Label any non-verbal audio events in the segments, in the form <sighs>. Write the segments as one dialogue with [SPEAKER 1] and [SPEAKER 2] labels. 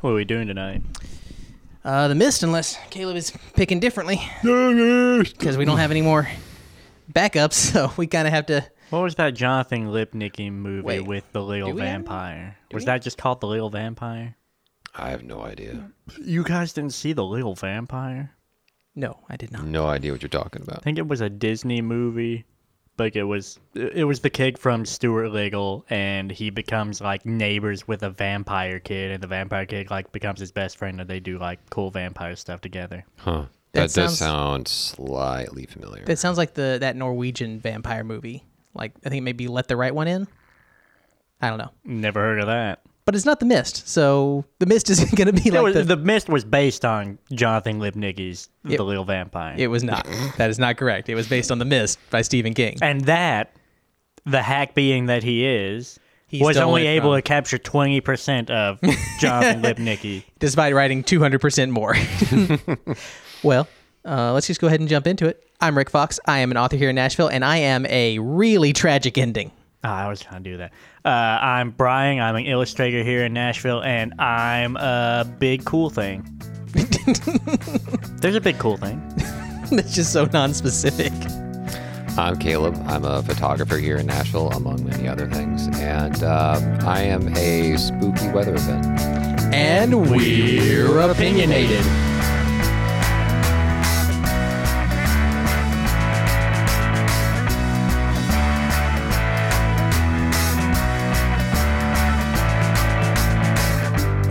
[SPEAKER 1] What are we doing tonight?
[SPEAKER 2] Uh, the Mist, unless Caleb is picking differently, because we don't have any more backups, <laughs> so we kind of have to.
[SPEAKER 1] What was that Jonathan Lipnicki movie
[SPEAKER 2] Wait,
[SPEAKER 1] with the little
[SPEAKER 2] do we have-
[SPEAKER 1] vampire?
[SPEAKER 2] do
[SPEAKER 1] Was
[SPEAKER 2] we-
[SPEAKER 1] that just called The Little Vampire?
[SPEAKER 3] I have no idea.
[SPEAKER 1] You guys didn't see The Little Vampire?
[SPEAKER 2] No, I did not.
[SPEAKER 3] No idea what you're talking about.
[SPEAKER 1] I think it was a Disney movie. Like it was, it was the kid from Stuart Little, and he becomes like neighbors with a vampire kid, and the vampire kid like becomes his best friend, and they do like cool vampire stuff together.
[SPEAKER 3] Huh.
[SPEAKER 2] That
[SPEAKER 3] That,
[SPEAKER 2] sounds-
[SPEAKER 3] does sound slightly familiar.
[SPEAKER 2] That sounds like the that Norwegian vampire movie. Like I think maybe Let the Right One In. I don't know,
[SPEAKER 1] Never heard of that.
[SPEAKER 2] but it's not the Mist, so the Mist <laughs> isn't going to be
[SPEAKER 1] It
[SPEAKER 2] like
[SPEAKER 1] was-
[SPEAKER 2] the,
[SPEAKER 1] the, Mist was based on Jonathan Lipnicki's The Little Vampire,
[SPEAKER 2] It was not. that is not correct. It was based on The Mist by Stephen King.
[SPEAKER 1] and that the hack being that he is.
[SPEAKER 2] He
[SPEAKER 1] was
[SPEAKER 2] stole
[SPEAKER 1] only
[SPEAKER 2] it
[SPEAKER 1] able
[SPEAKER 2] from-
[SPEAKER 1] to capture 20% of
[SPEAKER 2] <laughs>
[SPEAKER 1] Jonathan Lipnicki.
[SPEAKER 2] despite writing 200% more. <laughs> well, uh, let's just go ahead and jump into it. I'm Rick Fox. I am an author here in Nashville, and I am a really tragic ending.
[SPEAKER 1] Ah, I was trying to do that. Uh, I'm Brian. I'm an illustrator here in Nashville, and I'm a big cool
[SPEAKER 2] <laughs>
[SPEAKER 1] thing. There's a big cool thing.
[SPEAKER 2] <laughs> it's just so nonspecific.
[SPEAKER 3] I'm Caleb. I'm a photographer here in Nashville, among many other things. And uh, I am a spooky weather event.
[SPEAKER 2] And we're opinionated.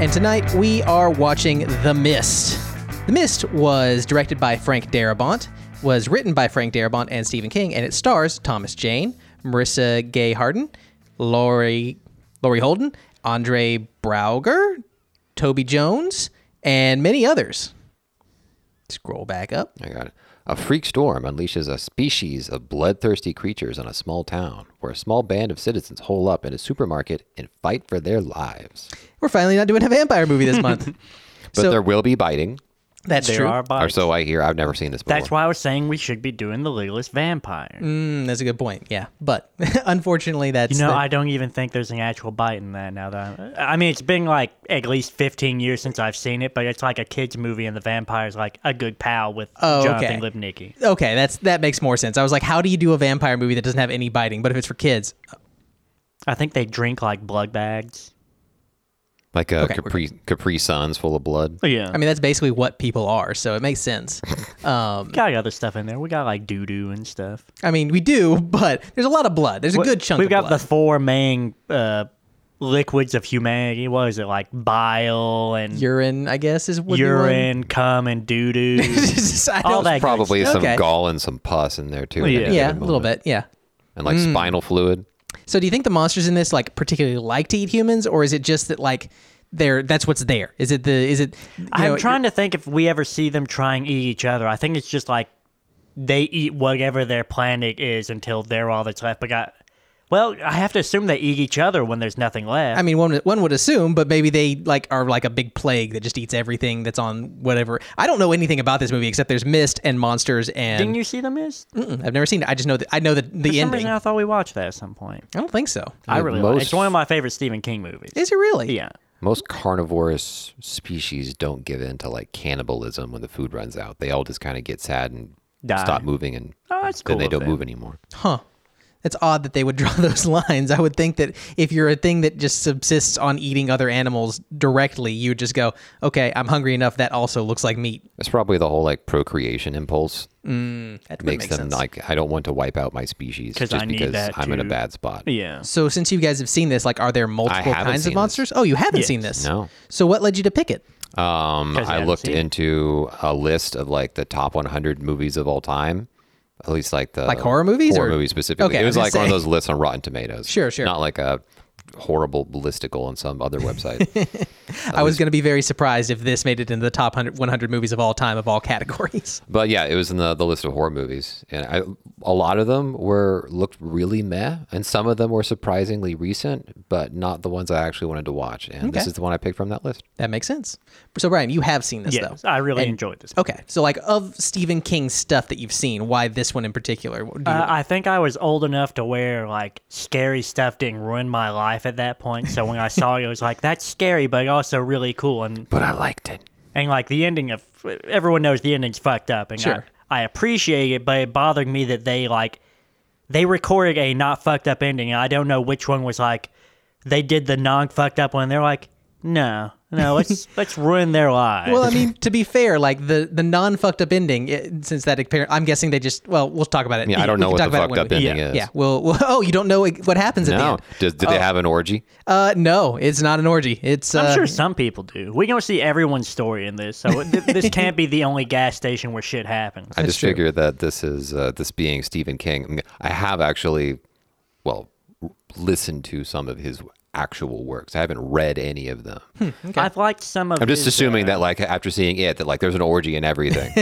[SPEAKER 2] And tonight we are watching The Mist. The Mist was directed by Frank Darabont, was written by Frank Darabont and Stephen King, and it stars Thomas Jane, Marissa Gay Harden, Laurie Laurie Holden, Andre Brauger, Toby Jones, and many others. Scroll back up.
[SPEAKER 3] I got it. A freak storm unleashes a species of bloodthirsty creatures on a small town where a small band of citizens hole up in a supermarket and fight for their lives.
[SPEAKER 2] We're finally not doing a vampire movie this month.
[SPEAKER 3] But
[SPEAKER 2] So-
[SPEAKER 3] there will be biting,
[SPEAKER 2] That's
[SPEAKER 1] There
[SPEAKER 2] true.
[SPEAKER 1] are
[SPEAKER 3] or
[SPEAKER 1] bodies.
[SPEAKER 3] so I hear. I've never seen this before.
[SPEAKER 1] That's why I was saying we should be doing the legalist vampire.
[SPEAKER 2] Mm, that's a good point. Yeah, but <laughs> unfortunately, that's
[SPEAKER 1] you know,
[SPEAKER 2] the-
[SPEAKER 1] I don't even think there's an actual bite in that now. That I'm, I mean, it's been like at least 15 years since I've seen it, but it's like a kids' movie, and the vampire's like a good pal with
[SPEAKER 2] Oh,
[SPEAKER 1] Jonathan
[SPEAKER 2] okay.
[SPEAKER 1] Lipnicki.
[SPEAKER 2] okay. That's that makes more sense. I was like, how do you do a vampire movie that doesn't have any biting? But if it's for kids,
[SPEAKER 1] I think they drink like blood bags.
[SPEAKER 3] like a
[SPEAKER 2] Okay, we're
[SPEAKER 3] Capri Capri Suns full of blood.
[SPEAKER 1] Yeah,
[SPEAKER 2] I mean, that's basically what people are. So it makes sense.
[SPEAKER 1] got other stuff in there. We got like doo doo and stuff.
[SPEAKER 2] I mean, we do, but there's a lot of blood. There's a good chunk.
[SPEAKER 1] We've
[SPEAKER 2] of
[SPEAKER 1] got the
[SPEAKER 2] blood.
[SPEAKER 1] four main uh, liquids of humanity. What is it like? Bile and
[SPEAKER 2] urine, I guess, is would be one. <laughs>
[SPEAKER 1] urine, cum, and doo doo.
[SPEAKER 2] I
[SPEAKER 1] All
[SPEAKER 2] don't-
[SPEAKER 1] that. good
[SPEAKER 3] Probably
[SPEAKER 2] stuff.
[SPEAKER 3] some
[SPEAKER 2] Okay.
[SPEAKER 3] gall and some pus in there too. at
[SPEAKER 1] Yeah.
[SPEAKER 2] <laughs>
[SPEAKER 3] any
[SPEAKER 2] Yeah, a
[SPEAKER 3] given
[SPEAKER 2] little
[SPEAKER 3] moment.
[SPEAKER 2] bit. Yeah.
[SPEAKER 3] And like spinal fluid.
[SPEAKER 2] So do you think the monsters in this like particularly like to eat humans, or is it just that like they're that's what's there? Is it the is it? you
[SPEAKER 1] I'm
[SPEAKER 2] know,
[SPEAKER 1] trying to think if we ever see them trying to eat each other. I think it's just like they eat whatever their planet is until they're all that's left. But got well, I have to assume they eat each other when there's nothing left.
[SPEAKER 2] I mean, one one would assume, but maybe they like are like a big plague that just eats everything that's on whatever. I don't know anything about this movie except there's mist and monsters,
[SPEAKER 1] Didn't
[SPEAKER 2] and
[SPEAKER 1] you see the mist?
[SPEAKER 2] I've never seen it. I just know that I know that
[SPEAKER 1] For
[SPEAKER 2] the
[SPEAKER 1] some
[SPEAKER 2] ending.
[SPEAKER 1] reason, I thought we watched that at some point.
[SPEAKER 2] I don't think so.
[SPEAKER 1] I
[SPEAKER 3] Dude,
[SPEAKER 1] really like.
[SPEAKER 3] most-
[SPEAKER 1] It's one of my favorite Stephen King movies.
[SPEAKER 2] Is it really?
[SPEAKER 1] Yeah.
[SPEAKER 3] Most carnivorous species don't give in to like cannibalism when the food runs out. They all just kind of get sad and
[SPEAKER 1] Die.
[SPEAKER 3] stop moving, and
[SPEAKER 1] Oh, that's
[SPEAKER 3] then
[SPEAKER 1] cool
[SPEAKER 3] they
[SPEAKER 1] of
[SPEAKER 3] don't
[SPEAKER 1] them.
[SPEAKER 3] move anymore.
[SPEAKER 2] Huh. It's odd that they would <laughs> draw those lines. I would think that if you're a thing that just subsists on eating other animals directly, you would just go, okay, I'm hungry enough. That also looks like meat.
[SPEAKER 3] That's probably the whole like procreation impulse
[SPEAKER 2] That would
[SPEAKER 3] makes
[SPEAKER 2] make
[SPEAKER 3] them
[SPEAKER 2] sense.
[SPEAKER 3] like I don't want to wipe out my species
[SPEAKER 1] 'Cause
[SPEAKER 3] just
[SPEAKER 1] I need
[SPEAKER 3] because
[SPEAKER 1] that
[SPEAKER 3] I'm in a
[SPEAKER 1] too.
[SPEAKER 3] bad spot.
[SPEAKER 1] Yeah.
[SPEAKER 2] So since you guys have seen this, like, are there multiple
[SPEAKER 3] haven't
[SPEAKER 2] kinds
[SPEAKER 3] seen
[SPEAKER 2] of
[SPEAKER 3] this.
[SPEAKER 2] monsters? Oh, you haven't
[SPEAKER 1] Yes.
[SPEAKER 2] seen this.
[SPEAKER 3] No.
[SPEAKER 2] So what led you to pick it?
[SPEAKER 3] Um,
[SPEAKER 1] 'Cause you
[SPEAKER 3] I
[SPEAKER 1] haven't
[SPEAKER 3] looked
[SPEAKER 1] seen it.
[SPEAKER 3] into a list of like the top 100 movies of all time. At least like the
[SPEAKER 2] Like horror movies
[SPEAKER 3] horror
[SPEAKER 2] or-
[SPEAKER 3] movies specifically.
[SPEAKER 2] Okay, I
[SPEAKER 3] it
[SPEAKER 2] was
[SPEAKER 3] was
[SPEAKER 2] gonna
[SPEAKER 3] like one of
[SPEAKER 2] say.
[SPEAKER 3] those lists on Rotten Tomatoes.
[SPEAKER 2] Sure, sure.
[SPEAKER 3] Not like a horrible listicle on some
[SPEAKER 2] <laughs>
[SPEAKER 3] other website.
[SPEAKER 2] I was going to be very surprised if this made it into the top 100, 100 movies of all time of all categories. <laughs>
[SPEAKER 3] but yeah, it was in the, the list of horror movies, and I, a lot of them were looked really meh, and some of them were surprisingly recent, but not the ones I actually wanted to watch. And this
[SPEAKER 2] Okay.
[SPEAKER 3] is the one I picked from that list.
[SPEAKER 2] That makes sense. So Brian, you have seen this
[SPEAKER 1] Yes,
[SPEAKER 2] though.
[SPEAKER 1] I really enjoyed this.
[SPEAKER 2] Okay. So like of Stephen King's stuff that you've seen, why this one in particular? What do you-
[SPEAKER 1] Uh, I think I was old enough to where like scary stuff didn't ruin my life life at that point. So when I saw it, it was like that's scary, but also really cool. And
[SPEAKER 3] But I liked it.
[SPEAKER 1] and like the ending of everyone knows the ending's fucked up. And
[SPEAKER 2] Sure.
[SPEAKER 1] I, I appreciate it, but it bothered me that they like they recorded a not fucked up ending. And I don't know which one was like they did the non fucked up one. They're like, no,
[SPEAKER 3] <laughs>
[SPEAKER 1] no, let's let's ruin their lives.
[SPEAKER 2] Well, I mean, <laughs> to be fair, like the the non fucked up ending, it, since that appar- I'm guessing they just well, we'll talk about it.
[SPEAKER 3] Yeah, I don't
[SPEAKER 2] We
[SPEAKER 3] know
[SPEAKER 2] can
[SPEAKER 3] what
[SPEAKER 2] talk about
[SPEAKER 3] the
[SPEAKER 2] it
[SPEAKER 3] fucked
[SPEAKER 2] when
[SPEAKER 3] up
[SPEAKER 2] we-
[SPEAKER 3] ending
[SPEAKER 1] Yeah.
[SPEAKER 3] is.
[SPEAKER 2] Yeah, well, well, <laughs> oh, you don't know what happens at the Oh.
[SPEAKER 3] No.
[SPEAKER 2] end.
[SPEAKER 3] Does, did they have an orgy?
[SPEAKER 2] Uh, no, it's not an orgy. It's uh,
[SPEAKER 1] I'm sure some people do. We don't see everyone's story in this, so th-
[SPEAKER 3] <laughs>
[SPEAKER 1] this can't be the only gas station where shit happens.
[SPEAKER 3] I just
[SPEAKER 2] true.
[SPEAKER 3] figured that this is uh, this being Stephen King. I mean, I have actually, well, r- listened to some of his actual works. I haven't read any of them.
[SPEAKER 2] Hmm.
[SPEAKER 1] I've liked some of.
[SPEAKER 3] I'm just
[SPEAKER 1] his,
[SPEAKER 3] assuming
[SPEAKER 1] uh,
[SPEAKER 3] that, like, after seeing it, that like there's an orgy
[SPEAKER 2] <laughs>
[SPEAKER 3] and everything.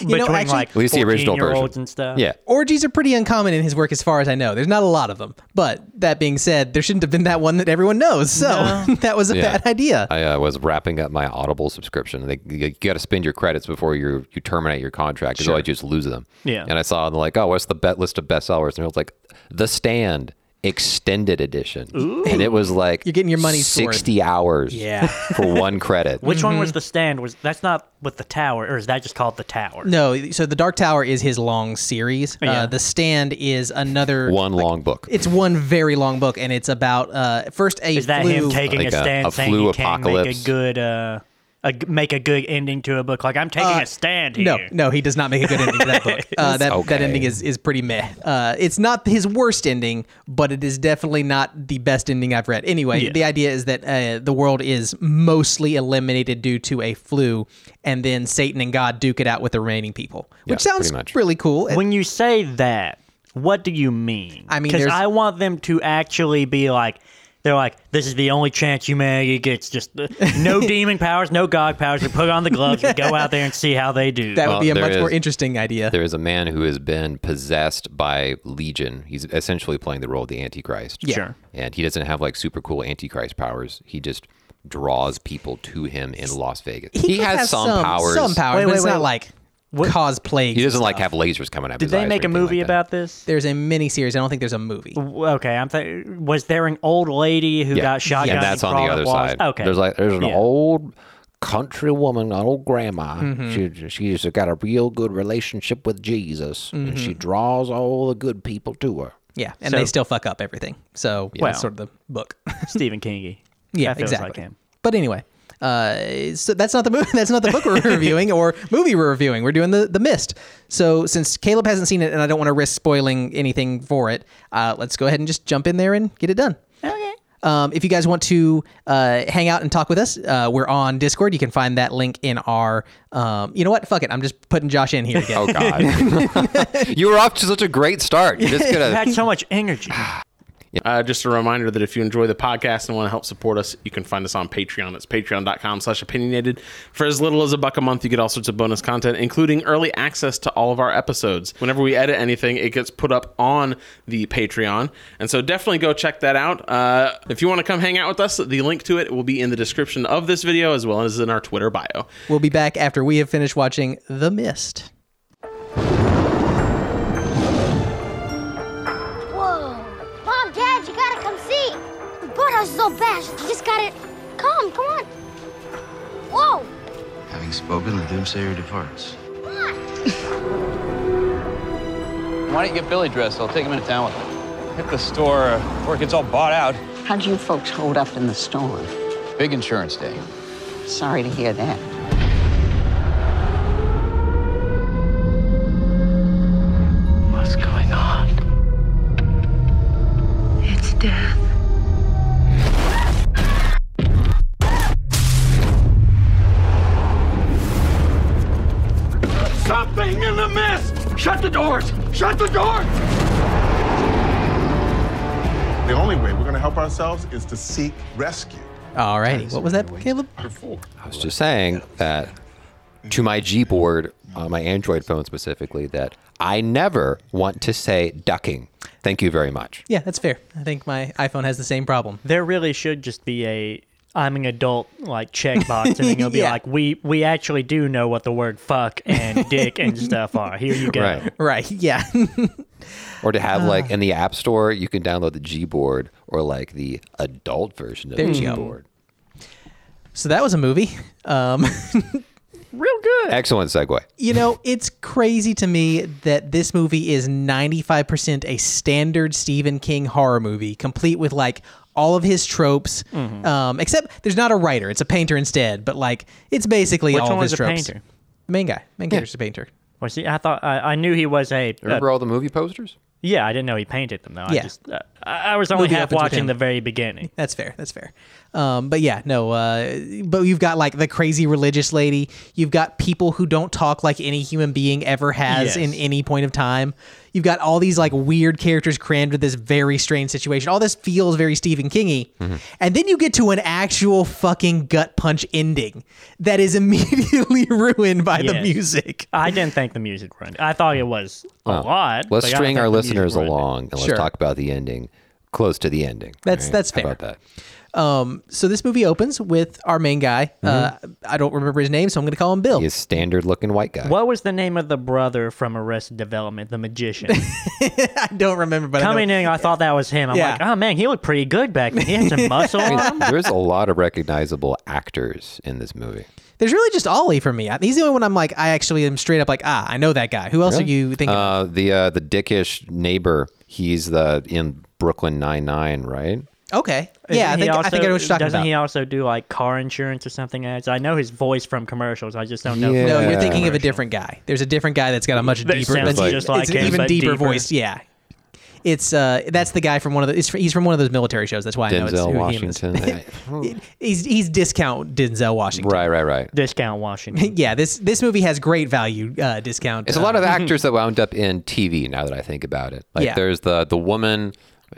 [SPEAKER 2] you know,
[SPEAKER 1] between
[SPEAKER 2] actually,
[SPEAKER 1] like
[SPEAKER 3] At least the original
[SPEAKER 1] 14-year-olds
[SPEAKER 3] version.
[SPEAKER 1] and stuff.
[SPEAKER 3] yeah,
[SPEAKER 2] orgies are pretty uncommon in his work, as far as I know. There's not a lot of them. But that being said, there shouldn't have been that one that everyone knows. So <laughs> that was a
[SPEAKER 3] Yeah.
[SPEAKER 2] bad idea.
[SPEAKER 3] I uh, was wrapping up my Audible subscription. They, you got to spend your credits before you you terminate your contract. 'cause Otherwise, you just lose them.
[SPEAKER 1] Yeah.
[SPEAKER 3] And I saw them like, oh, what's the bet list of bestsellers? And it was like, The Stand Extended Edition, and it was like
[SPEAKER 2] You're getting your money's worth.
[SPEAKER 3] sixty hours.
[SPEAKER 2] Yeah.
[SPEAKER 3] For
[SPEAKER 2] <laughs>
[SPEAKER 3] one credit.
[SPEAKER 1] Which one was the stand? Was that's not with the tower, or is that just called the tower?
[SPEAKER 2] no, so the Dark Tower is his long series. Uh,
[SPEAKER 1] Yeah.
[SPEAKER 2] the Stand is another.
[SPEAKER 3] one long book.
[SPEAKER 2] It's one very long book, and it's about uh, first a
[SPEAKER 1] Is that
[SPEAKER 2] flu.
[SPEAKER 1] him taking
[SPEAKER 3] Like
[SPEAKER 1] a
[SPEAKER 3] a-
[SPEAKER 1] stand,
[SPEAKER 3] a
[SPEAKER 1] saying
[SPEAKER 3] flu
[SPEAKER 1] he can't make
[SPEAKER 3] apocalypse.
[SPEAKER 1] a good, uh, a g make a good ending to a book? Like I'm taking
[SPEAKER 2] Uh,
[SPEAKER 1] a stand here.
[SPEAKER 2] No, no, he does not make a good ending to that
[SPEAKER 3] <laughs>
[SPEAKER 2] book. Uh, that, that
[SPEAKER 3] Okay.
[SPEAKER 2] ending is, is pretty meh. Uh, it's not his worst ending, but it is definitely not the best ending I've read. Anyway,
[SPEAKER 1] Yeah.
[SPEAKER 2] the idea is that uh, the world is mostly eliminated due to a flu, and then Satan and God duke it out with the remaining people,
[SPEAKER 3] Yeah,
[SPEAKER 2] which sounds
[SPEAKER 3] pretty much.
[SPEAKER 2] really cool.
[SPEAKER 1] When you say that, what do you mean?
[SPEAKER 2] I mean,
[SPEAKER 1] because
[SPEAKER 2] there's-
[SPEAKER 1] I want them to actually be like. They're like, this is the only chance humanity gets. Just uh,
[SPEAKER 2] <laughs>
[SPEAKER 1] no demon powers, no god powers. You put on the gloves, you go out there and see how they do.
[SPEAKER 2] that would
[SPEAKER 3] Well,
[SPEAKER 2] be a
[SPEAKER 3] there
[SPEAKER 2] much more
[SPEAKER 3] is-
[SPEAKER 2] interesting idea.
[SPEAKER 3] There is a man who has been possessed by Legion. He's essentially playing the role of the Antichrist.
[SPEAKER 2] Yeah.
[SPEAKER 1] Sure.
[SPEAKER 3] And he doesn't have like super cool Antichrist powers. He just draws people to him in Las Vegas. He,
[SPEAKER 2] could
[SPEAKER 3] has
[SPEAKER 2] have
[SPEAKER 3] some, powers.
[SPEAKER 2] Some powers,
[SPEAKER 1] Wait,
[SPEAKER 2] but
[SPEAKER 1] wait,
[SPEAKER 2] it's
[SPEAKER 1] wait.
[SPEAKER 2] not like cause plagues.
[SPEAKER 3] He doesn't
[SPEAKER 2] and
[SPEAKER 3] like
[SPEAKER 2] stuff.
[SPEAKER 3] have lasers coming out of
[SPEAKER 1] Did
[SPEAKER 3] his
[SPEAKER 1] they
[SPEAKER 3] eyes
[SPEAKER 1] make a
[SPEAKER 3] or anything
[SPEAKER 1] movie
[SPEAKER 3] like that.
[SPEAKER 1] about this?
[SPEAKER 2] There's a miniseries. I don't think there's a movie.
[SPEAKER 1] Okay, I'm th- was there an old lady who
[SPEAKER 3] Yeah.
[SPEAKER 1] got shot?
[SPEAKER 3] And that's on the other side.
[SPEAKER 1] Okay,
[SPEAKER 3] There's like there's an
[SPEAKER 1] Yeah.
[SPEAKER 3] old country woman, an old grandma.
[SPEAKER 1] Mm-hmm.
[SPEAKER 3] She she's got a real good relationship with Jesus and
[SPEAKER 1] Mm-hmm.
[SPEAKER 3] she draws all the good people to her.
[SPEAKER 2] Yeah, and
[SPEAKER 1] So-
[SPEAKER 2] they still fuck up everything. So
[SPEAKER 1] Well-
[SPEAKER 2] that's sort of the book. <laughs>
[SPEAKER 1] Stephen Kingy.
[SPEAKER 2] yeah,
[SPEAKER 1] that feels
[SPEAKER 2] exactly.
[SPEAKER 1] Like him.
[SPEAKER 2] But anyway, uh, so that's not the movie. <laughs> That's not the book we're reviewing or movie we're reviewing. We're doing the the Mist. So since Caleb hasn't seen it, and I don't want to risk spoiling anything for it, uh, let's go ahead and just jump in there and get it done.
[SPEAKER 1] Okay.
[SPEAKER 2] Um, if you guys want to uh, hang out and talk with us, uh, we're on Discord. You can find that link in our. Um, you know what? Fuck it. I'm just putting Josh in here again.
[SPEAKER 3] Oh
[SPEAKER 2] <laughs>
[SPEAKER 3] God! you were off to such a great start. You're just
[SPEAKER 1] You
[SPEAKER 3] gonna.
[SPEAKER 1] had so much energy.
[SPEAKER 3] <sighs>
[SPEAKER 1] <laughs>
[SPEAKER 4] Uh, just a reminder that if you enjoy the podcast and want to help support us, you can find us on Patreon. It's patreon.com slash opinionated. For as little as a buck a month, you get all sorts of bonus content, including early access to all of our episodes. Whenever we edit anything, it gets put up on the Patreon. And so definitely go check that out. Uh, if you want to come hang out with us, the link to it will be in the description of this video as well as in our Twitter bio.
[SPEAKER 2] We'll be back after we have finished watching The Mist.
[SPEAKER 5] Whoa. Mom, Dad, you gotta come see. The boathouse is all bashed. You just gotta. Come, come on. Whoa.
[SPEAKER 6] Having spoken, the doomsayer departs.
[SPEAKER 5] Come on.
[SPEAKER 7] Why don't you get Billy dressed? I'll take him into town with him. Hit the store before it gets all bought out.
[SPEAKER 8] How do you folks hold up in the storm?
[SPEAKER 7] Big insurance day.
[SPEAKER 8] Sorry to hear that.
[SPEAKER 9] What's going on? It's death. Something in the mist! Shut the doors! Shut the doors!
[SPEAKER 10] The only way we're going to help ourselves is to seek rescue.
[SPEAKER 2] All righty. What was that, Caleb?
[SPEAKER 3] I was just saying that to my G board on my Android phone specifically that I never want to say ducking. Thank you very much.
[SPEAKER 2] Yeah, that's fair. I think my iPhone has the same problem.
[SPEAKER 1] There really should just be a I'm an adult like checkbox, and then you'll be
[SPEAKER 2] <laughs> Yeah.
[SPEAKER 1] like, we we actually do know what the word fuck
[SPEAKER 2] <laughs>
[SPEAKER 1] and dick and stuff are. Here you go.
[SPEAKER 3] Right.
[SPEAKER 2] Right. <laughs> Yeah. Ah.
[SPEAKER 3] Or to have like in the App Store, you can download the G board or like the adult version of
[SPEAKER 2] There
[SPEAKER 3] the
[SPEAKER 2] you go.
[SPEAKER 3] board.
[SPEAKER 2] So that was a movie. Um, <laughs>
[SPEAKER 1] Real good.
[SPEAKER 3] Excellent segue.
[SPEAKER 2] you know, it's crazy to me that this movie is 95% a standard Stephen King horror movie, complete with like all of his tropes,
[SPEAKER 1] Mm-hmm.
[SPEAKER 2] um, except there's not a writer, it's a painter instead, but like it's basically
[SPEAKER 1] Which
[SPEAKER 2] all
[SPEAKER 1] one
[SPEAKER 2] of his
[SPEAKER 1] was a
[SPEAKER 2] tropes.
[SPEAKER 1] painter?
[SPEAKER 2] The main guy. Main character's a painter.
[SPEAKER 1] Well, see, I thought I, I knew he was a. uh,
[SPEAKER 3] Remember all the movie posters?
[SPEAKER 1] yeah, I didn't know he painted them though.
[SPEAKER 2] Yeah.
[SPEAKER 1] I just uh, I I was only
[SPEAKER 2] Movie
[SPEAKER 1] half
[SPEAKER 2] opens with him.
[SPEAKER 1] watching the very beginning.
[SPEAKER 2] That's fair. That's fair. Um, but yeah, no. Uh, but you've got like the crazy religious lady. You've got people who don't talk like any human being ever has
[SPEAKER 1] Yes.
[SPEAKER 2] in any point of time. You've got all these like weird characters crammed with this very strange situation. All this feels very Stephen Kingy.
[SPEAKER 1] Mm-hmm.
[SPEAKER 2] And then you get to an actual fucking gut punch ending that is <laughs> immediately ruined by the
[SPEAKER 1] Yes.
[SPEAKER 2] music.
[SPEAKER 1] I didn't think the music run. I thought it was a
[SPEAKER 3] Well,
[SPEAKER 1] lot.
[SPEAKER 3] Let's
[SPEAKER 1] but I don't
[SPEAKER 3] string
[SPEAKER 1] think
[SPEAKER 3] our
[SPEAKER 1] the music
[SPEAKER 3] listeners
[SPEAKER 1] ruined it.
[SPEAKER 3] along and let's
[SPEAKER 2] Sure.
[SPEAKER 3] talk about the ending, close to the ending.
[SPEAKER 2] That's- that's
[SPEAKER 3] How about
[SPEAKER 2] fair.
[SPEAKER 3] that?
[SPEAKER 2] So this movie opens with our main guy.
[SPEAKER 1] Mm-hmm.
[SPEAKER 2] Uh, I don't remember his name, so I'm going to call him Bill.
[SPEAKER 3] His standard looking white guy.
[SPEAKER 1] What was the name of the brother from Arrested Development, the magician?
[SPEAKER 2] <laughs> <laughs> I don't remember, but I know-
[SPEAKER 1] Coming in, I thought that was him. I'm
[SPEAKER 2] Yeah.
[SPEAKER 1] like, oh man, he looked pretty good back then. He had some muscle
[SPEAKER 2] <laughs>
[SPEAKER 1] on him.
[SPEAKER 3] There's a lot of recognizable actors in this movie.
[SPEAKER 2] There's really just Ollie for me. I- He's the only one I'm like, I actually am straight up like, ah, I know that guy. Who else are you thinking? of?
[SPEAKER 3] Uh, the uh, the dickish neighbor. He's the in Brooklyn Nine Nine, right?
[SPEAKER 2] Okay. Yeah, I
[SPEAKER 1] Isn't he
[SPEAKER 2] think, I
[SPEAKER 1] also-
[SPEAKER 2] think I know what you're talking
[SPEAKER 1] Doesn't
[SPEAKER 2] about.
[SPEAKER 1] he also do like car insurance or something ads? I know his voice from commercials. I just don't know.
[SPEAKER 3] Yeah.
[SPEAKER 2] no,
[SPEAKER 1] from
[SPEAKER 2] you're
[SPEAKER 1] the
[SPEAKER 2] thinking of a
[SPEAKER 1] commercial.
[SPEAKER 2] different guy. There's a different guy that's got a much
[SPEAKER 1] That
[SPEAKER 2] deeper,
[SPEAKER 1] sounds
[SPEAKER 2] it's,
[SPEAKER 1] like- just like
[SPEAKER 2] it's
[SPEAKER 1] him,
[SPEAKER 2] even
[SPEAKER 1] but
[SPEAKER 2] deeper,
[SPEAKER 1] deeper.
[SPEAKER 2] voice. Yeah, it's uh, that's the guy from one of the. It's, he's from one of those military shows. That's why I know it's
[SPEAKER 3] Denzel
[SPEAKER 2] who
[SPEAKER 3] Washington.
[SPEAKER 2] He is. <laughs> he's he's discount Denzel Washington.
[SPEAKER 3] right, right, right.
[SPEAKER 1] discount
[SPEAKER 2] <laughs>
[SPEAKER 1] Washington.
[SPEAKER 2] Yeah, this this movie has great value uh, discount.
[SPEAKER 3] It's a
[SPEAKER 2] uh,
[SPEAKER 3] lot of actors that wound up in TV. Now that I think about it, like
[SPEAKER 2] Yeah.
[SPEAKER 3] there's the the woman.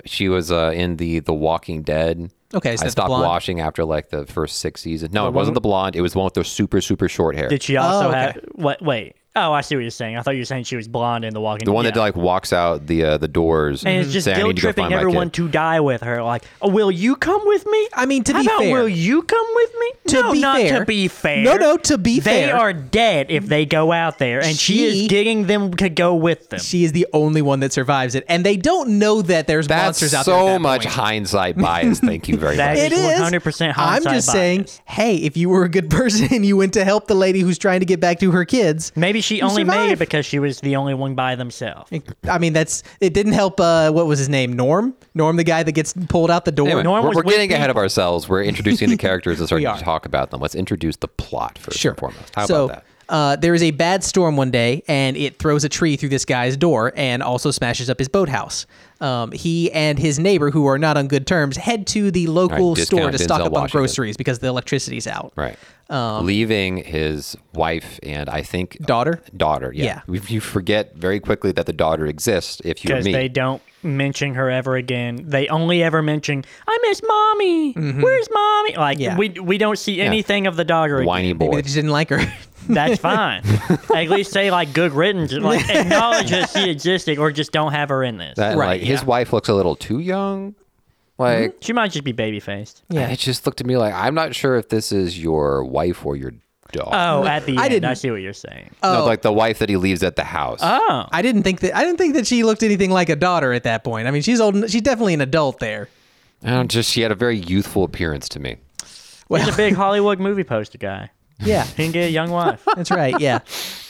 [SPEAKER 3] She was uh, in the The Walking Dead.
[SPEAKER 2] Okay, so that's
[SPEAKER 3] I
[SPEAKER 2] Oh, the
[SPEAKER 3] stopped
[SPEAKER 2] blonde.
[SPEAKER 3] watching after like the first six seasons. No, it wasn't the blonde. It was the one with the super super short hair.
[SPEAKER 1] Did she also
[SPEAKER 2] Oh, okay.
[SPEAKER 1] have? What? Wait. Oh, I see what you're saying. I thought you were saying she was blonde in The Walking.
[SPEAKER 3] the one
[SPEAKER 1] yeah.
[SPEAKER 3] that like walks out the uh, the doors
[SPEAKER 1] and is just
[SPEAKER 3] saying, "I
[SPEAKER 1] guilt
[SPEAKER 3] need to go
[SPEAKER 1] tripping
[SPEAKER 3] find my
[SPEAKER 1] everyone
[SPEAKER 3] kid."
[SPEAKER 1] to die with her. Like, oh, will you come with me?
[SPEAKER 2] I mean, to
[SPEAKER 1] How
[SPEAKER 2] be
[SPEAKER 1] about
[SPEAKER 2] fair-
[SPEAKER 1] will you come with me?
[SPEAKER 2] To
[SPEAKER 1] no,
[SPEAKER 2] be
[SPEAKER 1] not
[SPEAKER 2] fair-
[SPEAKER 1] to be fair.
[SPEAKER 2] No, no, to be
[SPEAKER 1] they
[SPEAKER 2] fair.
[SPEAKER 1] are dead if they go out there, and she,
[SPEAKER 2] She-
[SPEAKER 1] is getting them to go with them.
[SPEAKER 2] She is the only one that survives it, and they don't know that there's
[SPEAKER 3] That's
[SPEAKER 2] monsters out there.
[SPEAKER 3] so
[SPEAKER 2] at that
[SPEAKER 3] much
[SPEAKER 2] point.
[SPEAKER 3] hindsight bias. Thank
[SPEAKER 2] <laughs>
[SPEAKER 3] you very
[SPEAKER 1] That
[SPEAKER 3] much.
[SPEAKER 2] It
[SPEAKER 1] It's
[SPEAKER 2] is
[SPEAKER 1] 100%
[SPEAKER 2] I'm
[SPEAKER 1] hindsight
[SPEAKER 2] just saying,
[SPEAKER 1] bias.
[SPEAKER 2] hey, if you were a good <laughs> person and you went to help the lady who's trying to get back to her kids,
[SPEAKER 1] Maybe she
[SPEAKER 2] you
[SPEAKER 1] only made
[SPEAKER 2] survive.
[SPEAKER 1] it because she was the only one by themselves.
[SPEAKER 2] I mean, that's it. Didn't help. Uh, what was his name? Norm. Norm, the guy that gets pulled out the door.
[SPEAKER 3] Anyway,
[SPEAKER 1] Norm
[SPEAKER 3] we're,
[SPEAKER 1] was
[SPEAKER 3] we're <laughs>
[SPEAKER 1] with
[SPEAKER 3] getting ahead of ourselves. We're
[SPEAKER 2] <laughs>
[SPEAKER 3] introducing the characters and starting
[SPEAKER 2] are.
[SPEAKER 3] to talk about them. Let's introduce the plot first
[SPEAKER 2] Sure.
[SPEAKER 3] and foremost. How
[SPEAKER 2] so,
[SPEAKER 3] about that?
[SPEAKER 2] Uh, there is a bad storm one day, and it throws a tree through this guy's door and also smashes up his boathouse. Um, he and his neighbor, who are not on good terms, head to the local
[SPEAKER 3] discount
[SPEAKER 2] store to
[SPEAKER 3] Denzel
[SPEAKER 2] stock up on
[SPEAKER 3] Washington.
[SPEAKER 2] groceries because the electricity's out.
[SPEAKER 3] Right. Leaving his wife and I think
[SPEAKER 2] um, Daughter?
[SPEAKER 3] Daughter,
[SPEAKER 2] Yeah.
[SPEAKER 3] yeah. You- You forget very quickly that the daughter exists if you're
[SPEAKER 1] Because
[SPEAKER 3] me.
[SPEAKER 1] they don't mention her ever again. They only ever mention, "I miss mommy.
[SPEAKER 3] Mm-hmm.
[SPEAKER 1] Where's mommy?" Like
[SPEAKER 2] Yeah.
[SPEAKER 1] we we don't see anything of the dogger. again.
[SPEAKER 3] Whiny
[SPEAKER 2] Maybe
[SPEAKER 3] boy.
[SPEAKER 2] they just didn't like her.
[SPEAKER 1] <laughs>
[SPEAKER 2] <laughs>
[SPEAKER 1] That's
[SPEAKER 3] <laughs>
[SPEAKER 1] fine. At least say like good riddance, like acknowledge that she existed, or just don't have her in this.
[SPEAKER 3] That,
[SPEAKER 2] Right,
[SPEAKER 3] like, His
[SPEAKER 2] yeah. Mm-hmm.
[SPEAKER 3] wife looks a little too young. Like
[SPEAKER 1] she might just be baby
[SPEAKER 2] <laughs>
[SPEAKER 1] faced.
[SPEAKER 3] it just looked to me like I'm not sure if this is your wife or your
[SPEAKER 2] Uh,
[SPEAKER 3] daughter.
[SPEAKER 1] Oh, at the
[SPEAKER 2] I
[SPEAKER 1] end,
[SPEAKER 2] didn't-
[SPEAKER 1] I see what you're saying.
[SPEAKER 2] oh.
[SPEAKER 3] No, like the wife that he leaves at the house.
[SPEAKER 1] Oh,
[SPEAKER 2] I didn't think that. I didn't think that she looked anything like a daughter at that point. I mean, she's old. en- She's definitely an adult there.
[SPEAKER 3] I don't just she had a very youthful appearance to me.
[SPEAKER 1] he's
[SPEAKER 2] Well,
[SPEAKER 1] a
[SPEAKER 2] <laughs>
[SPEAKER 1] big Hollywood movie poster guy.
[SPEAKER 2] yeah,
[SPEAKER 1] He can get a young
[SPEAKER 2] <laughs>
[SPEAKER 1] wife.
[SPEAKER 2] that's right. Yeah.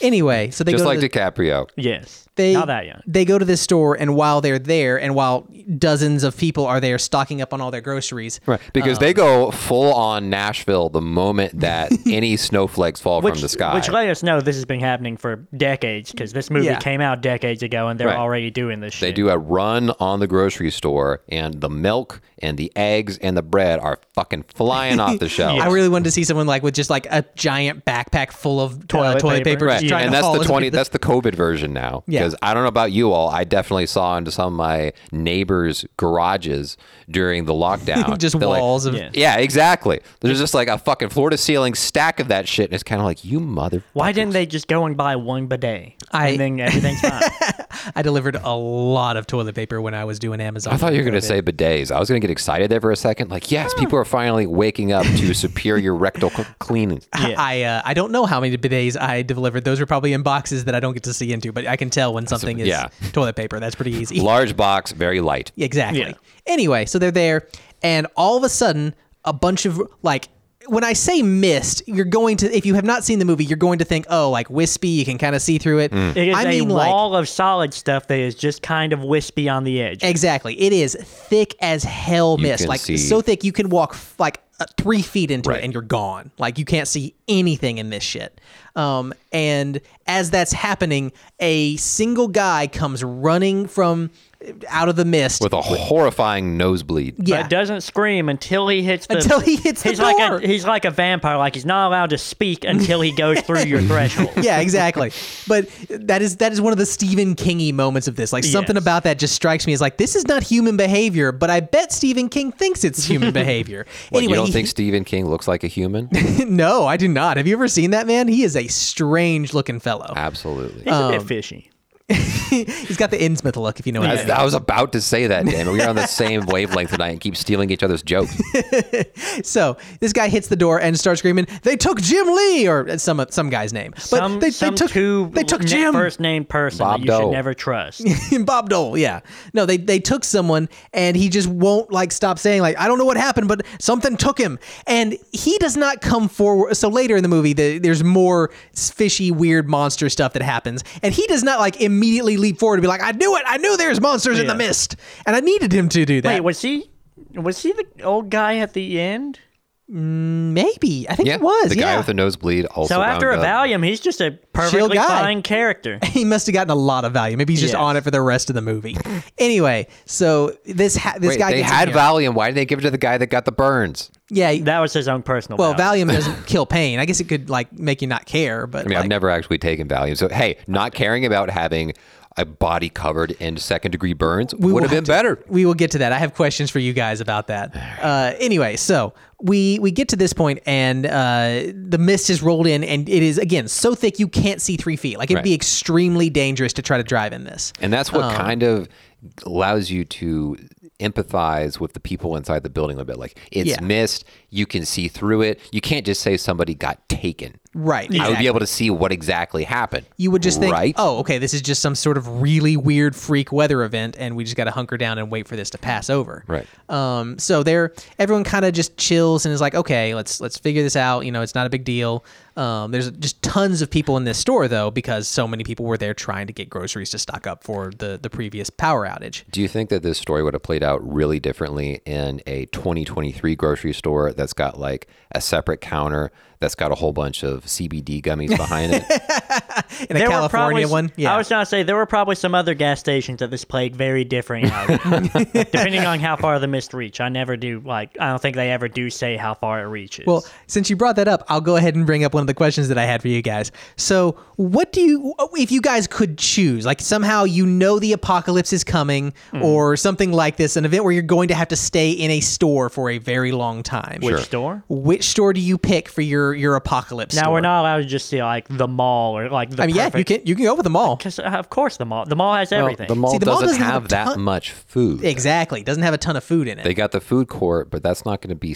[SPEAKER 2] Anyway, so they
[SPEAKER 3] Just
[SPEAKER 2] go
[SPEAKER 3] like
[SPEAKER 2] to the,
[SPEAKER 3] DiCaprio.
[SPEAKER 1] Yes,
[SPEAKER 2] they
[SPEAKER 1] not that young.
[SPEAKER 2] they go to this store, and while they're there, and while dozens of people are there stocking up on all their groceries,
[SPEAKER 3] Right,
[SPEAKER 2] Uh-huh.
[SPEAKER 3] because they go full on Nashville the moment
[SPEAKER 2] <laughs>
[SPEAKER 3] that any snowflakes fall from the sky.
[SPEAKER 1] Which let us know this has been happening for decades because this movie
[SPEAKER 2] Yeah.
[SPEAKER 1] came out decades ago and they're
[SPEAKER 3] Right.
[SPEAKER 1] already doing this shit.
[SPEAKER 3] they do a run on the grocery store, and the milk and the eggs and the bread are fucking flying off
[SPEAKER 2] <laughs>
[SPEAKER 3] the shelves.
[SPEAKER 2] I really wanted to see someone like with just like a giant backpack full of to- toilet,
[SPEAKER 1] Toilet
[SPEAKER 2] toilet paper,
[SPEAKER 1] paper.
[SPEAKER 2] just
[SPEAKER 3] Right,
[SPEAKER 2] trying
[SPEAKER 3] and
[SPEAKER 2] to
[SPEAKER 3] that's
[SPEAKER 2] fall
[SPEAKER 3] the
[SPEAKER 2] as
[SPEAKER 3] twenty.
[SPEAKER 2] people-
[SPEAKER 3] That's the COVID version now.
[SPEAKER 2] Yeah.
[SPEAKER 3] Because I don't know about you all, I definitely saw into some of my neighbors' garages during the lockdown.
[SPEAKER 2] <laughs> just
[SPEAKER 3] They're like-
[SPEAKER 2] walls of.
[SPEAKER 1] Yeah.
[SPEAKER 3] yeah, exactly. There's just like a fucking floor to ceiling stack of that shit, and it's kind of like you mother.
[SPEAKER 1] Why didn't they just go and buy one bidet
[SPEAKER 2] I-
[SPEAKER 1] and then everything's fine?
[SPEAKER 2] <laughs> I delivered a lot of toilet paper when I was doing Amazon.
[SPEAKER 3] I thought you were going to
[SPEAKER 2] COVID.
[SPEAKER 3] say bidets. I was going to get excited there for a second. Like, yes, people are finally waking up
[SPEAKER 2] <laughs>
[SPEAKER 3] to superior rectal cl- cleaning.
[SPEAKER 2] I uh, I don't know how many bidets I delivered. Those are probably in boxes that I don't get to see into, but I can tell when something is
[SPEAKER 3] yeah.
[SPEAKER 2] <laughs> toilet paper. That's pretty easy.
[SPEAKER 3] Large box, very light.
[SPEAKER 2] Exactly.
[SPEAKER 4] Yeah.
[SPEAKER 2] Anyway, so they're there, and all of a sudden, a bunch of like. When I say mist, you're going to if you have not seen the movie, you're going to think, oh, like wispy, you can kind of see through it.
[SPEAKER 1] It is
[SPEAKER 2] I
[SPEAKER 1] a
[SPEAKER 2] mean, like
[SPEAKER 1] wall of solid stuff that is just kind of wispy on the
[SPEAKER 2] Eh,
[SPEAKER 1] edge.
[SPEAKER 2] exactly, it is thick as hell
[SPEAKER 3] You
[SPEAKER 2] mist,
[SPEAKER 3] can
[SPEAKER 2] like
[SPEAKER 3] see-
[SPEAKER 2] so thick you can walk f- like uh, three feet into
[SPEAKER 3] Right.
[SPEAKER 2] it and you're gone. Like you can't see anything in this shit. Um, and as that's happening, a single guy comes running from uh, out of the mist
[SPEAKER 3] With a <laughs> horrifying nosebleed.
[SPEAKER 1] But doesn't scream until he hits the
[SPEAKER 2] Until he hits the
[SPEAKER 1] he's like
[SPEAKER 2] door.
[SPEAKER 1] a he's like a vampire, like he's not allowed to speak until he goes through
[SPEAKER 2] <laughs>
[SPEAKER 1] your threshold.
[SPEAKER 2] yeah, exactly. But that is that is one of the Stephen Kingy moments of this. Like something
[SPEAKER 1] Yes.
[SPEAKER 2] about that just strikes me as like this is not human behavior, but I bet Stephen King thinks it's
[SPEAKER 3] <laughs>
[SPEAKER 2] human behavior.
[SPEAKER 3] What,
[SPEAKER 2] anyway,
[SPEAKER 3] you don't
[SPEAKER 2] he- <laughs>
[SPEAKER 3] think Stephen King looks like a human?
[SPEAKER 2] no, I do not. Have you ever seen that man? He is a strange looking fellow.
[SPEAKER 3] Absolutely.
[SPEAKER 1] It's
[SPEAKER 2] Um,
[SPEAKER 1] a bit fishy.
[SPEAKER 2] He's got the Innsmouth look, if you know what I mean.
[SPEAKER 3] I, I was about to say that, damn it. We are on the same wavelength tonight and keep stealing each
[SPEAKER 2] <laughs>
[SPEAKER 3] other's jokes.
[SPEAKER 2] So this guy hits the door and starts screaming, "They took Jim Lee or some some guy's name." But
[SPEAKER 1] some
[SPEAKER 2] they,
[SPEAKER 1] some
[SPEAKER 2] they took
[SPEAKER 1] two
[SPEAKER 2] they took
[SPEAKER 1] na-
[SPEAKER 2] Jim.
[SPEAKER 1] first name person that
[SPEAKER 3] Bob
[SPEAKER 1] you
[SPEAKER 3] Dole.
[SPEAKER 1] should never trust.
[SPEAKER 2] Bob Dole, yeah. No, they they took someone and he just won't like stop saying like I don't know what happened, but something took him. And he does not come forward. So later in the movie, the, there's more fishy, weird monster stuff that happens, and he does not like immediately leap forward and be like, I knew it, I knew there's monsters in the
[SPEAKER 1] Yeah.
[SPEAKER 2] mist, and I needed him to do
[SPEAKER 1] Wait,
[SPEAKER 2] that.
[SPEAKER 1] was he was he the old guy at the end?
[SPEAKER 2] Maybe I think
[SPEAKER 3] Yeah.
[SPEAKER 2] it was.
[SPEAKER 3] The
[SPEAKER 2] yeah.
[SPEAKER 3] guy with the nosebleed also.
[SPEAKER 1] So after a
[SPEAKER 3] wound up.
[SPEAKER 1] Valium, he's just a perfectly
[SPEAKER 2] guy.
[SPEAKER 1] fine
[SPEAKER 2] <laughs>
[SPEAKER 1] character.
[SPEAKER 2] he must have gotten a lot of value. Maybe he's just
[SPEAKER 1] Yes.
[SPEAKER 2] on it for the rest of the movie. <laughs> anyway, so this ha- this
[SPEAKER 3] Wait,
[SPEAKER 2] guy
[SPEAKER 3] they
[SPEAKER 2] gets in
[SPEAKER 3] had
[SPEAKER 2] here.
[SPEAKER 3] Valium. Why did they give it to the guy that got the burns?
[SPEAKER 2] Yeah,
[SPEAKER 1] That was his own personal.
[SPEAKER 2] Well,
[SPEAKER 1] Valium.
[SPEAKER 3] <laughs>
[SPEAKER 2] Valium doesn't kill pain. I guess it could like make you not care, but
[SPEAKER 3] I mean,
[SPEAKER 2] like,
[SPEAKER 3] I've never actually taken Valium. So, hey, not caring about having a body covered in second degree burns would
[SPEAKER 2] will
[SPEAKER 3] have been
[SPEAKER 2] to-
[SPEAKER 3] better.
[SPEAKER 2] we will get to that. I have questions for you guys about that. Uh, anyway, so we we get to this point and uh, the mist has rolled in and it is again so thick you can't see three feet. Like it'd
[SPEAKER 3] Right.
[SPEAKER 2] be extremely dangerous to try to drive in this.
[SPEAKER 3] And that's what kind of allows you to empathize with the people inside the building a bit. Like, it's
[SPEAKER 2] Yeah.
[SPEAKER 3] mist. You can see through it. You can't just say somebody got taken.
[SPEAKER 2] Right.
[SPEAKER 3] I would
[SPEAKER 2] exactly.
[SPEAKER 3] be able to see what exactly happened.
[SPEAKER 2] you would just think,
[SPEAKER 3] right?
[SPEAKER 2] oh, okay, this is just some sort of really weird freak weather event, and we just got to hunker down and wait for this to pass over.
[SPEAKER 3] Right.
[SPEAKER 2] Um. So there, everyone kind of just chills and is like, okay, let's let's figure this out. You know, it's not a big deal. Um. There's just tons of people in this store though, because so many people were there trying to get groceries to stock up for the the previous power outage.
[SPEAKER 3] Do you think that this story would have played out really differently in a 2023 grocery store that's got like a separate counter that's got a whole bunch of CBD gummies
[SPEAKER 2] <laughs>
[SPEAKER 3] behind it?
[SPEAKER 2] In a California one, yeah.
[SPEAKER 1] I was gonna say there were probably some other gas stations that this played very different
[SPEAKER 2] <laughs>
[SPEAKER 1] out, <laughs> depending on how far the mist reach. I never do like. I don't think they ever do say how far it reaches.
[SPEAKER 2] Well, since you brought that up, I'll go ahead and bring up one of the questions that I had for you guys. So, what do you, if you guys could choose, like somehow you know the apocalypse is coming or something like this, an event where you're going to have to stay in a store for a very long time?
[SPEAKER 1] which store?
[SPEAKER 2] Which store do you pick for your your apocalypse?
[SPEAKER 1] Now
[SPEAKER 2] store?
[SPEAKER 1] we're not allowed to just see like the mall or like the.
[SPEAKER 2] I mean, yeah, you can you can go with them all.
[SPEAKER 1] Because of course the mall. The mall has
[SPEAKER 3] Well,
[SPEAKER 1] everything.
[SPEAKER 3] the mall
[SPEAKER 2] See, the mall
[SPEAKER 3] doesn't
[SPEAKER 2] doesn't have
[SPEAKER 3] have,
[SPEAKER 2] a
[SPEAKER 3] that
[SPEAKER 2] ton-
[SPEAKER 3] much food.
[SPEAKER 2] Exactly. Doesn't have a ton of food in it.
[SPEAKER 3] They got the food court, but that's not going to be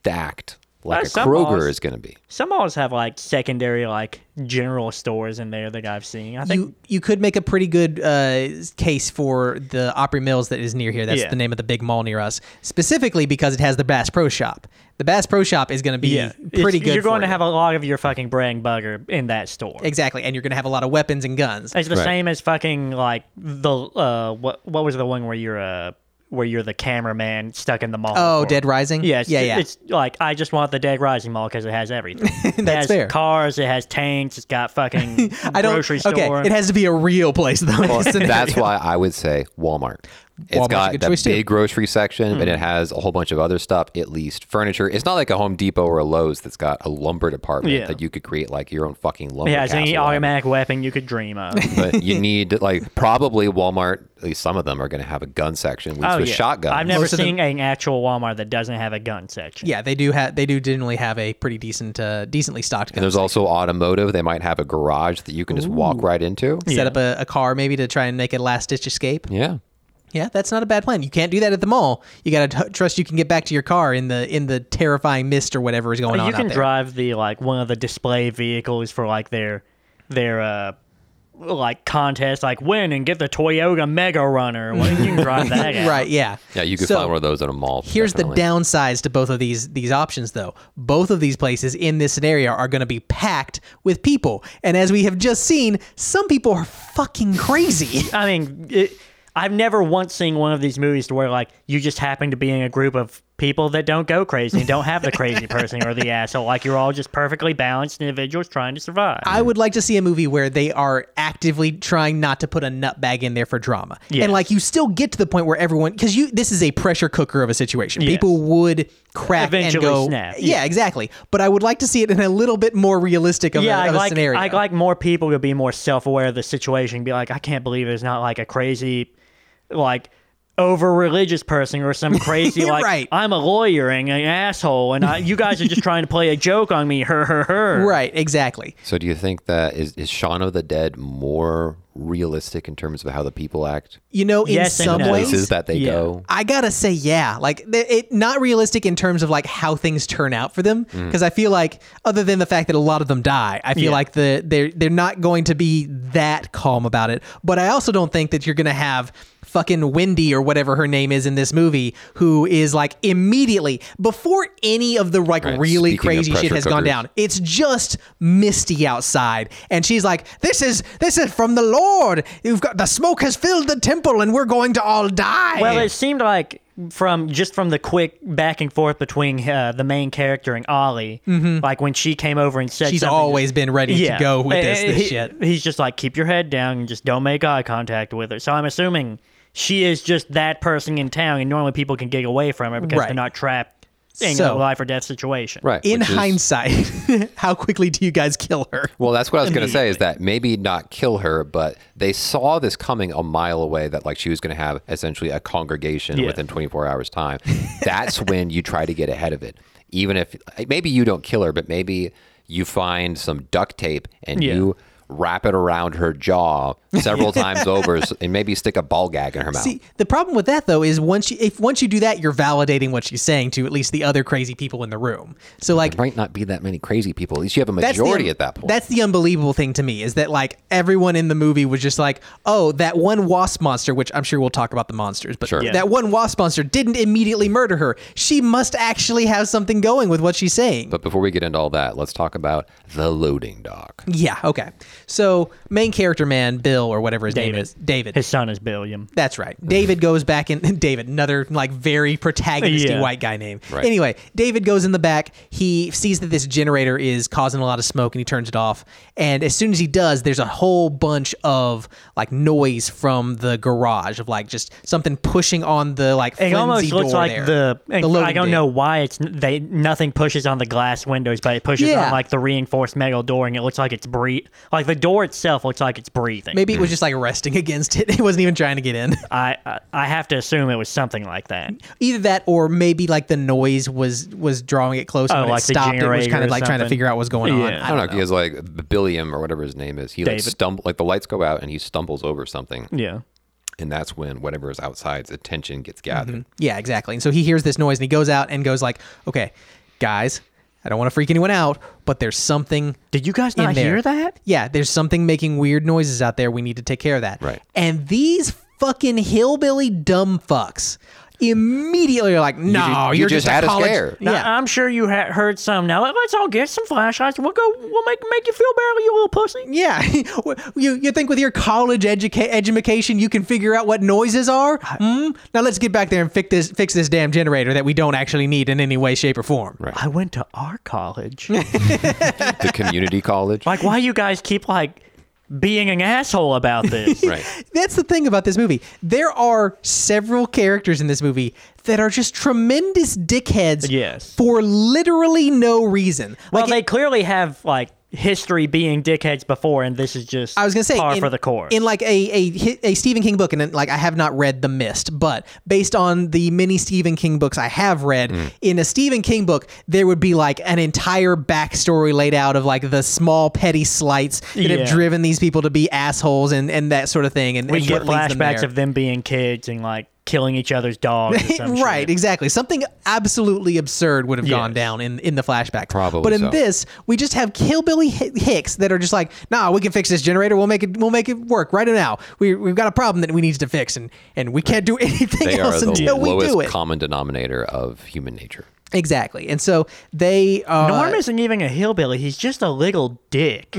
[SPEAKER 3] stacked like
[SPEAKER 1] Well,
[SPEAKER 3] a
[SPEAKER 1] some
[SPEAKER 3] Kroger
[SPEAKER 1] malls-
[SPEAKER 3] is going to
[SPEAKER 1] <laughs>
[SPEAKER 3] be.
[SPEAKER 1] Some malls have like secondary like general stores in there that I've seen. I think
[SPEAKER 2] you you could make a pretty good uh, case for the Opry Mills that is near here. That's
[SPEAKER 1] Yeah.
[SPEAKER 2] the name of the big mall near us, specifically because it has the Bass Pro Shop. The Bass Pro Shop is going to be
[SPEAKER 1] It's-
[SPEAKER 2] pretty good.
[SPEAKER 1] You're going to
[SPEAKER 2] for you.
[SPEAKER 1] have a lot of your fucking bread and butter in that store.
[SPEAKER 2] exactly, and you're going to have a lot of weapons and guns.
[SPEAKER 1] It's the
[SPEAKER 3] Right.
[SPEAKER 1] same as fucking like the uh what what was the one where you're uh where you're the cameraman stuck in the mall.
[SPEAKER 2] Oh,
[SPEAKER 1] for-
[SPEAKER 2] Dead Rising.
[SPEAKER 1] Yeah, it's,
[SPEAKER 2] yeah, yeah.
[SPEAKER 1] It's like I just want the Dead Rising mall because it has everything. it
[SPEAKER 2] <laughs> That's
[SPEAKER 1] has
[SPEAKER 2] fair.
[SPEAKER 1] Cars, it has tanks, it's got fucking
[SPEAKER 2] <laughs> I don't.
[SPEAKER 1] grocery
[SPEAKER 2] Okay,
[SPEAKER 1] store.
[SPEAKER 2] it has to be a real place though. in this scenario.
[SPEAKER 3] That's why I would say Walmart. It's
[SPEAKER 2] Walmart's a
[SPEAKER 3] got
[SPEAKER 2] good
[SPEAKER 3] the
[SPEAKER 2] choice, too.
[SPEAKER 3] big grocery section, but
[SPEAKER 1] Mm.
[SPEAKER 3] it has a whole bunch of other stuff, at least furniture. It's not like a Home Depot or a Lowe's that's got a lumber department
[SPEAKER 1] Yeah.
[SPEAKER 3] that you could create like your own fucking lumber.
[SPEAKER 1] Yeah, it's
[SPEAKER 3] castle
[SPEAKER 1] any
[SPEAKER 3] out of.
[SPEAKER 1] automatic weapon you could dream of. <laughs>
[SPEAKER 3] but you need like probably Walmart. At least some of them are going to have a gun section, at least with shotguns.
[SPEAKER 1] Oh, I've never
[SPEAKER 2] Most of them-
[SPEAKER 1] seen an actual Walmart that doesn't have a gun section.
[SPEAKER 2] Yeah, they do have they do generally have a pretty decent, uh, decently stocked gun.
[SPEAKER 3] And there's also automotive. They might have a garage that you can just walk right into.
[SPEAKER 2] Set up a, a car maybe to try and make a last ditch escape.
[SPEAKER 3] Yeah.
[SPEAKER 2] Yeah, that's not a bad plan. You can't do that at the mall. You got to trust you can get back to your car in the in the terrifying mist or whatever is going on.
[SPEAKER 1] you
[SPEAKER 2] out
[SPEAKER 1] can
[SPEAKER 2] there.
[SPEAKER 1] drive the like one of the display vehicles for like their their uh like contest, like win and get the Toyota Mega Runner. Well, you can drive
[SPEAKER 2] <laughs>
[SPEAKER 1] that. out.
[SPEAKER 2] Right? Yeah.
[SPEAKER 3] Yeah, you could
[SPEAKER 2] So,
[SPEAKER 3] find one of those at a mall.
[SPEAKER 2] Here's
[SPEAKER 3] definitely.
[SPEAKER 2] the downsides to both of these these options, though. Both of these places in this scenario are going to be packed with people, and as we have just seen, some people are fucking crazy. <laughs>
[SPEAKER 1] I mean, it, I've never once seen one of these movies to where like you just happen to be in a group of people that don't go crazy and don't have the
[SPEAKER 2] <laughs>
[SPEAKER 1] crazy person or the asshole. Like you're all just perfectly balanced individuals trying to survive.
[SPEAKER 2] I would like to see a movie where they are actively trying not to put a nutbag in there for drama.
[SPEAKER 1] Yes.
[SPEAKER 2] And like you still get to the point where everyone because you this is a pressure cooker of a situation.
[SPEAKER 1] Yes.
[SPEAKER 2] People would crack
[SPEAKER 1] Eventually
[SPEAKER 2] and go
[SPEAKER 1] snap,
[SPEAKER 2] Yeah,
[SPEAKER 1] yeah.
[SPEAKER 2] exactly. But I would like to see it in a little bit more realistic of,
[SPEAKER 1] yeah,
[SPEAKER 2] a,
[SPEAKER 1] I
[SPEAKER 2] of a
[SPEAKER 1] like
[SPEAKER 2] scenario.
[SPEAKER 1] I like more people to be more self-aware of the situation. Be like, I can't believe there's not like a crazy, like over-religious person or
[SPEAKER 2] <laughs>
[SPEAKER 1] some crazy like
[SPEAKER 2] Right.
[SPEAKER 1] I'm a lawyer and an asshole, and I, you guys are just trying to play a joke on me. Her, her, her.
[SPEAKER 2] Right, exactly.
[SPEAKER 3] So do you think that is is Shaun of the Dead more realistic in terms of how the people act?
[SPEAKER 2] You know, in
[SPEAKER 1] Yes and
[SPEAKER 2] some
[SPEAKER 1] no.
[SPEAKER 2] ways
[SPEAKER 3] Places that they
[SPEAKER 1] Yeah.
[SPEAKER 3] go.
[SPEAKER 2] I gotta say, yeah, like th- it not realistic in terms of like how things turn out for them,
[SPEAKER 3] Mm.
[SPEAKER 2] because I feel like other than the fact that a lot of them die, I feel
[SPEAKER 1] Yeah.
[SPEAKER 2] like the they're they're not going to be that calm about it. But I also don't think that you're gonna have fucking Wendy or whatever her name is in this movie, who is like immediately before any of the like
[SPEAKER 3] Right,
[SPEAKER 2] really
[SPEAKER 3] speaking of
[SPEAKER 2] crazy shit
[SPEAKER 3] pressure
[SPEAKER 2] has gone
[SPEAKER 3] cookers.
[SPEAKER 2] down. It's just misty outside, and she's like, "This is this is from the Lord. You've got the smoke has filled the temple, and we're going to all die."
[SPEAKER 1] Well, it seemed like from just from the quick back and forth between uh, the main character and Ollie, like when she came over and said,
[SPEAKER 2] Mm-hmm. She's
[SPEAKER 1] something-
[SPEAKER 2] always been ready to go with
[SPEAKER 1] And-
[SPEAKER 2] this,
[SPEAKER 1] and
[SPEAKER 2] this
[SPEAKER 1] he-
[SPEAKER 2] shit.
[SPEAKER 1] He's just like, keep your head down and just don't make eye contact with her. So I'm assuming she is just that person in town, and normally people can get away from her because
[SPEAKER 2] Right.
[SPEAKER 1] they're not trapped in a
[SPEAKER 2] So-
[SPEAKER 1] life or death situation.
[SPEAKER 3] Right.
[SPEAKER 2] In
[SPEAKER 3] which is-
[SPEAKER 2] hindsight, <laughs> how quickly do you guys kill her?
[SPEAKER 3] Well, that's what I was going to say is that maybe not kill her, but they saw this coming a mile away that like she was going to have essentially a congregation
[SPEAKER 1] Yeah.
[SPEAKER 3] within 24 hours time. That's when you try to get ahead of it. Even if maybe you don't kill her, but maybe you find some duct tape and
[SPEAKER 1] Yeah.
[SPEAKER 3] you wrap it around her jaw
[SPEAKER 2] <laughs>
[SPEAKER 3] several times over s- and maybe stick a ball gag in her mouth.
[SPEAKER 2] See, the problem with that though is once you if once you do that, you're validating what she's saying to at least the other crazy people in the room. So like
[SPEAKER 3] there might not be that many crazy people. At least you have a
[SPEAKER 2] that's the-
[SPEAKER 3] majority at that point.
[SPEAKER 2] That's the unbelievable thing to me is that like everyone in the movie was just like, oh, that one wasp monster, which I'm sure we'll talk about the monsters, but
[SPEAKER 3] Sure. Yeah.
[SPEAKER 2] that one wasp monster didn't immediately murder her. She must actually have something going with what she's saying.
[SPEAKER 3] but before we get into all that, let's talk about the loading dock.
[SPEAKER 2] Yeah, okay. So main character man, Bill or whatever his name
[SPEAKER 1] David.
[SPEAKER 2] is, David.
[SPEAKER 1] His son is Billiam.
[SPEAKER 2] That's right. David goes back in. <laughs> David, another like very protagonistic
[SPEAKER 1] Yeah.
[SPEAKER 2] white guy name.
[SPEAKER 3] Right.
[SPEAKER 2] Anyway, David goes in the back. He sees that this generator is causing a lot of smoke, and he turns it off. And as soon as he does, there's a whole bunch of like noise from the garage of like just something pushing on the like.
[SPEAKER 1] It
[SPEAKER 2] flimsy
[SPEAKER 1] almost looks
[SPEAKER 2] door
[SPEAKER 1] like
[SPEAKER 2] there.
[SPEAKER 1] the. and I
[SPEAKER 2] loading
[SPEAKER 1] don't
[SPEAKER 2] bay.
[SPEAKER 1] know why it's n- they nothing pushes on the glass windows, but it pushes
[SPEAKER 2] Yeah.
[SPEAKER 1] on like the reinforced metal door, and it looks like it's breath. Like the door itself looks like it's breathing.
[SPEAKER 2] Maybe it was just like resting <laughs> against it. It wasn't even trying to get in.
[SPEAKER 1] I, I I have to assume it was something like that.
[SPEAKER 2] Either that, or maybe like the noise was was drawing it close. and
[SPEAKER 1] Oh,
[SPEAKER 2] when
[SPEAKER 1] like
[SPEAKER 2] it
[SPEAKER 1] the
[SPEAKER 2] stopped, it was
[SPEAKER 1] generator
[SPEAKER 2] kind of
[SPEAKER 1] or
[SPEAKER 2] like trying to
[SPEAKER 1] something.
[SPEAKER 2] figure out what's going on.
[SPEAKER 1] Yeah.
[SPEAKER 3] I don't, know because like Billiam or whatever his name is, he like
[SPEAKER 1] David.
[SPEAKER 3] stumble like the lights go out and he stumbles over something,
[SPEAKER 1] Yeah.
[SPEAKER 3] and that's when whatever is outside's attention gets gathered.
[SPEAKER 2] Yeah, exactly. And so he hears this noise and he goes out and goes like, "Okay, guys, I don't want to freak anyone out, but there's something
[SPEAKER 1] Did you guys
[SPEAKER 2] in
[SPEAKER 1] not
[SPEAKER 2] there.
[SPEAKER 1] hear that?
[SPEAKER 2] Yeah, there's something making weird noises out there. We need to take care of that."
[SPEAKER 3] Right.
[SPEAKER 2] And these fucking hillbilly dumb fucks immediately are like, "No,
[SPEAKER 3] ju- you
[SPEAKER 2] are
[SPEAKER 3] just
[SPEAKER 2] a
[SPEAKER 3] had a
[SPEAKER 2] college-
[SPEAKER 3] scare."
[SPEAKER 1] Now,
[SPEAKER 2] Yeah.
[SPEAKER 1] I'm sure you ha- heard some. Now let's all get some flashlights. We'll go. We'll make make you feel better, you little pussy.
[SPEAKER 2] Yeah, <laughs> you you think with your college educa- education you can figure out what noises are? Hmm? Now let's get back there and fix this fix this damn generator that we don't actually need in any way, shape, or form. Right.
[SPEAKER 1] I <laughs> went to our college.
[SPEAKER 3] The community college.
[SPEAKER 1] like, why you guys keep like being an asshole about
[SPEAKER 2] <laughs>
[SPEAKER 1] this.
[SPEAKER 3] Right.
[SPEAKER 2] That's the thing about this movie. There are several characters in this movie that are just tremendous dickheads
[SPEAKER 1] Yes.
[SPEAKER 2] for literally no reason.
[SPEAKER 1] Well,
[SPEAKER 2] Like,
[SPEAKER 1] they clearly have like history being dickheads before, and this is just
[SPEAKER 2] I was gonna say
[SPEAKER 1] par
[SPEAKER 2] in,
[SPEAKER 1] for the course.
[SPEAKER 2] in like a, a a Stephen King book, and then, like I have not read The Mist, but based on the many Stephen King books I have read, in a Stephen King book there would be like an entire backstory laid out of like the small petty slights that
[SPEAKER 1] Yeah.
[SPEAKER 2] have driven these people to be assholes and and that sort of thing. And
[SPEAKER 1] we
[SPEAKER 2] and
[SPEAKER 1] get
[SPEAKER 2] what leads them
[SPEAKER 1] flashbacks
[SPEAKER 2] there.
[SPEAKER 1] of them being kids and like killing each other's
[SPEAKER 2] <laughs>
[SPEAKER 1] dogs. Or some
[SPEAKER 2] right,
[SPEAKER 1] shit.
[SPEAKER 2] exactly. Something absolutely absurd would have gone
[SPEAKER 1] Yes.
[SPEAKER 2] down in, in the flashback.
[SPEAKER 3] Probably
[SPEAKER 2] But in
[SPEAKER 3] so.
[SPEAKER 2] this, we just have Killbilly Hi- Hicks that are just like, nah, we can fix this generator. We'll make it. We'll make it work right now. We we've got a problem that we need to fix, and and we can't do <laughs> anything
[SPEAKER 3] They are
[SPEAKER 2] else
[SPEAKER 3] the
[SPEAKER 2] until we do
[SPEAKER 3] lowest
[SPEAKER 2] it.
[SPEAKER 3] common denominator of human nature.
[SPEAKER 2] exactly. And so they uh, are.
[SPEAKER 1] Norm isn't even a hillbilly. He's just a little dick.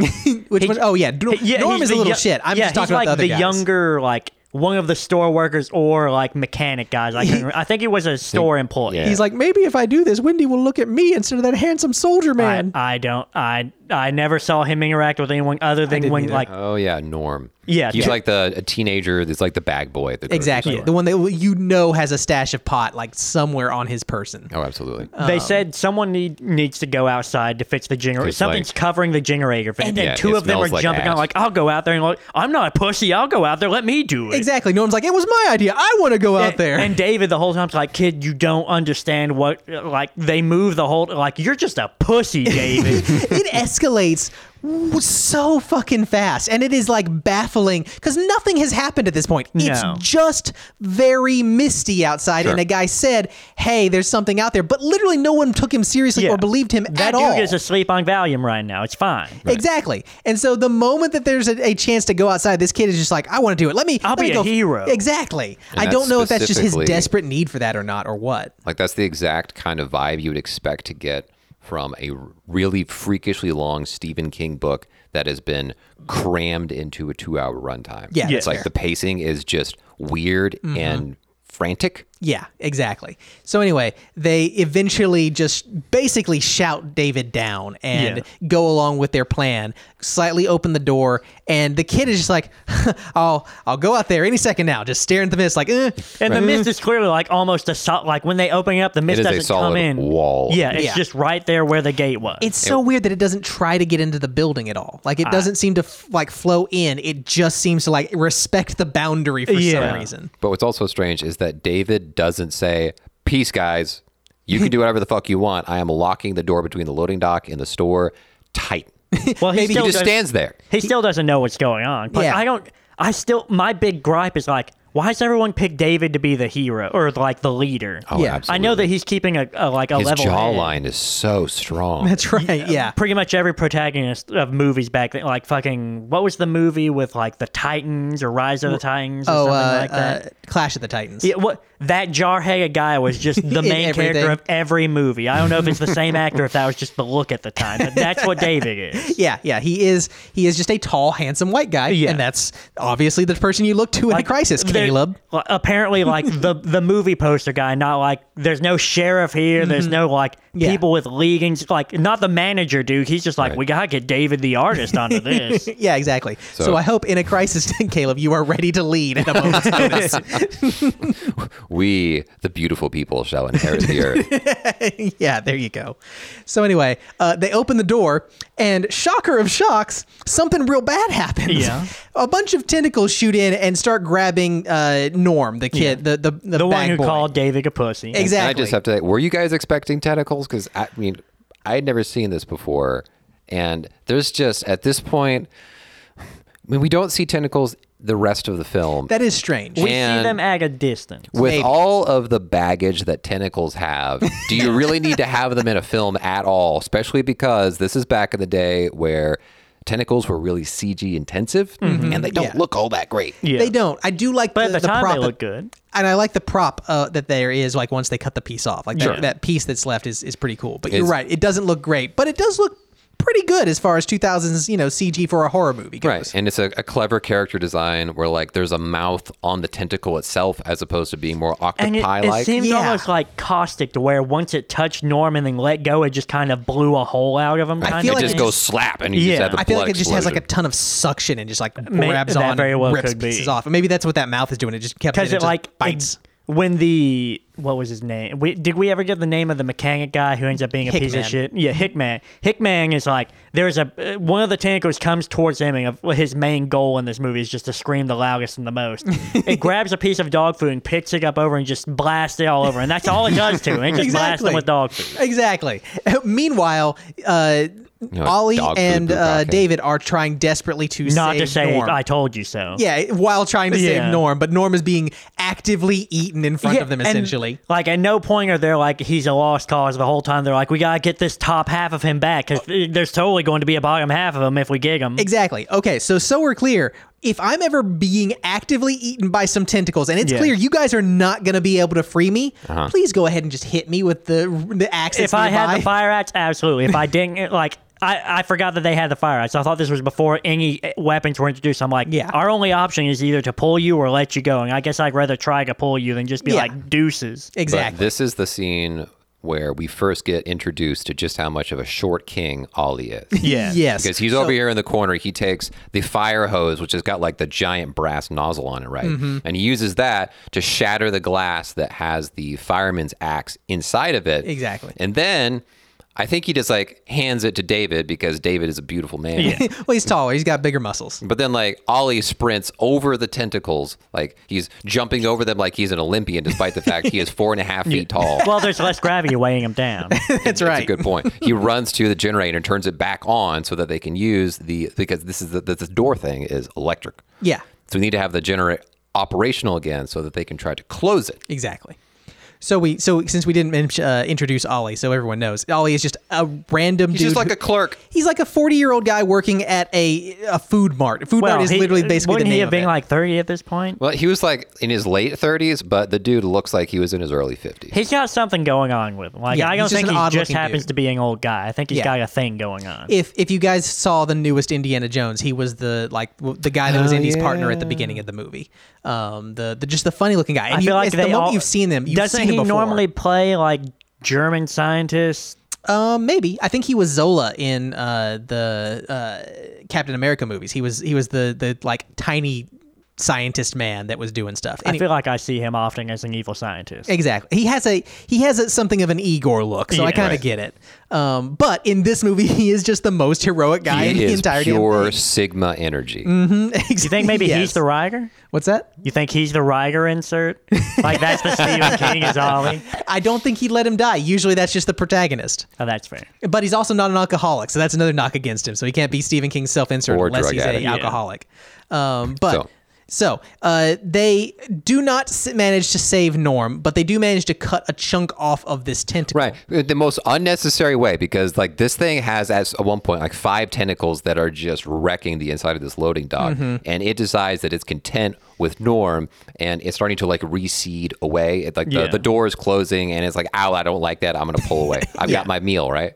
[SPEAKER 2] which
[SPEAKER 1] He-
[SPEAKER 2] one- oh yeah, Nor-
[SPEAKER 1] he- yeah,
[SPEAKER 2] Norm
[SPEAKER 1] he's
[SPEAKER 2] is a
[SPEAKER 1] the
[SPEAKER 2] little
[SPEAKER 1] yo-
[SPEAKER 2] shit. I'm
[SPEAKER 1] yeah,
[SPEAKER 2] just talking
[SPEAKER 1] he's
[SPEAKER 2] about
[SPEAKER 1] like
[SPEAKER 2] the other guys.
[SPEAKER 1] younger, like one of the store workers or like mechanic guys. I,
[SPEAKER 2] <laughs>
[SPEAKER 1] couldn't, re- I think he was a store employee.
[SPEAKER 3] yeah.
[SPEAKER 2] He's like, maybe if I do this, Wendy will look at me instead of that handsome soldier
[SPEAKER 1] I,
[SPEAKER 2] man.
[SPEAKER 1] I don't. I I never saw him interact with anyone other than
[SPEAKER 2] didn't
[SPEAKER 1] when
[SPEAKER 2] either.
[SPEAKER 1] like
[SPEAKER 3] Oh yeah, Norm.
[SPEAKER 1] Yeah,
[SPEAKER 3] he's
[SPEAKER 1] yeah.
[SPEAKER 3] like the a teenager. That's like the bag boy. At the grocery
[SPEAKER 2] exactly,
[SPEAKER 3] store.
[SPEAKER 2] the one that you know has a stash of pot like somewhere on his person.
[SPEAKER 3] Oh, absolutely.
[SPEAKER 2] Um.
[SPEAKER 1] They said someone need, needs to go outside to fix the generator.
[SPEAKER 3] It's
[SPEAKER 1] Something's
[SPEAKER 3] like-
[SPEAKER 1] covering the generator, and, and
[SPEAKER 3] Yeah,
[SPEAKER 1] two
[SPEAKER 3] it
[SPEAKER 1] of them are
[SPEAKER 3] smells like
[SPEAKER 1] jumping out
[SPEAKER 3] ash.
[SPEAKER 1] like, "I'll go out there and look. I'm not a pussy. I'll go out there. Let me do it."
[SPEAKER 2] Exactly. Norm's like, it was my idea. I want to go out
[SPEAKER 1] And-
[SPEAKER 2] there.
[SPEAKER 1] And David the whole time's like, "Kid, you don't understand what like they move the whole like you're just a pussy,
[SPEAKER 2] <laughs>
[SPEAKER 1] David."
[SPEAKER 2] <laughs> it escalates w- so fucking fast. And it is like baffling because nothing has happened at this point. It's
[SPEAKER 1] No.
[SPEAKER 2] just very misty outside. And a guy said, hey, there's something out there. But literally no one took him seriously
[SPEAKER 1] Yeah.
[SPEAKER 2] or believed him
[SPEAKER 1] that
[SPEAKER 2] at
[SPEAKER 1] dude
[SPEAKER 2] all.
[SPEAKER 1] is asleep on Valium right now. It's fine.
[SPEAKER 2] Exactly. And so the moment that there's a, a chance to go outside, this kid is just like, I want to do it. Let me.
[SPEAKER 1] I'll
[SPEAKER 2] let me
[SPEAKER 1] be a
[SPEAKER 2] go f-"
[SPEAKER 1] hero.
[SPEAKER 2] Exactly. I
[SPEAKER 3] that's
[SPEAKER 2] don't know if that's just his
[SPEAKER 3] specifically-
[SPEAKER 2] desperate need for that or not or what.
[SPEAKER 3] Like that's the exact kind of vibe you would expect to get from a r- really freakishly long Stephen King book that has been crammed into a two-hour runtime.
[SPEAKER 2] Yeah,
[SPEAKER 3] it's
[SPEAKER 2] that's
[SPEAKER 3] like
[SPEAKER 2] fair. Mm-hmm.
[SPEAKER 3] the pacing is just weird and frantic.
[SPEAKER 2] Yeah, exactly. So anyway, they eventually just basically shout David down and
[SPEAKER 1] Yeah.
[SPEAKER 2] go along with their plan. Slightly open the door, and the kid is just like, <laughs> "I'll I'll go out there any second now." Just staring at the mist, like, eh.
[SPEAKER 1] And the mist is clearly like almost a sol- like when they open it up, the mist
[SPEAKER 3] is a
[SPEAKER 1] doesn't come
[SPEAKER 3] solid
[SPEAKER 1] in.
[SPEAKER 3] wall.
[SPEAKER 1] Yeah, it's
[SPEAKER 2] Yeah.
[SPEAKER 1] just right there where the gate was.
[SPEAKER 2] It's so weird that it doesn't try to get into the building at all. Like it doesn't seem to f- like flow in. It just seems to like respect the boundary for
[SPEAKER 1] Yeah.
[SPEAKER 2] some reason.
[SPEAKER 3] But what's also strange is that David doesn't say, "Peace, guys.
[SPEAKER 2] <laughs>
[SPEAKER 3] You can do whatever the fuck you want. I am locking the door between the loading dock and the store
[SPEAKER 2] <laughs>
[SPEAKER 3] tight."
[SPEAKER 1] well, he
[SPEAKER 3] he
[SPEAKER 1] still
[SPEAKER 3] just
[SPEAKER 1] does-
[SPEAKER 3] stands there.
[SPEAKER 1] He still doesn't know what's going on. But
[SPEAKER 2] Yeah.
[SPEAKER 1] I don't. I still. My big gripe is like, why does everyone pick David to be the hero or like the leader?
[SPEAKER 3] Oh,
[SPEAKER 2] Yeah.
[SPEAKER 1] I know that he's keeping a, a like a
[SPEAKER 3] His
[SPEAKER 1] level head.
[SPEAKER 3] jawline is so strong.
[SPEAKER 2] That's right. Yeah.
[SPEAKER 1] Pretty much every protagonist of movies back then, like fucking, what was the movie with like the Titans or Rise of the Titans or
[SPEAKER 2] Oh,
[SPEAKER 1] something
[SPEAKER 2] uh,
[SPEAKER 1] like that?
[SPEAKER 2] uh, Clash of the Titans.
[SPEAKER 1] Yeah, what that jarhead guy was
[SPEAKER 2] <laughs>
[SPEAKER 1] just the
[SPEAKER 2] In
[SPEAKER 1] main
[SPEAKER 2] everything.
[SPEAKER 1] character of every movie. I don't know if it's the same actor, if that was just the look at the time, but that's what David is.
[SPEAKER 2] <laughs> Yeah, yeah, he is. He is just a tall, handsome white guy,
[SPEAKER 1] Yeah.
[SPEAKER 2] and that's obviously the person you look to in a crisis,
[SPEAKER 1] There-
[SPEAKER 2] Caleb.
[SPEAKER 1] well, Apparently, like the the movie poster guy, not like there's no sheriff here. There's no like
[SPEAKER 2] Mm-hmm. Yeah.
[SPEAKER 1] people with leggings. Like not the manager dude. He's just like we gotta get David the artist onto
[SPEAKER 2] <laughs>
[SPEAKER 1] this.
[SPEAKER 2] Yeah, exactly. So,
[SPEAKER 3] So-
[SPEAKER 2] I hope in a crisis, <laughs> Caleb, you are ready to lead at a
[SPEAKER 1] <laughs>
[SPEAKER 2] moment's notice.
[SPEAKER 3] We, the beautiful people, shall inherit the
[SPEAKER 2] <laughs>
[SPEAKER 3] earth.
[SPEAKER 2] yeah, there you go. So anyway, uh, they open the door, and shocker of shocks, something real bad happens.
[SPEAKER 1] Yeah.
[SPEAKER 2] a bunch of tentacles shoot in and start grabbing uh, Norm, the kid, the the the,
[SPEAKER 1] The one
[SPEAKER 2] bag
[SPEAKER 1] who
[SPEAKER 2] boy.
[SPEAKER 1] called David a pussy.
[SPEAKER 2] Exactly.
[SPEAKER 3] And I just have to say, were you guys expecting tentacles? Because I mean, I had never seen this before, and there's just at this point, I mean, we don't see tentacles the rest of the film.
[SPEAKER 2] that is strange.
[SPEAKER 1] We see
[SPEAKER 3] And-
[SPEAKER 1] them at a distance.
[SPEAKER 3] with
[SPEAKER 2] Maybe.
[SPEAKER 3] all of the baggage that tentacles have, do you really need to have them in a film at all? Especially because this is back in the day where tentacles were really CG intensive and they don't
[SPEAKER 2] Yeah.
[SPEAKER 3] look all that great.
[SPEAKER 1] Yeah.
[SPEAKER 2] They don't. I do like
[SPEAKER 1] But
[SPEAKER 2] the,
[SPEAKER 1] at the, time,
[SPEAKER 2] prop
[SPEAKER 1] they look good.
[SPEAKER 2] and I like the prop uh, that there is. Like once they cut the piece off, like that, that piece that's left is, is pretty cool. But you're
[SPEAKER 3] It's-
[SPEAKER 2] right; it doesn't look great, but it does look pretty good as far as 2000s, you know, CG for a horror movie goes.
[SPEAKER 3] Right. And it's a, a clever character design where like there's a mouth on the tentacle itself as opposed to being more
[SPEAKER 1] And it,
[SPEAKER 3] octopi
[SPEAKER 1] it
[SPEAKER 3] like.
[SPEAKER 1] seemed
[SPEAKER 2] Yeah.
[SPEAKER 1] almost like caustic to where once it touched Norm and then let go, it just kind of blew a hole out of him.
[SPEAKER 2] I
[SPEAKER 1] kind of
[SPEAKER 2] feel
[SPEAKER 3] it
[SPEAKER 2] like
[SPEAKER 3] just
[SPEAKER 1] thing.
[SPEAKER 3] goes slap and you
[SPEAKER 1] Yeah.
[SPEAKER 3] just have the
[SPEAKER 2] I feel
[SPEAKER 3] blood
[SPEAKER 2] like it just has like a
[SPEAKER 3] explosion.
[SPEAKER 2] ton of suction and just like
[SPEAKER 1] May-
[SPEAKER 2] grabs
[SPEAKER 1] that
[SPEAKER 2] on and
[SPEAKER 1] very well
[SPEAKER 2] rips
[SPEAKER 1] could be.
[SPEAKER 2] pieces off. And maybe that's what that mouth is doing. It just kept
[SPEAKER 1] because
[SPEAKER 2] and
[SPEAKER 1] it
[SPEAKER 2] just
[SPEAKER 1] like it-
[SPEAKER 2] bites.
[SPEAKER 1] when the what was his name? We, did we ever get the name of the mechanic guy who ends up being a piece
[SPEAKER 2] Hickman.
[SPEAKER 1] of shit? Yeah, Hickman. Hickman is like there's a uh, one of the tankers comes towards him, and uh, his main goal in this movie is just to scream the loudest and the
[SPEAKER 2] <laughs>
[SPEAKER 1] most. it grabs a piece of dog food and picks it up over and just blasts it all over, and that's all it does to him. It just blasts
[SPEAKER 2] <laughs> Exactly.
[SPEAKER 1] him with dog food.
[SPEAKER 2] Exactly. <laughs> Meanwhile, uh,
[SPEAKER 3] know,
[SPEAKER 2] Ollie
[SPEAKER 3] dog food
[SPEAKER 2] and
[SPEAKER 3] poop
[SPEAKER 2] uh,
[SPEAKER 3] rocket.
[SPEAKER 2] David are trying desperately to
[SPEAKER 1] Not
[SPEAKER 2] save
[SPEAKER 1] to say
[SPEAKER 2] Norm.
[SPEAKER 1] I told you so.
[SPEAKER 2] yeah, while trying to
[SPEAKER 1] Yeah.
[SPEAKER 2] save Norm, but Norm is being actively eaten in front
[SPEAKER 1] Yeah,
[SPEAKER 2] of them,
[SPEAKER 1] and,
[SPEAKER 2] essentially.
[SPEAKER 1] like at no point are they like he's a lost cause the whole time. They're like we gotta get this top half of him back because there's totally going to be a bottom half of him if we gig him.
[SPEAKER 2] Exactly. Okay, so so we're clear. If I'm ever being actively eaten by some tentacles, and it's
[SPEAKER 1] Yeah.
[SPEAKER 2] clear you guys are not going to be able to free me,
[SPEAKER 3] Uh-huh.
[SPEAKER 2] please go ahead and just hit me with the the axe.
[SPEAKER 1] if
[SPEAKER 2] that's
[SPEAKER 1] I had
[SPEAKER 2] nearby.
[SPEAKER 1] the fire axe, absolutely. If I
[SPEAKER 2] <laughs>
[SPEAKER 1] didn't, it- like I, I forgot that they had the fire axe. I thought this was before any eh, weapons were introduced. I'm like,
[SPEAKER 2] Yeah.
[SPEAKER 1] Our only option is either to pull you or let you go. And I guess I'd rather try to pull you than just be
[SPEAKER 2] Yeah.
[SPEAKER 1] like deuces.
[SPEAKER 3] But
[SPEAKER 2] exactly.
[SPEAKER 3] this is the scene where we first get introduced to just how much of a short king Ollie is.
[SPEAKER 1] Yeah.
[SPEAKER 2] Yes,
[SPEAKER 3] Because he's over here in the corner, he takes the fire hose, which has got like the giant brass nozzle on it, right?
[SPEAKER 2] Mm-hmm.
[SPEAKER 3] And he uses that to shatter the glass that has the fireman's axe inside of it.
[SPEAKER 2] Exactly.
[SPEAKER 3] And then I think he just like hands it to David because David is a beautiful man.
[SPEAKER 2] <laughs> well, he's taller. He's got bigger muscles.
[SPEAKER 3] <laughs> But then, like, Ollie sprints over the tentacles. Like, he's jumping over them like he's an Olympian, despite the fact he is four and
[SPEAKER 2] <laughs>
[SPEAKER 3] a half feet tall.
[SPEAKER 1] Well, there's less gravity weighing him down.
[SPEAKER 2] That's right.
[SPEAKER 3] That's a good point.
[SPEAKER 2] <laughs>
[SPEAKER 3] He runs to the generator and turns it back on so that they can use the because this is the, the, the door thing is electric.
[SPEAKER 2] Yeah,
[SPEAKER 3] So we need to have the generator operational again so that they can try to close it.
[SPEAKER 2] exactly. So we so since we didn't men- uh, introduce Ollie, so everyone knows Ollie is just a random
[SPEAKER 3] He's
[SPEAKER 2] dude.
[SPEAKER 3] just like
[SPEAKER 2] who-
[SPEAKER 3] a clerk.
[SPEAKER 2] he's like a forty year old guy working at a a food mart. Food mart is
[SPEAKER 1] he- eh,
[SPEAKER 2] literally basically the
[SPEAKER 1] wouldn't
[SPEAKER 2] name
[SPEAKER 1] he have
[SPEAKER 2] of
[SPEAKER 1] been
[SPEAKER 2] it.
[SPEAKER 1] like 30 at this point?
[SPEAKER 3] Well, he was like in his late 30s, but the dude looks like he was in his early 50s.
[SPEAKER 1] He's got something going on with him. Like
[SPEAKER 2] Yeah,
[SPEAKER 1] I
[SPEAKER 2] he's
[SPEAKER 1] don't
[SPEAKER 2] just
[SPEAKER 1] think
[SPEAKER 2] an
[SPEAKER 1] he just
[SPEAKER 2] odd-looking
[SPEAKER 1] happens
[SPEAKER 2] dude.
[SPEAKER 1] to be an old guy. I think he's
[SPEAKER 2] Yeah.
[SPEAKER 1] got a thing going on.
[SPEAKER 2] if if you guys saw the newest Indiana Jones, he was the like w- the guy that
[SPEAKER 1] Oh,
[SPEAKER 2] was Indy's partner at the beginning of the movie. Um, the, the just the funny looking guy.
[SPEAKER 1] I
[SPEAKER 2] And you-
[SPEAKER 1] feel like
[SPEAKER 2] it's
[SPEAKER 1] they
[SPEAKER 2] the moment
[SPEAKER 1] all,
[SPEAKER 2] you've seen them, you've
[SPEAKER 1] doesn't
[SPEAKER 2] seen him
[SPEAKER 1] he
[SPEAKER 2] before.
[SPEAKER 1] normally play like German scientists?
[SPEAKER 2] Um, maybe I think he was Zola in uh, the uh, Captain America movies. He was he was the the like tiny scientist man that was doing stuff.
[SPEAKER 1] I
[SPEAKER 2] Anyway,
[SPEAKER 1] feel like I see him often as an evil scientist.
[SPEAKER 2] exactly. He has a he has a, something of an Igor look, so I
[SPEAKER 1] Yeah.
[SPEAKER 2] kind of
[SPEAKER 1] Right.
[SPEAKER 2] get it. Um, but in this movie, <laughs> he is just the most heroic guy in
[SPEAKER 3] He
[SPEAKER 2] the
[SPEAKER 3] is
[SPEAKER 2] entire damn <laughs>
[SPEAKER 3] pure
[SPEAKER 2] thing.
[SPEAKER 3] Sigma energy.
[SPEAKER 1] You think maybe he's the writer?
[SPEAKER 2] what's that?
[SPEAKER 1] You think he's the writer
[SPEAKER 2] <laughs>
[SPEAKER 1] insert? Like that's the Stephen King is Ollie?
[SPEAKER 2] I don't think he let him die. Usually, that's just the protagonist.
[SPEAKER 1] Oh, that's fair.
[SPEAKER 2] But he's also not an alcoholic, so that's another knock against him. So he can't be Stephen King's self-insert
[SPEAKER 3] Or
[SPEAKER 2] unless
[SPEAKER 3] drug
[SPEAKER 2] he's
[SPEAKER 3] addict.
[SPEAKER 2] an
[SPEAKER 3] Yeah.
[SPEAKER 2] alcoholic. Um, but so,
[SPEAKER 3] So.
[SPEAKER 2] uh, they do not s- manage to save Norm, but they do manage to cut a chunk off of this tentacle.
[SPEAKER 3] Right. Uh, The most unnecessary way because like this thing has as at one point like five tentacles that are just wrecking the inside of this loading dock and it decides that it's content with Norm and it's starting to like reseed away. It, like the,
[SPEAKER 1] Yeah.
[SPEAKER 3] the door is closing and it's like, ow, I don't like that. I'm gonna
[SPEAKER 1] <laughs>
[SPEAKER 3] pull away. I've got my meal, right?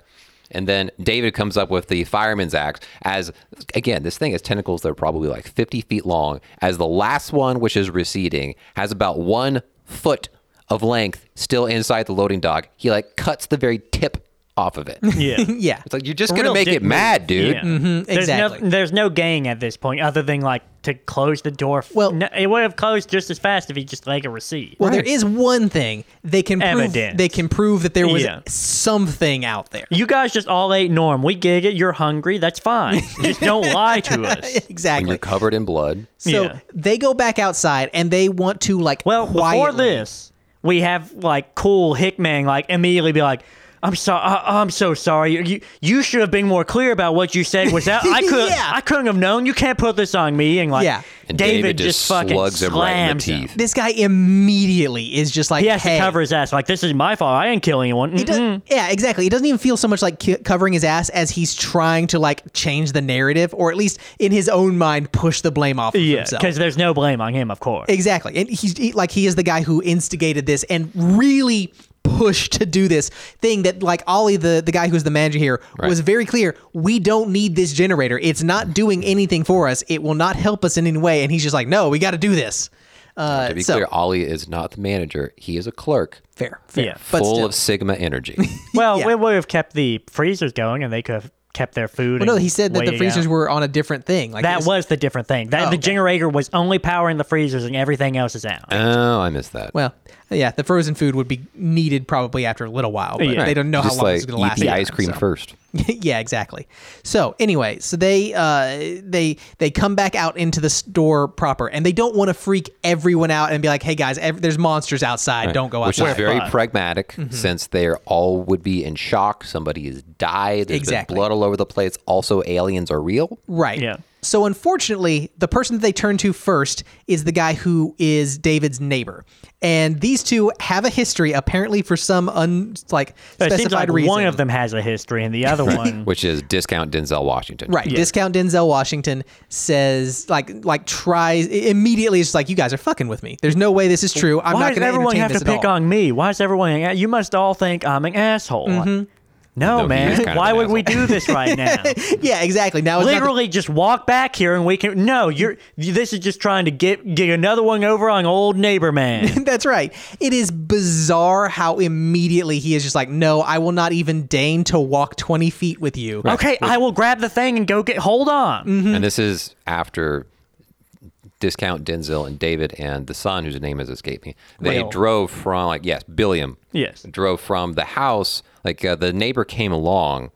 [SPEAKER 3] And then David comes up with the fireman's axe as again, this thing has tentacles that are probably like fifty feet long, as the last one, which is receding, has about one foot of length still inside the loading dock. He like cuts the very tip off
[SPEAKER 1] <laughs>
[SPEAKER 3] of it.
[SPEAKER 2] <laughs>
[SPEAKER 3] It's
[SPEAKER 1] Yeah.
[SPEAKER 2] Yeah.
[SPEAKER 3] like you're just
[SPEAKER 1] A
[SPEAKER 3] gonna
[SPEAKER 1] real
[SPEAKER 3] make
[SPEAKER 1] dick
[SPEAKER 3] it mad, dude.
[SPEAKER 1] Yeah. There's
[SPEAKER 2] Mm-hmm, exactly.
[SPEAKER 1] no, there's no gain at this point other than like to close the door. f-
[SPEAKER 2] Well-
[SPEAKER 1] no, it would have closed just as fast if he just like a receipt.
[SPEAKER 2] Well, there is one thing they can prove.
[SPEAKER 1] Evidence.
[SPEAKER 2] They can prove that there was
[SPEAKER 1] Yeah.
[SPEAKER 2] something out there.
[SPEAKER 1] you guys just all ate Norm. We gig it. You're hungry. That's
[SPEAKER 2] <laughs>
[SPEAKER 1] fine. just don't lie to us.
[SPEAKER 3] And you're
[SPEAKER 2] Exactly.
[SPEAKER 3] covered in blood.
[SPEAKER 2] So
[SPEAKER 1] Yeah.
[SPEAKER 2] they go back outside and they want to like
[SPEAKER 1] Well, before
[SPEAKER 2] quietly-
[SPEAKER 1] this, we have like cool Hickman like immediately be like, "I'm sorry, I- I'm so sorry. You- You you should have been more clear about what you said. Was that
[SPEAKER 2] <laughs>
[SPEAKER 1] I could
[SPEAKER 2] Yeah.
[SPEAKER 1] I couldn't have known. You can't put this on me." And like,
[SPEAKER 2] Yeah.
[SPEAKER 3] And
[SPEAKER 1] David, just, fucking
[SPEAKER 3] slugs him right in the
[SPEAKER 1] slams him.
[SPEAKER 3] teeth.
[SPEAKER 2] this guy immediately is just like
[SPEAKER 1] He has
[SPEAKER 2] hey.
[SPEAKER 1] to cover his ass. Like, this is my fault. I didn't kill anyone.
[SPEAKER 2] He does- Yeah, exactly. It doesn't even feel so much like ki- covering his ass as he's trying to like change the narrative, or at least in his own mind, push the blame off of
[SPEAKER 1] Mm-hmm. Yeah,
[SPEAKER 2] himself.
[SPEAKER 1] because there's no blame on him, of course.
[SPEAKER 2] Exactly, and he's he, like he is the guy who instigated this and really push to do this thing that like Ollie the the guy who's the manager here was very clear we don't need this generator it's not doing anything for us it will not help us in any way and he's just like no we got to do this uh,
[SPEAKER 3] To be
[SPEAKER 2] so
[SPEAKER 3] clear, Ollie is not the manager. He is a clerk
[SPEAKER 2] fair fair
[SPEAKER 1] Yeah.
[SPEAKER 2] but
[SPEAKER 3] full
[SPEAKER 2] still.
[SPEAKER 3] of
[SPEAKER 2] <laughs>
[SPEAKER 3] Sigma energy.
[SPEAKER 1] Well,
[SPEAKER 2] Yeah.
[SPEAKER 1] we would have kept the freezers going, and they could have kept their food.
[SPEAKER 2] well, no
[SPEAKER 1] and
[SPEAKER 2] he said that the
[SPEAKER 1] waited
[SPEAKER 2] freezers
[SPEAKER 1] out.
[SPEAKER 2] were on a different thing like it
[SPEAKER 1] That was the different thing. That
[SPEAKER 2] Oh,
[SPEAKER 1] the
[SPEAKER 2] okay.
[SPEAKER 1] generator was only powering the freezers, and everything else is out.
[SPEAKER 3] oh, I missed that.
[SPEAKER 2] well uh, yeah the frozen food would be needed probably after a little while but
[SPEAKER 1] Yeah.
[SPEAKER 2] they don't know how
[SPEAKER 3] Just
[SPEAKER 2] long
[SPEAKER 3] like
[SPEAKER 2] this is going to
[SPEAKER 3] eat
[SPEAKER 2] last
[SPEAKER 3] the
[SPEAKER 2] either,
[SPEAKER 3] ice cream
[SPEAKER 2] so.
[SPEAKER 3] first.
[SPEAKER 2] <laughs> yeah, exactly. So anyway, so they uh, they they come back out into the store proper, and they don't want to freak everyone out and be like, "Hey guys, ev- there's monsters outside. Don't go
[SPEAKER 3] Which
[SPEAKER 2] outside."
[SPEAKER 3] is very
[SPEAKER 1] fine.
[SPEAKER 3] pragmatic,
[SPEAKER 2] Mm-hmm.
[SPEAKER 3] since they're all would be in shock. Somebody has died. There's
[SPEAKER 2] Exactly.
[SPEAKER 3] been blood all over the place. Also, aliens are real.
[SPEAKER 2] right.
[SPEAKER 1] Yeah.
[SPEAKER 2] So unfortunately, the person that they turn to first is the guy who is David's neighbor, and these two have a history apparently for some un like
[SPEAKER 1] it
[SPEAKER 2] specified
[SPEAKER 1] seems like
[SPEAKER 2] reason.
[SPEAKER 1] one of them has a history, and the other
[SPEAKER 2] <laughs>
[SPEAKER 1] one.
[SPEAKER 3] Which is discount Denzel Washington.
[SPEAKER 2] Right. Discount Denzel Washington says like like tries i- immediately is like you guys are fucking with me. There's no way this is true. I'm
[SPEAKER 1] Why
[SPEAKER 2] not
[SPEAKER 1] does
[SPEAKER 2] going
[SPEAKER 1] everyone
[SPEAKER 2] entertain
[SPEAKER 1] have to
[SPEAKER 2] this at
[SPEAKER 1] pick
[SPEAKER 2] all."
[SPEAKER 1] on me? Why does everyone? You must all think I'm an asshole.
[SPEAKER 2] Mm-hmm.
[SPEAKER 1] No,
[SPEAKER 3] No, he is kind
[SPEAKER 1] man.
[SPEAKER 3] of
[SPEAKER 1] Why
[SPEAKER 3] an
[SPEAKER 1] would we
[SPEAKER 3] asshole.
[SPEAKER 1] do this
[SPEAKER 2] <laughs>
[SPEAKER 1] right now?
[SPEAKER 2] Yeah, exactly. Now it's not the-
[SPEAKER 1] Literally, just walk back here and we can. No, you're. you- This is just trying to get get another one over on old neighbor
[SPEAKER 2] <laughs>
[SPEAKER 1] man.
[SPEAKER 2] <laughs> that's right. It is bizarre how immediately he is just like, no, I will not even deign to walk 20 feet with you.
[SPEAKER 1] okay, I will grab the thing and go get. Hold on.
[SPEAKER 3] And this is after discount Denzel and David and the son, whose name has escaped me. They
[SPEAKER 2] Will.
[SPEAKER 3] drove from like yes, Billiam.
[SPEAKER 1] Yes.
[SPEAKER 3] drove from the house. Like uh, the neighbor came along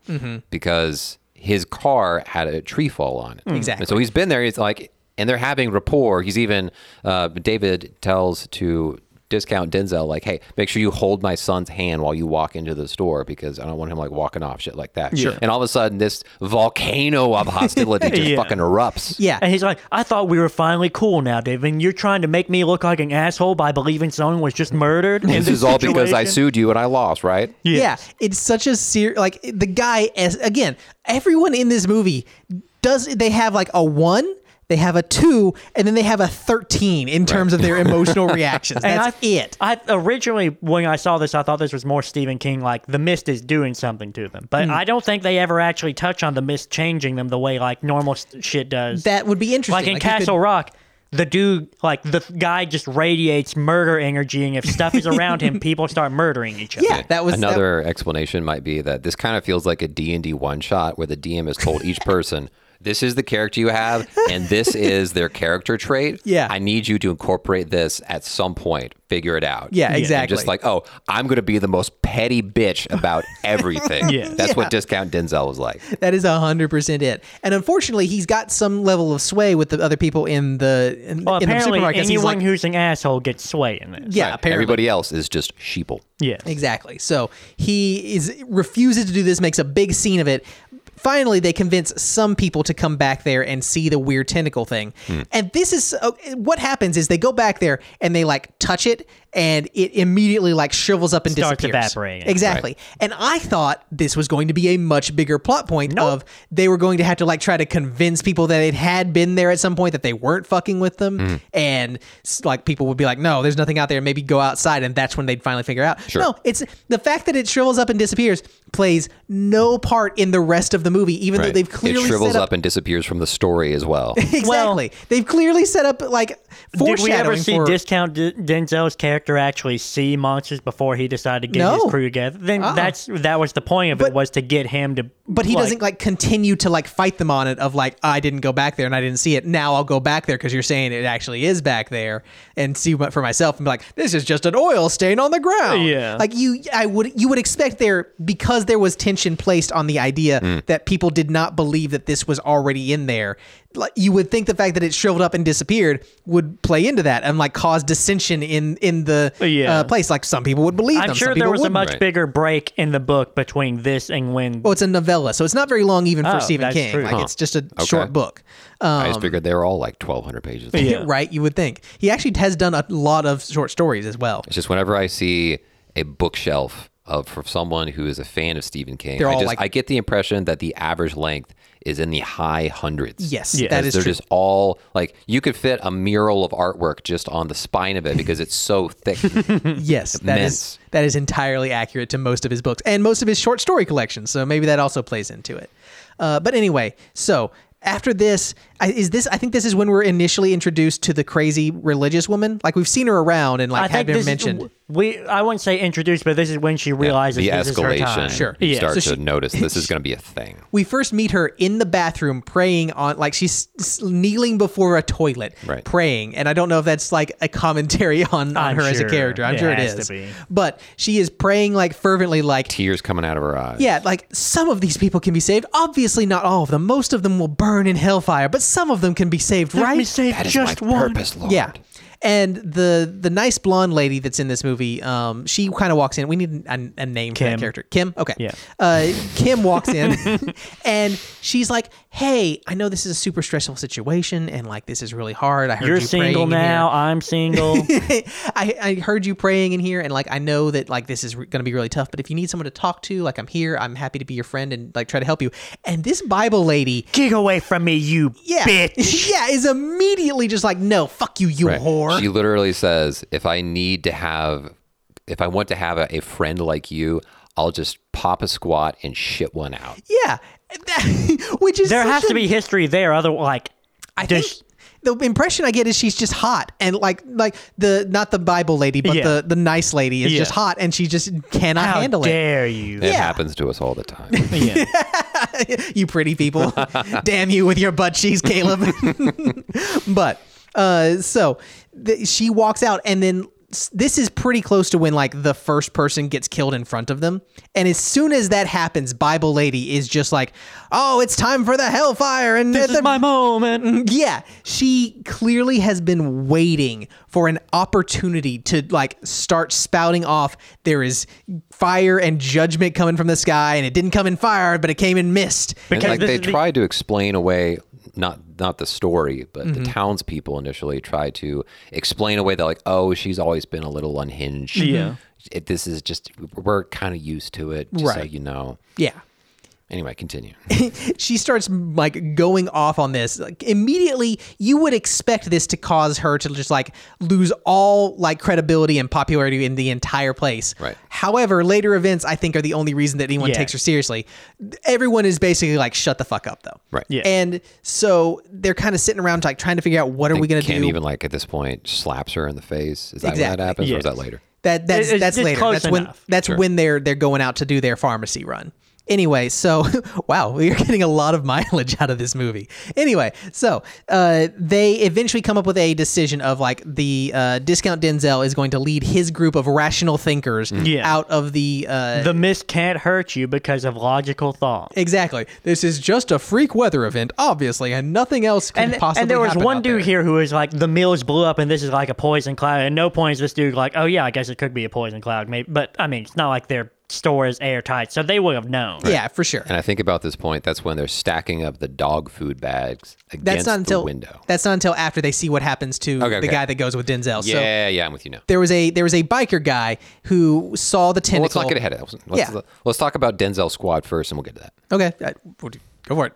[SPEAKER 3] because his car had a tree fall on it.
[SPEAKER 2] Exactly.
[SPEAKER 3] And so he's been there. He's like, and they're having rapport. He's even uh, David tells to discount Denzel like, hey, make sure you hold my son's hand while you walk into the store because I don't want him like walking off shit like that. Sure. And all of a sudden, this volcano of <laughs> hostility just
[SPEAKER 1] Yeah.
[SPEAKER 3] fucking erupts.
[SPEAKER 2] Yeah.
[SPEAKER 1] And he's like, I thought we were finally cool now, David. And you're trying to make me look like an asshole by believing someone was just murdered. in
[SPEAKER 3] And this is all because I
[SPEAKER 1] situation?"
[SPEAKER 3] sued you and I lost, right?
[SPEAKER 2] Yeah, it's such a serious. Like the guy, as again, everyone in this movie does. They have like a one, they have a two, and then they have a thirteen in terms of their
[SPEAKER 1] <laughs>
[SPEAKER 2] emotional reactions.
[SPEAKER 1] And
[SPEAKER 2] That's
[SPEAKER 1] I,
[SPEAKER 2] it.
[SPEAKER 1] I originally, when I saw this, I thought this was more Stephen King, like the mist is doing something to them.
[SPEAKER 2] Hmm.
[SPEAKER 1] But I don't think they ever actually touch on the mist changing them the way like normal st- shit does.
[SPEAKER 2] That would be interesting.
[SPEAKER 1] like in
[SPEAKER 2] you could-
[SPEAKER 1] Castle Rock, the dude, like the guy, just radiates murder energy, and if stuff is around
[SPEAKER 2] <laughs>
[SPEAKER 1] him, people start murdering each other.
[SPEAKER 2] yeah, that was that-
[SPEAKER 3] another explanation might be that this kind of feels like a d&d one shot where the dm has told <laughs> each person this is the character you have and <laughs> this is their character trait
[SPEAKER 2] Yeah.
[SPEAKER 3] i need you to incorporate this at some point figure it out
[SPEAKER 2] Yeah,
[SPEAKER 3] And
[SPEAKER 2] exactly.
[SPEAKER 3] just like oh i'm going to be the most petty bitch
[SPEAKER 2] <laughs>
[SPEAKER 3] about everything
[SPEAKER 1] Yeah.
[SPEAKER 3] that's what discount denzel was like
[SPEAKER 2] That is hundred percent it. And unfortunately, he's got some level of sway with the other people in the in,
[SPEAKER 1] Well,
[SPEAKER 2] in the
[SPEAKER 1] apparently,
[SPEAKER 2] supermarket.
[SPEAKER 1] anyone
[SPEAKER 2] He's like,
[SPEAKER 1] who's an asshole gets sway in this.
[SPEAKER 2] yeah, apparently.
[SPEAKER 3] everybody else is just sheeple
[SPEAKER 1] Yes.
[SPEAKER 2] Exactly. So he is refuses to do this, makes a big scene of it. Finally, they convince some people to come back there and see the weird tentacle thing. And this is uh, what happens is they go back there and they like touch it and it immediately like shrivels up and
[SPEAKER 1] Starts
[SPEAKER 2] disappears.
[SPEAKER 1] evaporating.
[SPEAKER 2] Exactly. And I thought this was going to be a much bigger plot point of they were going to have to like try to convince people that it had been there at some point that they weren't fucking with them
[SPEAKER 3] Mm.
[SPEAKER 2] and s- like people would be like no, there's nothing out there, maybe go outside and that's when they'd finally figure out. No, it's the fact that it shrivels up and disappears plays no part in the rest of the movie even though
[SPEAKER 3] Right.
[SPEAKER 2] they've clearly
[SPEAKER 3] it shrivels
[SPEAKER 2] set
[SPEAKER 3] up,
[SPEAKER 2] up,
[SPEAKER 3] and disappears from the story as well
[SPEAKER 2] <laughs> exactly. they've clearly set up like foreshadowing
[SPEAKER 1] Did we ever see
[SPEAKER 2] for
[SPEAKER 1] Discount D- Denzel's character actually see monsters before he decided to get
[SPEAKER 2] No. Uh-uh.
[SPEAKER 1] his crew together? Then that's that was the point of it was to get him to.
[SPEAKER 2] but he doesn't like continue to like fight them on it of like I didn't go back there and I didn't see it. Now I'll go back there because you're saying it actually is back there and see what for myself and be like this is just an oil stain on the ground.
[SPEAKER 1] Yeah.
[SPEAKER 2] like you, I would you would expect there because there was tension placed on the idea that people did not believe that this was already in there. Like you would think the fact that it shriveled up and disappeared would play into that and like cause dissension in in the
[SPEAKER 1] Yeah.
[SPEAKER 2] uh, place. Like some people would believe
[SPEAKER 1] I'm
[SPEAKER 2] them.
[SPEAKER 1] sure
[SPEAKER 2] some
[SPEAKER 1] there
[SPEAKER 2] people
[SPEAKER 1] was a
[SPEAKER 2] wouldn't.
[SPEAKER 1] much
[SPEAKER 3] Right.
[SPEAKER 1] bigger break in the book between this and when.
[SPEAKER 2] Well, it's a novella, so it's not very long even for
[SPEAKER 1] Oh,
[SPEAKER 2] Stephen
[SPEAKER 1] that's
[SPEAKER 2] King.
[SPEAKER 1] true.
[SPEAKER 2] Like
[SPEAKER 1] Huh.
[SPEAKER 2] it's just a short book,
[SPEAKER 3] i
[SPEAKER 2] Um,
[SPEAKER 3] just figured they were all like 1200 pages
[SPEAKER 1] Yeah.
[SPEAKER 2] right? You would think he actually has done a lot of short stories as well.
[SPEAKER 3] It's just whenever I see a bookshelf of for someone who is a fan of Stephen King,
[SPEAKER 2] They're
[SPEAKER 3] I
[SPEAKER 2] all
[SPEAKER 3] just
[SPEAKER 2] like-
[SPEAKER 3] I get the impression that the average length is in the high hundreds.
[SPEAKER 2] Yes,
[SPEAKER 1] Yeah.
[SPEAKER 2] that
[SPEAKER 3] Because
[SPEAKER 2] is
[SPEAKER 3] they're
[SPEAKER 2] true.
[SPEAKER 3] just all like you could fit a mural of artwork just on the spine of it because it's
[SPEAKER 2] <laughs>
[SPEAKER 3] so thick.
[SPEAKER 2] yes, that is
[SPEAKER 3] immense.
[SPEAKER 2] that is entirely accurate to most of his books and most of his short story collections. So maybe that also plays into it. Uh, but anyway, so after this, I, is this? I think this is when we're initially introduced to the crazy religious woman. Like we've seen her around and like
[SPEAKER 1] I
[SPEAKER 2] had
[SPEAKER 1] think
[SPEAKER 2] been
[SPEAKER 1] this
[SPEAKER 2] mentioned.
[SPEAKER 1] Is, we I wouldn't say introduced, but this is when she realizes
[SPEAKER 3] the
[SPEAKER 1] this is her time.
[SPEAKER 3] escalation.
[SPEAKER 2] Sure.
[SPEAKER 3] You
[SPEAKER 1] Yeah.
[SPEAKER 3] start
[SPEAKER 2] So she-
[SPEAKER 3] to notice this is going to be a thing.
[SPEAKER 2] we first meet her in the bathroom praying on like she's s- kneeling before a toilet
[SPEAKER 3] Right.
[SPEAKER 2] praying and i don't know if that's like a commentary <laughs> on, on
[SPEAKER 1] I'm
[SPEAKER 2] her as a
[SPEAKER 1] sure.
[SPEAKER 2] character i'm
[SPEAKER 1] It
[SPEAKER 2] sure it
[SPEAKER 1] has to
[SPEAKER 2] is
[SPEAKER 1] be.
[SPEAKER 2] but she is praying like fervently like
[SPEAKER 3] Tears coming out of her eyes.
[SPEAKER 2] yeah like some of these people can be saved obviously not all of them most of them will burn in hellfire but some of them can be saved
[SPEAKER 1] Let
[SPEAKER 2] right
[SPEAKER 1] me save
[SPEAKER 3] That is
[SPEAKER 1] just
[SPEAKER 3] my
[SPEAKER 1] one.
[SPEAKER 3] purpose, Lord.
[SPEAKER 2] yeah. And the the nice blonde lady that's in this movie, um, she kind of walks in. We need a, a name for that
[SPEAKER 1] Kim.
[SPEAKER 2] character. Kim. Okay.
[SPEAKER 1] Yeah.
[SPEAKER 2] Uh, Kim
[SPEAKER 1] <laughs>
[SPEAKER 2] walks in, and she's like, "Hey, I know this is a super stressful situation, and like this is really hard. I heard
[SPEAKER 1] You're
[SPEAKER 2] you
[SPEAKER 1] single
[SPEAKER 2] praying in
[SPEAKER 1] now.
[SPEAKER 2] here.
[SPEAKER 1] I'm
[SPEAKER 2] <laughs>
[SPEAKER 1] single.
[SPEAKER 2] I, I heard you praying in here, and like I know that like this is re- going to be really tough. But if you need someone to talk to, like I'm here. I'm happy to be your friend and like try to help you. And this Bible lady
[SPEAKER 1] Get away from me, you
[SPEAKER 2] yeah,
[SPEAKER 1] bitch.
[SPEAKER 2] <laughs> yeah, is immediately just like, no, fuck you, you
[SPEAKER 3] Right.
[SPEAKER 2] whore.
[SPEAKER 3] She literally says, "If I need to have, if I want to have a, a friend like you, I'll just pop a squat and shit one out."
[SPEAKER 2] yeah, That- <laughs> which is
[SPEAKER 1] There
[SPEAKER 2] such
[SPEAKER 1] has
[SPEAKER 2] a-
[SPEAKER 1] to be history there, other like
[SPEAKER 2] I think
[SPEAKER 1] does-
[SPEAKER 2] the impression I get is she's just hot and like like the not the Bible lady, but
[SPEAKER 1] Yeah.
[SPEAKER 2] the the nice lady is
[SPEAKER 1] Yeah.
[SPEAKER 2] just hot and she just cannot
[SPEAKER 1] how
[SPEAKER 2] handle
[SPEAKER 1] dare you?
[SPEAKER 3] It
[SPEAKER 2] Yeah.
[SPEAKER 3] happens to us all the
[SPEAKER 2] <laughs>
[SPEAKER 3] time.
[SPEAKER 1] Yeah.
[SPEAKER 2] it. <laughs> You
[SPEAKER 1] <laughs>
[SPEAKER 2] pretty people, damn you with your butt cheeks, Caleb. <laughs> but uh, so th- she walks out and then. s- This is pretty close to when like the first person gets killed in front of them, and as soon as that happens, Bible Lady is just like, "Oh, it's time for the hellfire!" And
[SPEAKER 1] this
[SPEAKER 2] the-
[SPEAKER 1] is my moment.
[SPEAKER 2] Yeah, she clearly has been waiting for an opportunity to like start spouting off. There is fire and judgment coming from the sky, and it didn't come in fire, but it came in mist.
[SPEAKER 3] And,
[SPEAKER 1] Because
[SPEAKER 3] like
[SPEAKER 1] this
[SPEAKER 3] they
[SPEAKER 1] is the-
[SPEAKER 3] tried to explain away not not the story, but
[SPEAKER 2] Mm-hmm.
[SPEAKER 3] the townspeople initially tried to explain away that like, oh, she's always been a little unhinged. Mm-hmm.
[SPEAKER 1] Yeah.
[SPEAKER 3] It, this is just we're kind of used to it, just so
[SPEAKER 2] Right.
[SPEAKER 3] you know.
[SPEAKER 2] Yeah.
[SPEAKER 3] Anyway,
[SPEAKER 2] <laughs>
[SPEAKER 3] continue.
[SPEAKER 2] she starts like going off on this like immediately you would expect this to cause her to just like lose all like credibility and popularity in the entire place
[SPEAKER 3] Right.
[SPEAKER 2] however later events i think are the only reason that anyone
[SPEAKER 1] Yeah.
[SPEAKER 2] takes her seriously everyone is basically like shut the fuck up though
[SPEAKER 3] Right.
[SPEAKER 1] Yeah.
[SPEAKER 2] and so they're kind of sitting around like trying to figure out what are we going to
[SPEAKER 3] Ken
[SPEAKER 2] do
[SPEAKER 3] even like at this point slaps her in the face. Is that when
[SPEAKER 2] Exactly.
[SPEAKER 3] that happens, or is
[SPEAKER 1] Yes.
[SPEAKER 3] that later?
[SPEAKER 2] That that's
[SPEAKER 1] It- it's-
[SPEAKER 2] that's
[SPEAKER 1] it's
[SPEAKER 2] later.
[SPEAKER 1] close
[SPEAKER 2] That's when
[SPEAKER 1] enough.
[SPEAKER 2] that's when they're they're going out to do their pharmacy run. Anyway, so <laughs> wow, we are getting a lot of <laughs> mileage out of this movie. Anyway, so uh, they eventually come up with a decision of like the uh, discount Denzel is going to lead his group of rational thinkers
[SPEAKER 3] Mm.
[SPEAKER 1] Yeah.
[SPEAKER 2] out of the uh,
[SPEAKER 1] The mist can't hurt you because of logical thought.
[SPEAKER 2] exactly. This is just a freak weather event, obviously, and nothing else could
[SPEAKER 1] And,
[SPEAKER 2] possibly.
[SPEAKER 1] and there was
[SPEAKER 2] happen
[SPEAKER 1] one
[SPEAKER 2] out
[SPEAKER 1] dude
[SPEAKER 2] there.
[SPEAKER 1] here who was like, the mills blew up and this is like a poison cloud. At no point is this dude like, oh yeah, I guess it could be a poison cloud. Maybe, but I mean, it's not like their store is airtight, so they would have known.
[SPEAKER 2] Yeah, for sure.
[SPEAKER 3] And I think about this point, that's when they're stacking up the dog food bags against
[SPEAKER 2] That's not until
[SPEAKER 3] the window.
[SPEAKER 2] that's not until after they see what happens to
[SPEAKER 3] Okay,
[SPEAKER 2] the
[SPEAKER 3] okay.
[SPEAKER 2] guy that goes with Denzel. So
[SPEAKER 3] yeah, yeah, I'm with you now.
[SPEAKER 2] there was a there was a biker guy who saw the
[SPEAKER 3] Well,
[SPEAKER 2] tentacle.
[SPEAKER 3] let's not get ahead of that. Let's,
[SPEAKER 2] Yeah.
[SPEAKER 3] let's talk about Denzel's squad first, and we'll get to that.
[SPEAKER 2] Okay, uh, what do you- go for it.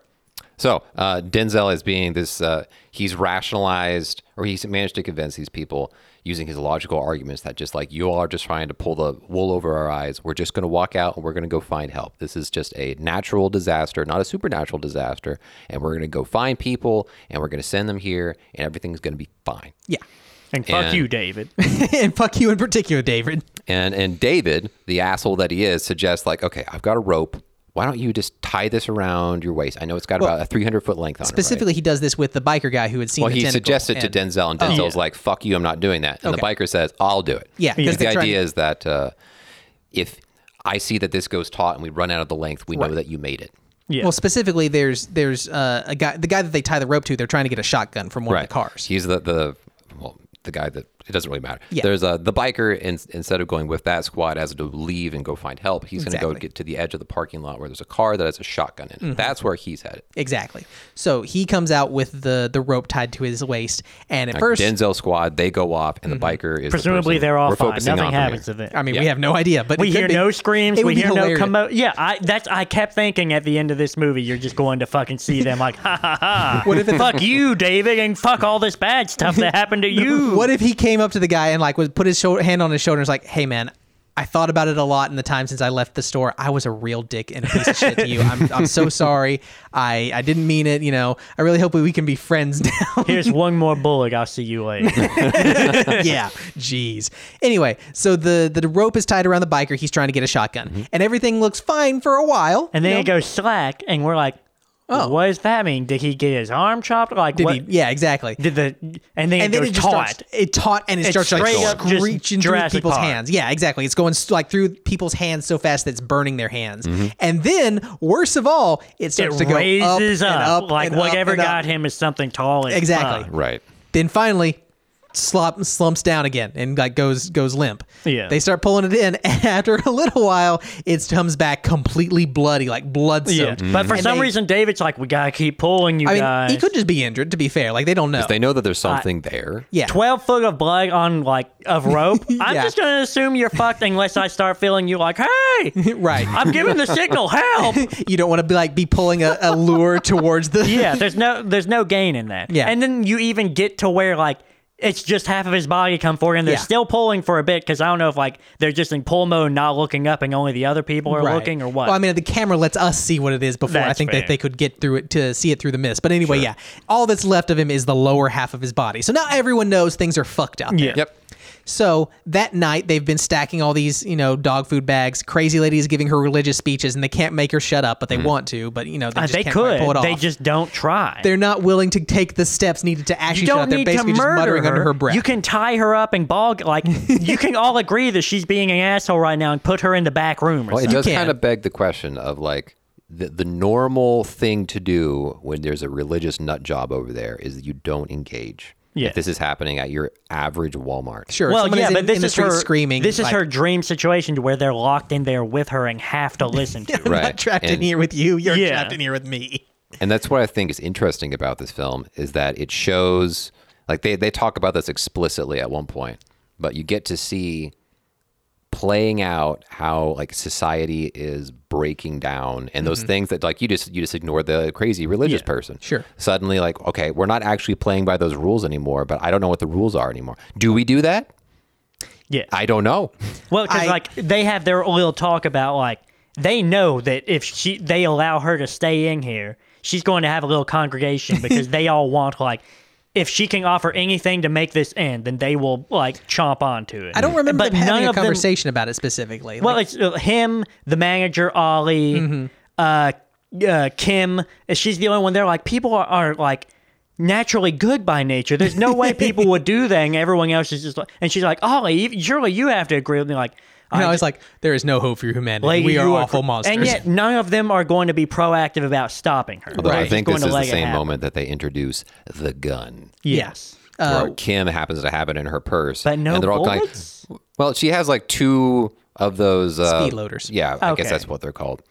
[SPEAKER 3] So uh, Denzel is being this. Uh, he's rationalized, or he's managed to convince these people using his logical arguments that just like you all are just trying to pull the wool over our eyes. We're just going to walk out and we're going to go find help. This is just a natural disaster, not a supernatural disaster, and we're going to go find people and we're going to send them here, and everything's going to be fine.
[SPEAKER 2] Yeah, <laughs>
[SPEAKER 1] And fuck
[SPEAKER 3] And-
[SPEAKER 1] you, David.
[SPEAKER 2] and fuck you in particular, David.
[SPEAKER 3] And and David, the asshole that he is, suggests like, okay, I've got a rope. Why don't you just tie this around your waist? I know it's got about a 300 foot length on it. right?
[SPEAKER 2] Specifically, he does this with the biker guy who had seen.
[SPEAKER 3] Well,
[SPEAKER 2] the
[SPEAKER 3] he
[SPEAKER 2] tentacle
[SPEAKER 3] suggested to
[SPEAKER 2] and- Oh.
[SPEAKER 3] Denzel, and Denzel's like, "Fuck you, I'm not doing that." And the
[SPEAKER 2] Okay.
[SPEAKER 3] biker says, "I'll do it."
[SPEAKER 2] Yeah, 'cause
[SPEAKER 3] Because the
[SPEAKER 2] they're trying-
[SPEAKER 3] idea is that uh, if I see that this goes taut and we run out of the length, we know that you made it.
[SPEAKER 1] Yeah.
[SPEAKER 2] Well, specifically, there's there's uh, a guy, the guy that they tie the rope to. They're trying to get a shotgun from one of the cars.
[SPEAKER 3] He's the the well, the guy that it doesn't really matter.
[SPEAKER 2] Yeah.
[SPEAKER 3] There's a the biker in, instead of going with that squad has to leave and go find help. He's going to go
[SPEAKER 2] Exactly.
[SPEAKER 3] get to the edge of the parking lot where there's a car that has a shotgun in it.
[SPEAKER 1] Mm-hmm.
[SPEAKER 3] That's where he's headed.
[SPEAKER 2] Exactly. So he comes out with the the rope tied to his waist, and at first,
[SPEAKER 3] Denzel squad they go off and the biker is the
[SPEAKER 1] Mm-hmm. Presumably
[SPEAKER 3] person
[SPEAKER 1] they're all
[SPEAKER 3] we're
[SPEAKER 1] fine.
[SPEAKER 3] focusing
[SPEAKER 1] Nothing
[SPEAKER 3] on from
[SPEAKER 1] happens
[SPEAKER 3] here.
[SPEAKER 1] to them.
[SPEAKER 2] I mean, we
[SPEAKER 3] yeah.
[SPEAKER 2] have no idea, but
[SPEAKER 1] we
[SPEAKER 2] it could
[SPEAKER 1] hear
[SPEAKER 2] be-
[SPEAKER 1] no screams.
[SPEAKER 2] it would
[SPEAKER 1] We
[SPEAKER 2] be
[SPEAKER 1] hear
[SPEAKER 2] hilarious.
[SPEAKER 1] no commo. Yeah, I that's I kept thinking at the end of this movie, you're just going to fucking see them like, ha ha ha.
[SPEAKER 2] What if it's-
[SPEAKER 1] fuck you, David, and fuck all this bad stuff that happened to
[SPEAKER 2] <laughs>
[SPEAKER 1] you.
[SPEAKER 2] What if he came up to the guy and like was put his shoulder, hand on his shoulder and was like, "Hey, man." I thought about it a lot in the time since I left the store. I was a real dick and a piece of shit to you. I'm,
[SPEAKER 1] <laughs>
[SPEAKER 2] I'm so sorry. I, I didn't mean it. You know, I really hope we, we can be friends <laughs> now.
[SPEAKER 1] Here's one more bullet. I'll see you
[SPEAKER 2] <laughs>
[SPEAKER 1] later.
[SPEAKER 2] yeah. Jeez. Anyway, so the, the rope is tied around the biker. He's trying to get a shotgun. And everything looks fine for a while.
[SPEAKER 1] Mm-hmm. And then
[SPEAKER 2] you know?
[SPEAKER 1] it goes slack, and we're like,
[SPEAKER 2] Oh.
[SPEAKER 1] what does that mean? Did he get his arm chopped? Like,
[SPEAKER 2] Did
[SPEAKER 1] what?
[SPEAKER 2] he- yeah, exactly.
[SPEAKER 1] Did the and then
[SPEAKER 2] and
[SPEAKER 1] it
[SPEAKER 2] then
[SPEAKER 1] goes
[SPEAKER 2] it just
[SPEAKER 1] taut.
[SPEAKER 2] starts, it taut and it
[SPEAKER 1] It's
[SPEAKER 2] starts like
[SPEAKER 1] straight up just
[SPEAKER 2] screeching through
[SPEAKER 1] Jurassic
[SPEAKER 2] people's
[SPEAKER 1] Park.
[SPEAKER 2] hands. Yeah, exactly. It's going s- like through people's hands so fast that it's burning their hands. And then, worse of all, it starts
[SPEAKER 1] Mm-hmm. it
[SPEAKER 2] to go
[SPEAKER 1] raises
[SPEAKER 2] up,
[SPEAKER 1] up,
[SPEAKER 2] and up
[SPEAKER 1] like
[SPEAKER 2] and up
[SPEAKER 1] whatever
[SPEAKER 2] and up.
[SPEAKER 1] got him is something tall. as
[SPEAKER 2] Exactly.
[SPEAKER 1] fuck.
[SPEAKER 3] Right.
[SPEAKER 2] Then finally, slop slumps down again and like goes goes limp.
[SPEAKER 1] Yeah.
[SPEAKER 2] they start pulling it in, <laughs> and after a little while, it comes back completely bloody, like blood
[SPEAKER 1] Yeah,
[SPEAKER 2] soaked.
[SPEAKER 1] but for
[SPEAKER 2] mm-hmm. And
[SPEAKER 1] some
[SPEAKER 2] they-
[SPEAKER 1] reason, David's like, "We gotta keep pulling you
[SPEAKER 2] I mean,
[SPEAKER 1] guys."
[SPEAKER 2] he could just be injured. To be fair, like they don't know.
[SPEAKER 3] They know that there's something there.
[SPEAKER 2] yeah,
[SPEAKER 1] Twelve foot of blood on like
[SPEAKER 2] <laughs>
[SPEAKER 1] of rope. I'm
[SPEAKER 2] Yeah.
[SPEAKER 1] just gonna assume you're fucked unless I start feeling you like,
[SPEAKER 2] <laughs>
[SPEAKER 1] "Hey,
[SPEAKER 2] right.
[SPEAKER 1] I'm giving the signal,
[SPEAKER 2] <laughs>
[SPEAKER 1] help!"
[SPEAKER 2] you don't want to be like be pulling a, a lure towards the
[SPEAKER 1] <laughs> Yeah, there's no there's no gain in that.
[SPEAKER 2] Yeah.
[SPEAKER 1] and then you even get to where like it's just half of his body come forward, and they're
[SPEAKER 2] Yeah.
[SPEAKER 1] still pulling for a bit because I don't know if like they're just in pull mode, not looking up, and only the other people are
[SPEAKER 2] Right.
[SPEAKER 1] looking or what.
[SPEAKER 2] Well, I mean, the camera lets us see what it is before I
[SPEAKER 1] That's
[SPEAKER 2] think that
[SPEAKER 1] fair.
[SPEAKER 2] they could get through it to see it through the mist. But anyway, yeah, all that's left of him is the lower half of his body. So now everyone knows things are fucked up.
[SPEAKER 1] Yeah.
[SPEAKER 3] Yep.
[SPEAKER 2] So that night they've been stacking all these, you know, dog food bags. Crazy lady is giving her religious speeches, and they can't make her shut up, but they want to. But you know, they
[SPEAKER 1] Mm. Uh,
[SPEAKER 2] just
[SPEAKER 1] they
[SPEAKER 2] can't quite
[SPEAKER 1] could.
[SPEAKER 2] pull it off.
[SPEAKER 1] They just don't try.
[SPEAKER 2] they're not willing to take the steps needed to actually
[SPEAKER 1] you
[SPEAKER 2] shut
[SPEAKER 1] don't
[SPEAKER 2] up. They're
[SPEAKER 1] need to
[SPEAKER 2] basically just
[SPEAKER 1] murder
[SPEAKER 2] muttering under her breath.
[SPEAKER 1] You can tie her up and bog
[SPEAKER 2] <laughs>
[SPEAKER 1] like you can all agree that she's being an asshole right now and put her in the back room or
[SPEAKER 3] Well, it
[SPEAKER 1] something.
[SPEAKER 3] does
[SPEAKER 2] can.
[SPEAKER 3] kind of beg the question of like the, the normal thing to do when there's a religious nut job over there is that you don't engage.
[SPEAKER 1] Yeah.
[SPEAKER 3] If this is happening at your average Walmart.
[SPEAKER 2] sure. if
[SPEAKER 1] Well,
[SPEAKER 2] someone
[SPEAKER 1] yeah,
[SPEAKER 2] is in,
[SPEAKER 1] but this
[SPEAKER 2] in the
[SPEAKER 1] is
[SPEAKER 2] street
[SPEAKER 1] her
[SPEAKER 2] screaming.
[SPEAKER 1] This is
[SPEAKER 2] like,
[SPEAKER 1] her dream situation to where they're locked in there with her and have to listen to.
[SPEAKER 2] I'm <laughs>
[SPEAKER 1] her.
[SPEAKER 3] Right.
[SPEAKER 2] not trapped in
[SPEAKER 3] And-
[SPEAKER 2] here with you. You're
[SPEAKER 1] Yeah.
[SPEAKER 2] trapped in here with me.
[SPEAKER 3] And that's what I think is interesting about this film is that it shows like they, they talk about this explicitly at one point, but you get to see playing out how like society is breaking down and those things that like you just you just ignore the crazy religious person.
[SPEAKER 2] Mm-hmm. sure.
[SPEAKER 3] Suddenly like, okay, we're not actually playing by those rules anymore, but I don't know what the rules are anymore. Do we do that?
[SPEAKER 1] Yeah.
[SPEAKER 3] I don't know.
[SPEAKER 1] Well, because
[SPEAKER 2] I-
[SPEAKER 1] like they have their little talk about like they know that if she they allow her to stay in here, she's going to have a little congregation
[SPEAKER 2] <laughs>
[SPEAKER 1] because they all want like if she can offer anything to make this end, then they will like chomp onto it.
[SPEAKER 2] I don't remember
[SPEAKER 1] but
[SPEAKER 2] them having
[SPEAKER 1] none
[SPEAKER 2] a
[SPEAKER 1] of them-
[SPEAKER 2] conversation about it specifically.
[SPEAKER 1] Well,
[SPEAKER 2] Like,
[SPEAKER 1] it's uh, him, the manager, Ollie,
[SPEAKER 2] Mm-hmm.
[SPEAKER 1] uh, uh, Kim. and She's the only one there. Like people are, are like naturally good by nature. There's no way people would do that. And everyone else is just like. And she's like, Ollie, you- surely you have to agree with me. Like,
[SPEAKER 2] you know,
[SPEAKER 1] I
[SPEAKER 2] it's like there is no hope for humanity.
[SPEAKER 1] lady,
[SPEAKER 2] we are
[SPEAKER 1] you
[SPEAKER 2] awful
[SPEAKER 1] cr-
[SPEAKER 2] monsters.
[SPEAKER 1] And yet, none of them are going to be proactive about stopping her.
[SPEAKER 3] Although I
[SPEAKER 2] Right.
[SPEAKER 3] think
[SPEAKER 1] Just
[SPEAKER 3] this
[SPEAKER 1] going to
[SPEAKER 3] is the
[SPEAKER 1] let it
[SPEAKER 3] same
[SPEAKER 1] happen.
[SPEAKER 3] moment that they introduce the gun.
[SPEAKER 1] Yes.
[SPEAKER 3] where Kim happens to have it in her purse.
[SPEAKER 1] Uh, But no
[SPEAKER 3] and they're all kinda like-
[SPEAKER 1] bullets?
[SPEAKER 3] well, she has like two of those uh,
[SPEAKER 2] Speed loaders.
[SPEAKER 3] Yeah, I guess
[SPEAKER 1] Okay.
[SPEAKER 3] that's what they're called.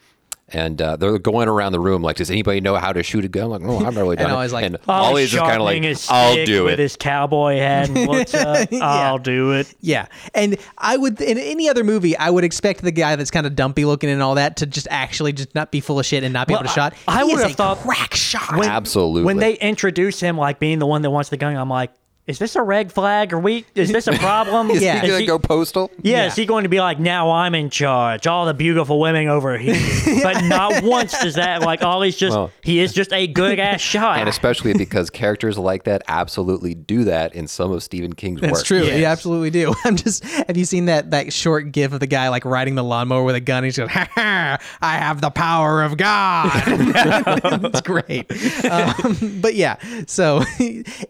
[SPEAKER 3] And uh, they're going around the room like, does anybody know how to shoot a gun? I'm like, no,
[SPEAKER 1] <laughs>
[SPEAKER 3] I've never really done
[SPEAKER 2] And
[SPEAKER 3] it.
[SPEAKER 2] Ollie's like,
[SPEAKER 3] and
[SPEAKER 1] Ollie's
[SPEAKER 3] Ollie's just kind of
[SPEAKER 1] Oh, sharpening
[SPEAKER 3] like,
[SPEAKER 1] his
[SPEAKER 3] I'll
[SPEAKER 1] stick
[SPEAKER 3] do
[SPEAKER 1] with
[SPEAKER 3] it. <laughs>
[SPEAKER 1] his cowboy hat and looks up. I'll do it.
[SPEAKER 2] yeah, and I would in any other movie, I would expect the guy that's kind of dumpy looking and all that to just actually just not be full of shit and not be
[SPEAKER 1] Well,
[SPEAKER 2] able to
[SPEAKER 1] I-
[SPEAKER 2] shot.
[SPEAKER 1] I
[SPEAKER 2] He is
[SPEAKER 1] would've
[SPEAKER 2] a
[SPEAKER 1] thought-
[SPEAKER 2] crack shot.
[SPEAKER 1] When-
[SPEAKER 3] Absolutely.
[SPEAKER 1] When they introduce him like being the one that wants the gun, I'm like, is this a red flag? Are we? Is this a
[SPEAKER 3] <laughs>
[SPEAKER 1] problem?
[SPEAKER 2] he
[SPEAKER 1] Is
[SPEAKER 3] You're gonna
[SPEAKER 1] he-
[SPEAKER 3] go postal?
[SPEAKER 1] yeah, is
[SPEAKER 2] Yeah.
[SPEAKER 1] he going to be like, now I'm in charge? All the beautiful women over
[SPEAKER 3] <laughs>
[SPEAKER 1] here, but not once does that. Like, Ollie's just
[SPEAKER 3] Well-
[SPEAKER 1] he is just a good
[SPEAKER 3] <laughs>
[SPEAKER 1] ass shot.
[SPEAKER 3] And especially because characters like that absolutely do that in some of Stephen King's work.
[SPEAKER 2] That's true.
[SPEAKER 1] Yes.
[SPEAKER 2] You absolutely do. <laughs> I'm just. Have you seen that that short gif of the guy like riding the lawnmower with a gun? He's going, ha, ha, "I have the power of God." <laughs> it's <laughs> great. Um, but yeah. So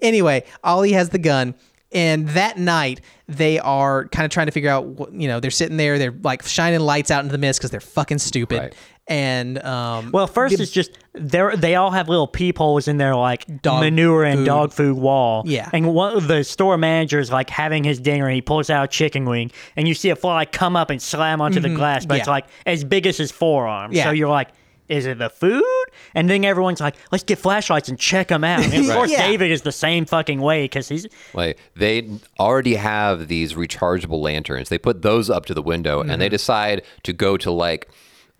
[SPEAKER 2] anyway, Ollie has the gun. And that night, they are kind of trying to figure out, what- you know, they're sitting there, they're like shining lights out into the mist because they're fucking stupid.
[SPEAKER 3] Right.
[SPEAKER 2] And um,
[SPEAKER 1] Well, first it's just they they all have little peepholes in their like
[SPEAKER 2] Dog
[SPEAKER 1] manure and
[SPEAKER 2] food.
[SPEAKER 1] dog food wall.
[SPEAKER 2] Yeah.
[SPEAKER 1] and one of the store managers like having his dinner, and he pulls out a chicken wing, and you see a fly come up and slam onto the glass, but it's
[SPEAKER 2] Mm-hmm. Yeah.
[SPEAKER 1] like as big as his forearm.
[SPEAKER 2] Yeah.
[SPEAKER 1] So you're like. Is it the food? And then everyone's like, "Let's get flashlights and check them out." And of
[SPEAKER 2] <laughs> Right.
[SPEAKER 1] course,
[SPEAKER 2] Yeah.
[SPEAKER 1] David is the same fucking way because he's
[SPEAKER 3] Like they already have these rechargeable lanterns. They put those up to the window and they
[SPEAKER 2] Mm-hmm.
[SPEAKER 3] decide to go to like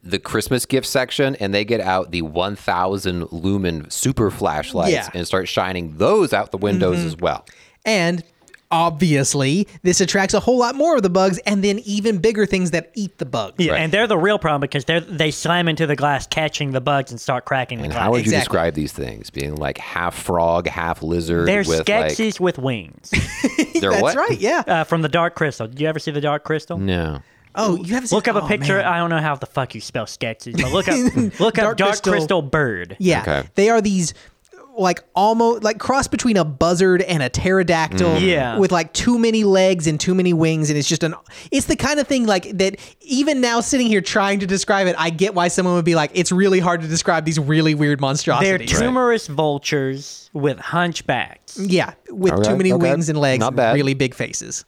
[SPEAKER 3] the Christmas gift section and they get out the 1000 lumen super flashlights
[SPEAKER 2] Yeah. Mm-hmm.
[SPEAKER 3] and start shining those out the windows as well.
[SPEAKER 2] And obviously, this attracts a whole lot more of the bugs and then even bigger things that eat the bugs.
[SPEAKER 1] yeah,
[SPEAKER 3] Right.
[SPEAKER 1] and they're the real problem because they they slam into the glass, catching the bugs and start cracking the
[SPEAKER 3] And
[SPEAKER 1] glass.
[SPEAKER 3] how would you
[SPEAKER 2] Exactly.
[SPEAKER 3] describe these things? Being like half frog, half lizard
[SPEAKER 1] they're
[SPEAKER 2] <laughs>
[SPEAKER 3] with
[SPEAKER 1] Skeksis with wings.
[SPEAKER 3] like they're
[SPEAKER 2] That's
[SPEAKER 3] what?
[SPEAKER 2] right. Yeah.
[SPEAKER 1] uh, from the Dark Crystal. Did you ever see the Dark Crystal?
[SPEAKER 3] No.
[SPEAKER 2] oh, you haven't seen-
[SPEAKER 1] Look up
[SPEAKER 2] oh,
[SPEAKER 1] a picture.
[SPEAKER 2] man.
[SPEAKER 1] I don't know how the fuck you spell sketches, but look up look
[SPEAKER 2] <laughs> Dark
[SPEAKER 1] up Dark
[SPEAKER 2] Crystal.
[SPEAKER 1] Crystal, bird.
[SPEAKER 2] Yeah.
[SPEAKER 3] Okay.
[SPEAKER 2] They are these like almost like cross between a buzzard and a pterodactyl
[SPEAKER 3] Mm.
[SPEAKER 1] Yeah.
[SPEAKER 2] with like too many legs and too many wings and it's just an it's the kind of thing like that even now sitting here trying to describe it I get why someone would be like it's really hard to describe these really weird
[SPEAKER 1] They're
[SPEAKER 2] monstrosities
[SPEAKER 1] tumorous vultures with hunchbacks.
[SPEAKER 2] Yeah, with
[SPEAKER 3] All
[SPEAKER 2] too
[SPEAKER 3] right,
[SPEAKER 2] many
[SPEAKER 3] okay.
[SPEAKER 2] wings and legs,
[SPEAKER 3] Not
[SPEAKER 2] and
[SPEAKER 3] bad.
[SPEAKER 2] really big faces.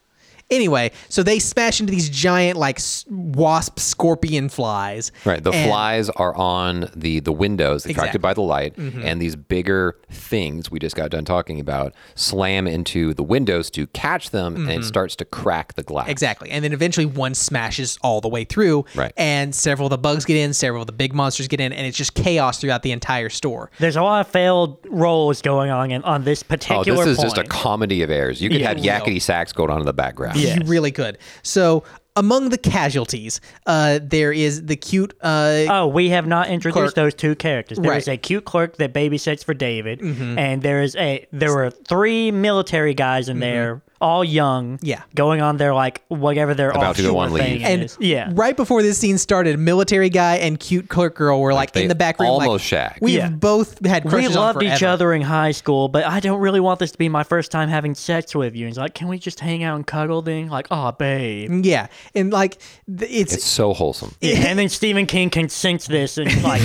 [SPEAKER 2] Anyway, so they smash into these giant like s- wasp scorpion flies.
[SPEAKER 3] Right. The
[SPEAKER 2] and-
[SPEAKER 3] flies are on the the windows attracted
[SPEAKER 2] Exactly. Mm-hmm.
[SPEAKER 3] by the light, and these bigger things we just got done talking about slam into the windows to catch them, and it starts to crack the glass.
[SPEAKER 2] Mm-hmm. Exactly. And then eventually one smashes all the way through.
[SPEAKER 3] Right.
[SPEAKER 2] And several of the bugs get in, several of the big monsters get in, and it's just chaos throughout the entire store.
[SPEAKER 1] There's a lot of failed roles going on in, on this
[SPEAKER 3] Oh,
[SPEAKER 1] particular
[SPEAKER 3] this is
[SPEAKER 1] point.
[SPEAKER 3] just a comedy of errors. You could
[SPEAKER 1] Yeah.
[SPEAKER 3] have yakety sax going on in the background.
[SPEAKER 1] Yeah.
[SPEAKER 2] You really could. So among the casualties, uh, there is the cute uh,
[SPEAKER 1] Oh, we have not introduced
[SPEAKER 2] Clerk.
[SPEAKER 1] those two characters. There is
[SPEAKER 2] Right.
[SPEAKER 1] a
[SPEAKER 2] Mm-hmm.
[SPEAKER 1] cute clerk that babysits for David, and there is a there were three military guys in there, all young,
[SPEAKER 2] Mm-hmm. Yeah.
[SPEAKER 1] going on their like whatever their
[SPEAKER 3] About to go
[SPEAKER 1] offshore
[SPEAKER 3] on leave.
[SPEAKER 1] thing
[SPEAKER 2] and
[SPEAKER 1] is. yeah,
[SPEAKER 2] right before this scene started, military guy and cute clerk girl were like,
[SPEAKER 3] they
[SPEAKER 2] in the back room, like,
[SPEAKER 3] almost shagged.
[SPEAKER 2] We've
[SPEAKER 1] Yeah.
[SPEAKER 2] both had
[SPEAKER 1] we
[SPEAKER 2] crushes on
[SPEAKER 1] loved each
[SPEAKER 2] forever."
[SPEAKER 1] other in high school, but I don't really want this to be my first time having sex with you. And he's like, can we just hang out and cuddle then? Like, oh, babe.
[SPEAKER 2] Yeah, and like th- it's,
[SPEAKER 3] It's so wholesome.
[SPEAKER 1] and then Stephen King consents this and
[SPEAKER 2] <laughs>
[SPEAKER 1] like,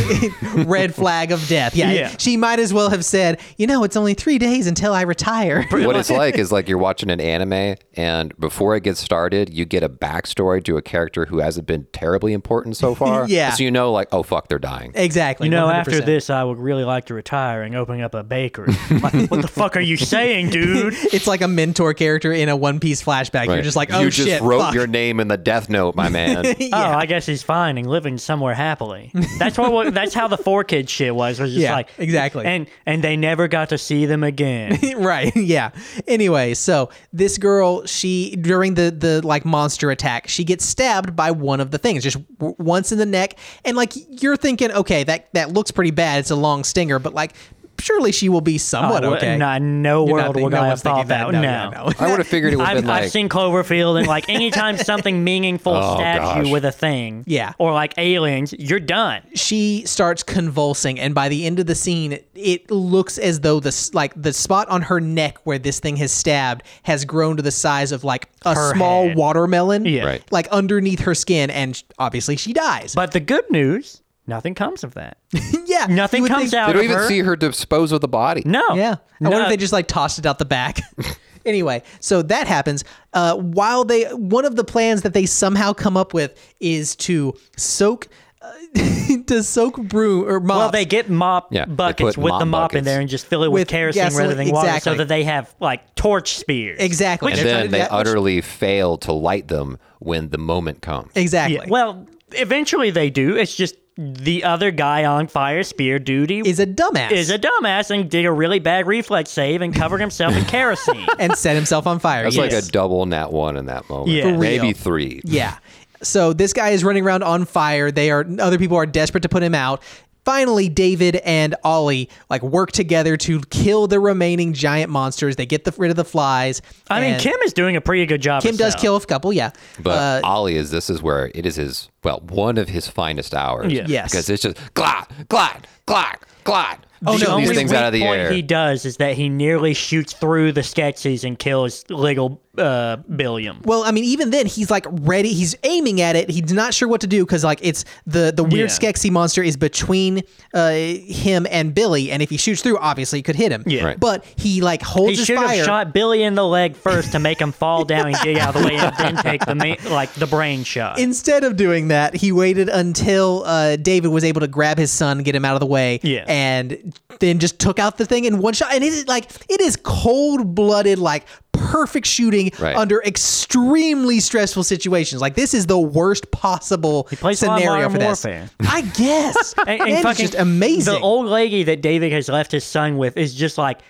[SPEAKER 2] red flag of
[SPEAKER 1] <laughs>
[SPEAKER 2] death. Yeah,
[SPEAKER 1] Yeah.
[SPEAKER 2] she might as well have said, you know, it's only three days until I retire.
[SPEAKER 3] what it's like is like you're watching an anime, and before it gets started, you get a backstory to a character who hasn't been terribly
[SPEAKER 2] <laughs>
[SPEAKER 3] important so far.
[SPEAKER 2] Yeah.
[SPEAKER 3] So you know, like, oh fuck, they're dying.
[SPEAKER 2] exactly.
[SPEAKER 1] you know,
[SPEAKER 2] 100%.
[SPEAKER 1] after this, I would really like to retire and open up a bakery. like, what the fuck are you saying,
[SPEAKER 2] <laughs>
[SPEAKER 1] dude?
[SPEAKER 2] It's like a mentor character in a One Piece flashback. You're
[SPEAKER 3] Right.
[SPEAKER 2] just like, oh
[SPEAKER 3] you just
[SPEAKER 2] shit,
[SPEAKER 3] wrote
[SPEAKER 2] fuck.
[SPEAKER 3] your name in the death note,
[SPEAKER 2] <laughs>
[SPEAKER 3] my man.
[SPEAKER 1] Oh, I guess he's fine and living somewhere happily. That's what. what that's how the four kids shit was. Was just
[SPEAKER 2] Yeah,
[SPEAKER 1] like
[SPEAKER 2] exactly.
[SPEAKER 1] And and they never got to see them
[SPEAKER 2] <laughs>
[SPEAKER 1] again.
[SPEAKER 2] <laughs> right yeah anyway so this girl she during the the like monster attack she gets stabbed by one of the things just w- once in the neck and like you're thinking okay that that looks pretty bad it's a long stinger but like surely she will be somewhat
[SPEAKER 1] Oh,
[SPEAKER 2] okay
[SPEAKER 1] nah, no
[SPEAKER 2] You're not
[SPEAKER 1] world
[SPEAKER 2] think-
[SPEAKER 1] would
[SPEAKER 2] no
[SPEAKER 1] I have
[SPEAKER 2] one's thinking
[SPEAKER 1] thought that.
[SPEAKER 2] no,
[SPEAKER 1] No,
[SPEAKER 2] no, no.
[SPEAKER 3] I would have figured it would have
[SPEAKER 1] I've,
[SPEAKER 3] been like
[SPEAKER 1] I've seen Cloverfield, and like anytime
[SPEAKER 3] <laughs>
[SPEAKER 1] something meaningful
[SPEAKER 3] Oh,
[SPEAKER 1] stabs
[SPEAKER 3] gosh.
[SPEAKER 1] you with a thing,
[SPEAKER 2] Yeah.
[SPEAKER 1] or like aliens, you're done.
[SPEAKER 2] she starts convulsing and by the end of the scene it looks as though the s- like the spot on her neck where this thing has stabbed has grown to the size of like a
[SPEAKER 1] Her
[SPEAKER 2] small
[SPEAKER 1] head.
[SPEAKER 2] watermelon
[SPEAKER 1] Yeah.
[SPEAKER 3] Right.
[SPEAKER 2] like underneath her skin and sh- obviously she dies
[SPEAKER 1] But the good news, nothing comes of that.
[SPEAKER 2] yeah
[SPEAKER 1] Nothing
[SPEAKER 2] you would
[SPEAKER 1] comes
[SPEAKER 2] think-
[SPEAKER 1] out
[SPEAKER 3] They don't
[SPEAKER 1] of
[SPEAKER 3] even
[SPEAKER 1] her.
[SPEAKER 3] see her dispose of the body.
[SPEAKER 1] no.
[SPEAKER 2] yeah i
[SPEAKER 1] No.
[SPEAKER 2] wonder if they just like tossed it out the back <laughs> anyway so that happens uh, while they one of the plans that they somehow come up with is to soak uh, <laughs> to soak brew or mops.
[SPEAKER 1] Well, they get mop
[SPEAKER 3] Yeah, they
[SPEAKER 1] buckets
[SPEAKER 3] put
[SPEAKER 1] with
[SPEAKER 3] mop
[SPEAKER 1] the mop in
[SPEAKER 3] buckets.
[SPEAKER 1] there and just fill it
[SPEAKER 2] With
[SPEAKER 1] with, kerosene
[SPEAKER 2] gasoline-
[SPEAKER 1] rather than water,
[SPEAKER 2] exactly.
[SPEAKER 1] so that they have like torch spears.
[SPEAKER 2] exactly
[SPEAKER 3] And
[SPEAKER 2] They're trying
[SPEAKER 3] then
[SPEAKER 2] to
[SPEAKER 3] they
[SPEAKER 2] do that, which-
[SPEAKER 3] utterly fail to light them when the moment comes.
[SPEAKER 2] exactly
[SPEAKER 1] Yeah, well, eventually they do. It's just the other guy on fire spear duty
[SPEAKER 2] is a dumbass
[SPEAKER 1] is a dumbass and did a really bad reflex save and covered himself in kerosene.
[SPEAKER 2] and set himself on fire.
[SPEAKER 3] That's like a
[SPEAKER 1] Yes.
[SPEAKER 3] double nat one in that moment.
[SPEAKER 1] Yeah. For
[SPEAKER 3] Maybe
[SPEAKER 2] real.
[SPEAKER 3] three.
[SPEAKER 2] yeah. So this guy is running around on fire. They are other people are desperate to put him out. Finally, David and Ollie like work together to kill the remaining giant monsters. They get the, rid of the flies.
[SPEAKER 1] I mean,
[SPEAKER 2] and
[SPEAKER 1] Kim is doing a pretty good job.
[SPEAKER 2] Kim does
[SPEAKER 1] herself.
[SPEAKER 2] kill a couple, yeah. Uh,
[SPEAKER 3] But Ollie is this is where it is his well, one of his finest hours.
[SPEAKER 1] Yeah.
[SPEAKER 2] Yes.
[SPEAKER 3] Because it's just glot, glot, glot, glot.
[SPEAKER 2] Oh,
[SPEAKER 3] Shoot
[SPEAKER 2] no,
[SPEAKER 3] these
[SPEAKER 2] we-
[SPEAKER 3] things
[SPEAKER 2] we-
[SPEAKER 3] out of the
[SPEAKER 1] point
[SPEAKER 3] air.
[SPEAKER 1] he does is that he nearly shoots through the sketches and kills legal uh, Billiam.
[SPEAKER 2] Well, I mean, even then, he's like ready. He's aiming at it. He's not sure what to do because like it's the the weird
[SPEAKER 1] Yeah.
[SPEAKER 2] Skeksis monster is between uh, him and Billy, and if he shoots through, obviously he could hit him.
[SPEAKER 1] Yeah. Right.
[SPEAKER 2] But he like holds
[SPEAKER 1] He
[SPEAKER 2] his
[SPEAKER 1] should
[SPEAKER 2] fire.
[SPEAKER 1] have shot Billy in the leg first to make him fall down and get out of the way, and then take the
[SPEAKER 2] <laughs>
[SPEAKER 1] ma- like the brain shot.
[SPEAKER 2] Instead of doing that, he waited until uh, David was able to grab his son, get him out of the way,
[SPEAKER 1] Yeah.
[SPEAKER 2] and then just took out the thing in one shot. And it is like it is cold blooded, like perfect shooting
[SPEAKER 3] Right.
[SPEAKER 2] under extremely stressful situations. Like this is the worst possible
[SPEAKER 1] plays a lot of
[SPEAKER 2] scenario
[SPEAKER 1] Modern
[SPEAKER 2] for this.
[SPEAKER 1] Warfare.
[SPEAKER 2] <laughs> I guess.
[SPEAKER 1] And-
[SPEAKER 2] and,
[SPEAKER 1] and
[SPEAKER 2] it's
[SPEAKER 1] fucking-
[SPEAKER 2] just amazing.
[SPEAKER 1] The old lady that David has left his son with is just like,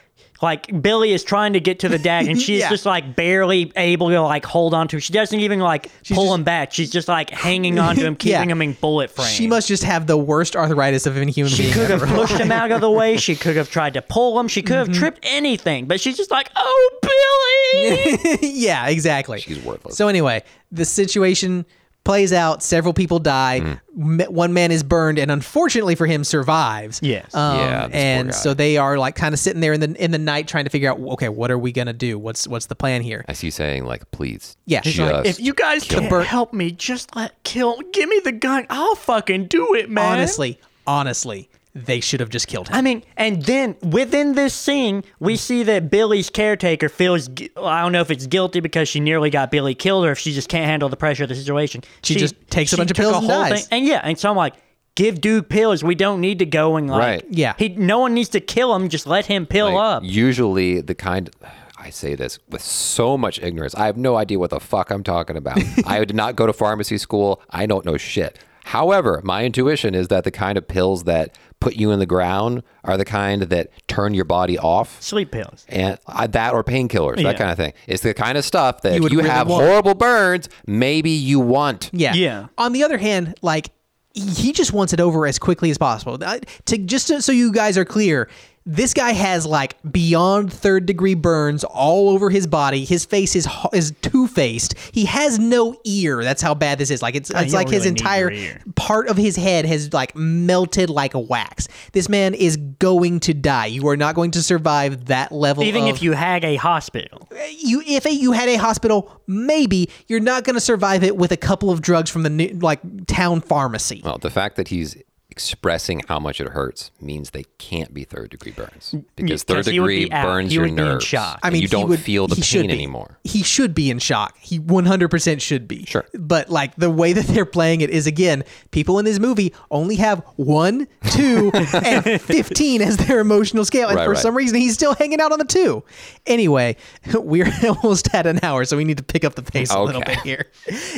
[SPEAKER 1] like Billy is trying to get to the dad,
[SPEAKER 2] <laughs>
[SPEAKER 1] and she's
[SPEAKER 2] Yeah.
[SPEAKER 1] just like barely able to like hold on to. She doesn't even like pull
[SPEAKER 2] just-
[SPEAKER 1] him back. She's just like
[SPEAKER 2] <laughs>
[SPEAKER 1] hanging on to him,
[SPEAKER 2] Yeah.
[SPEAKER 1] keeping him in bullet frame.
[SPEAKER 2] she must just have the worst arthritis of any human
[SPEAKER 1] She
[SPEAKER 2] being.
[SPEAKER 1] could have
[SPEAKER 2] ever.
[SPEAKER 1] pushed him out of the way. She could have tried to pull him. She could have tripped anything, but she's just like, "Oh, Billy!"
[SPEAKER 2] <laughs> yeah, exactly.
[SPEAKER 3] She's worthless.
[SPEAKER 2] So anyway, the situation plays out. Several people die.
[SPEAKER 3] Mm.
[SPEAKER 2] M- One man is burned, and unfortunately for him, survives.
[SPEAKER 1] Yes.
[SPEAKER 2] Um,
[SPEAKER 3] Yeah, this poor
[SPEAKER 2] and
[SPEAKER 3] guy.
[SPEAKER 2] so they are like kind of sitting there in the in the night, trying to figure out, okay, what are we gonna do? What's what's the plan here?
[SPEAKER 3] I see you saying like, please.
[SPEAKER 2] Yeah.
[SPEAKER 3] Just
[SPEAKER 2] She's like,
[SPEAKER 1] If you guys can't
[SPEAKER 2] Bert-
[SPEAKER 1] help me, just let kill. Give me the gun. I'll fucking do it, man.
[SPEAKER 2] Honestly, honestly, they should have just killed him.
[SPEAKER 1] I mean, and then within this scene, we see that Billy's caretaker feels, gu- I don't know if it's guilty because she nearly got Billy killed or if she just can't handle the pressure of the situation.
[SPEAKER 2] She just takes a bunch of
[SPEAKER 1] took
[SPEAKER 2] pills and
[SPEAKER 1] whole
[SPEAKER 2] dies.
[SPEAKER 1] and yeah, and so I'm like, give dude pills. We don't need to go and like,
[SPEAKER 3] Right.
[SPEAKER 2] Yeah.
[SPEAKER 1] He, no one needs to kill him. Just let him pill
[SPEAKER 3] Like,
[SPEAKER 1] up.
[SPEAKER 3] Usually, the kind I say this with so much ignorance. I have no idea what the fuck I'm
[SPEAKER 2] <laughs>
[SPEAKER 3] talking about. I did not go to pharmacy school. I don't know shit. However, my intuition is that the kind of pills that put you in the ground are the kind that turn your body off.
[SPEAKER 1] Sleep pills.
[SPEAKER 3] and uh, that or painkillers,
[SPEAKER 1] Yeah.
[SPEAKER 3] that kind of thing. It's the kind of stuff that
[SPEAKER 2] You
[SPEAKER 3] if
[SPEAKER 2] would
[SPEAKER 3] you
[SPEAKER 2] really
[SPEAKER 3] have
[SPEAKER 2] want.
[SPEAKER 3] horrible burns, maybe you want.
[SPEAKER 2] Yeah.
[SPEAKER 1] Yeah.
[SPEAKER 2] On the other hand, like he just wants it over as quickly as possible. I- To just to, so you guys are clear, this guy has like beyond third degree burns all over his body. His face is ho- is two faced. He has no ear. That's how bad this is. Like it's it's
[SPEAKER 1] you
[SPEAKER 2] like
[SPEAKER 1] don't
[SPEAKER 2] his
[SPEAKER 1] really need
[SPEAKER 2] entire
[SPEAKER 1] your ear.
[SPEAKER 2] part of his head has like melted like wax. This man is going to die. You are not going to survive that level.
[SPEAKER 1] Even
[SPEAKER 2] of,
[SPEAKER 1] if you had a hospital.
[SPEAKER 2] you if you had a hospital, maybe you're not going to survive it with a couple of drugs from the new, like town pharmacy.
[SPEAKER 3] Well, the fact that he's expressing how much it hurts means they can't be third degree burns because third
[SPEAKER 1] 'cause Mm, he would
[SPEAKER 3] degree
[SPEAKER 1] be out.
[SPEAKER 3] burns
[SPEAKER 1] He
[SPEAKER 3] your
[SPEAKER 1] would be in
[SPEAKER 3] nerves.
[SPEAKER 1] shock.
[SPEAKER 3] and you
[SPEAKER 2] he
[SPEAKER 3] don't
[SPEAKER 2] would-
[SPEAKER 3] feel the
[SPEAKER 2] he should
[SPEAKER 3] pain
[SPEAKER 2] be.
[SPEAKER 3] anymore.
[SPEAKER 2] He should be in shock. He 100% should be. Sure. But like the way that they're playing it is again, people in this movie only have one,
[SPEAKER 3] <laughs>
[SPEAKER 2] two, and 15 as their emotional scale. And
[SPEAKER 3] Right,
[SPEAKER 2] for
[SPEAKER 3] right.
[SPEAKER 2] some reason, he's still hanging out on the two. Anyway, <laughs> we're almost at an hour, so we need to pick up the pace a little
[SPEAKER 3] Okay.
[SPEAKER 2] bit here.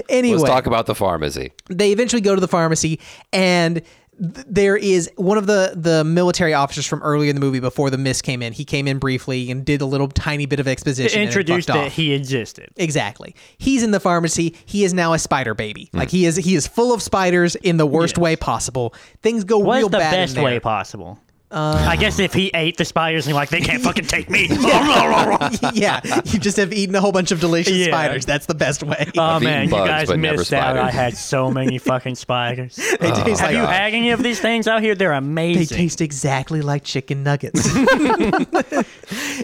[SPEAKER 2] Anyway,
[SPEAKER 3] Let's talk about
[SPEAKER 2] <laughs>
[SPEAKER 3] the pharmacy.
[SPEAKER 2] they eventually go to the pharmacy and th- there is one of the the military officers from earlier in the movie before the mist came in he came in briefly and did a little tiny bit of exposition and then
[SPEAKER 1] Introduced
[SPEAKER 2] fucked
[SPEAKER 1] that
[SPEAKER 2] off.
[SPEAKER 1] he existed.
[SPEAKER 2] exactly he's in the pharmacy he is now a spider baby like he is he is full of spiders in the worst way possible things go
[SPEAKER 1] What's
[SPEAKER 2] real
[SPEAKER 1] the
[SPEAKER 2] bad in
[SPEAKER 1] best
[SPEAKER 2] there. Uh,
[SPEAKER 1] way possible? I guess if he ate the spiders and like they can't fucking take
[SPEAKER 2] <laughs>
[SPEAKER 1] me.
[SPEAKER 2] <laughs>
[SPEAKER 1] <laughs> Oh,
[SPEAKER 2] yeah you just have eaten a whole bunch of delicious
[SPEAKER 1] Yeah.
[SPEAKER 2] spiders that's the best way
[SPEAKER 1] Oh
[SPEAKER 3] I've eaten
[SPEAKER 1] man, you
[SPEAKER 3] bugs,
[SPEAKER 1] guys
[SPEAKER 3] but never
[SPEAKER 1] missed out. I
[SPEAKER 3] spiders.
[SPEAKER 1] had so
[SPEAKER 2] <laughs>
[SPEAKER 1] many fucking spiders.
[SPEAKER 2] They
[SPEAKER 1] Have
[SPEAKER 2] taste like-
[SPEAKER 1] you had any of these things out here? They're
[SPEAKER 2] they
[SPEAKER 1] amazing.
[SPEAKER 2] taste exactly like
[SPEAKER 1] <laughs>
[SPEAKER 2] chicken nuggets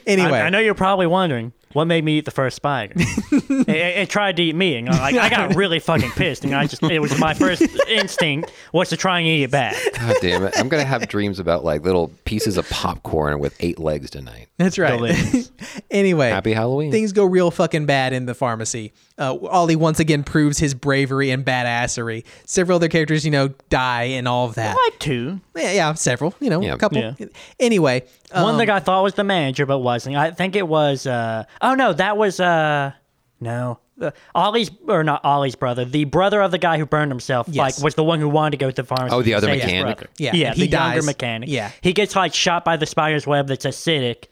[SPEAKER 2] anyway
[SPEAKER 1] I, I know you're probably wondering what made me eat the first
[SPEAKER 2] <laughs>
[SPEAKER 1] spider. it, it- it tried to eat me, and uh, like, I got really fucking pissed. And I just it was my
[SPEAKER 2] <laughs>
[SPEAKER 1] first instinct was to try and eat it back.
[SPEAKER 3] God damn it! I'm gonna have dreams about like little pieces of popcorn with eight legs tonight.
[SPEAKER 2] That's right.
[SPEAKER 1] Delicious.
[SPEAKER 2] <laughs> anyway,
[SPEAKER 3] Happy Halloween.
[SPEAKER 2] Things go real fucking bad in the pharmacy. Uh, Ollie once again proves his bravery and badassery. Several other characters, you know, die and all of that.
[SPEAKER 1] Like two.
[SPEAKER 2] Yeah, yeah, several. You know,
[SPEAKER 3] Yeah.
[SPEAKER 2] a couple.
[SPEAKER 1] Yeah.
[SPEAKER 2] Anyway, um,
[SPEAKER 1] One that I thought was the manager, but wasn't. I think it was. Uh, oh no, that was. Uh, no, uh, Ollie's or not Ollie's brother, the brother of the guy who burned himself.
[SPEAKER 2] Yes.
[SPEAKER 1] Like was the one who wanted to go to the pharmacy.
[SPEAKER 3] Oh, the
[SPEAKER 1] to
[SPEAKER 3] other
[SPEAKER 1] save his
[SPEAKER 3] mechanic?
[SPEAKER 1] brother.
[SPEAKER 2] Yeah,
[SPEAKER 1] yeah,
[SPEAKER 2] and
[SPEAKER 1] the
[SPEAKER 2] he
[SPEAKER 1] younger
[SPEAKER 2] dies.
[SPEAKER 1] mechanic.
[SPEAKER 2] Yeah.
[SPEAKER 1] he gets like shot by the spider's web that's acidic,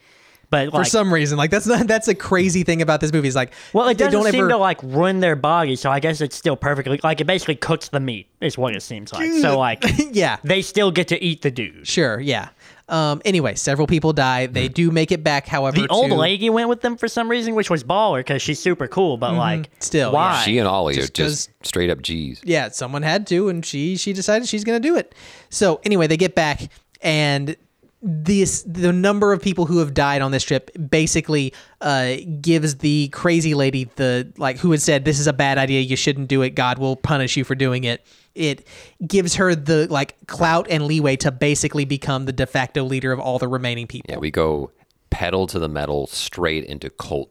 [SPEAKER 1] but
[SPEAKER 2] for
[SPEAKER 1] like.
[SPEAKER 2] some reason, like that's not, that's a crazy thing about this movie. Is like,
[SPEAKER 1] well, it
[SPEAKER 2] they
[SPEAKER 1] doesn't
[SPEAKER 2] don't
[SPEAKER 1] seem
[SPEAKER 2] ever, <laughs>
[SPEAKER 1] to like ruin their body, so I guess it's still perfectly like it basically cooks the meat, is what it seems like. So like,
[SPEAKER 2] yeah,
[SPEAKER 1] they still get to eat the dude.
[SPEAKER 2] sure, yeah. Um, anyway, several people die. They do make it back, however.
[SPEAKER 1] The old
[SPEAKER 2] to-
[SPEAKER 1] lady went with them for some reason, which was baller because she's super cool. But like,
[SPEAKER 2] Mm-hmm. Still, yeah.
[SPEAKER 1] why?
[SPEAKER 3] She and Ollie
[SPEAKER 2] Just
[SPEAKER 3] are just straight up G's.
[SPEAKER 2] yeah, someone had to, and she she decided she's gonna do it. So anyway, they get back, and this the number of people who have died on this trip basically uh, gives the crazy lady the like who had said this is a bad idea you shouldn't do it god will punish you for doing it it gives her the like clout and leeway to basically become the de facto leader of all the remaining people
[SPEAKER 3] Yeah, we go pedal to the metal straight into cult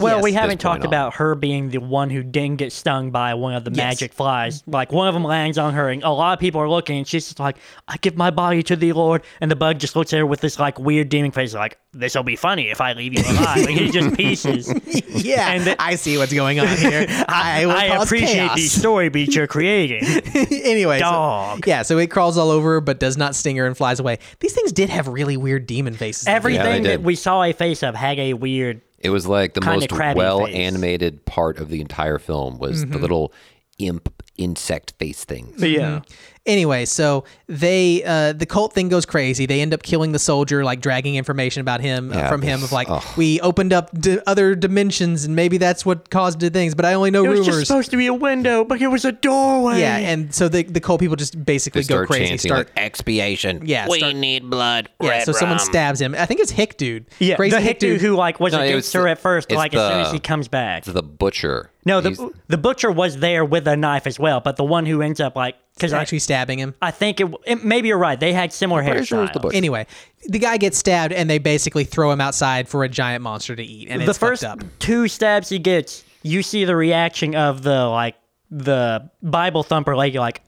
[SPEAKER 1] <laughs> Well,
[SPEAKER 3] from
[SPEAKER 1] we
[SPEAKER 3] this
[SPEAKER 1] haven't
[SPEAKER 3] point uh,
[SPEAKER 1] talked
[SPEAKER 3] on.
[SPEAKER 1] about her being the one who didn't get stung by one of the magic flies. Like one of them lands on her, and a lot of people are looking, and she's just like, "I give my body to the Lord," and the bug just looks at her with this like weird demon face, like, "This'll be funny if I leave
[SPEAKER 2] <laughs>
[SPEAKER 1] you alive." and he just pieces.
[SPEAKER 2] <laughs> yeah
[SPEAKER 1] And the-
[SPEAKER 2] i see what's going on here i, will
[SPEAKER 1] <laughs> I
[SPEAKER 2] cause
[SPEAKER 1] appreciate
[SPEAKER 2] chaos.
[SPEAKER 1] the story beats you're
[SPEAKER 2] <laughs>
[SPEAKER 1] creating.
[SPEAKER 2] anyway, so-
[SPEAKER 1] Dog.
[SPEAKER 2] yeah, so it crawls all over but does not sting her and flies away. These things did have really weird demon faces.
[SPEAKER 1] Everything that
[SPEAKER 3] did.
[SPEAKER 1] we saw a face of had a weird.
[SPEAKER 3] It was like the
[SPEAKER 1] kinda
[SPEAKER 3] most
[SPEAKER 1] crabby
[SPEAKER 3] well
[SPEAKER 1] face. Mm-hmm.
[SPEAKER 3] animated part of the entire film was the little imp insect face thing.
[SPEAKER 1] Yeah.
[SPEAKER 2] Anyway, so they uh, the cult thing goes crazy. They end up killing the soldier, like dragging information about him uh,
[SPEAKER 3] Yeah,
[SPEAKER 2] from
[SPEAKER 3] this-
[SPEAKER 2] him of like
[SPEAKER 3] ugh.
[SPEAKER 2] we opened up d- other dimensions and maybe that's what caused the things. But I only know
[SPEAKER 1] It was just
[SPEAKER 2] rumors.
[SPEAKER 1] supposed to be a window, but it was a doorway.
[SPEAKER 2] yeah, and so the the cult people just basically
[SPEAKER 3] They
[SPEAKER 2] go
[SPEAKER 3] start
[SPEAKER 2] crazy.
[SPEAKER 3] chanting
[SPEAKER 2] Start
[SPEAKER 3] like expiation.
[SPEAKER 2] yeah,
[SPEAKER 3] we
[SPEAKER 2] start-
[SPEAKER 3] need blood.
[SPEAKER 2] yeah.
[SPEAKER 3] red
[SPEAKER 2] So someone
[SPEAKER 3] rum."
[SPEAKER 2] stabs him. I think it's Hick dude.
[SPEAKER 1] Yeah,
[SPEAKER 2] crazy
[SPEAKER 1] the hick dude who like was
[SPEAKER 3] No, it
[SPEAKER 1] against
[SPEAKER 3] was
[SPEAKER 1] her
[SPEAKER 3] the-
[SPEAKER 1] at first, but,
[SPEAKER 3] it's
[SPEAKER 1] like as soon as
[SPEAKER 3] the-
[SPEAKER 1] he comes back.
[SPEAKER 3] the butcher.
[SPEAKER 1] No, the
[SPEAKER 3] He's-
[SPEAKER 1] the butcher was there with a knife as well, but the one who ends up like because
[SPEAKER 2] is
[SPEAKER 1] I,
[SPEAKER 2] actually stabbing him.
[SPEAKER 1] I think it, it maybe you're right. They had similar hair
[SPEAKER 3] sure it was the butcher.
[SPEAKER 2] Anyway, the guy gets stabbed and they basically throw him outside for a giant monster to eat. And
[SPEAKER 1] The
[SPEAKER 2] it's fucked
[SPEAKER 1] first
[SPEAKER 2] up.
[SPEAKER 1] two stabs he gets, you see the reaction of the like the Bible thumper lady, like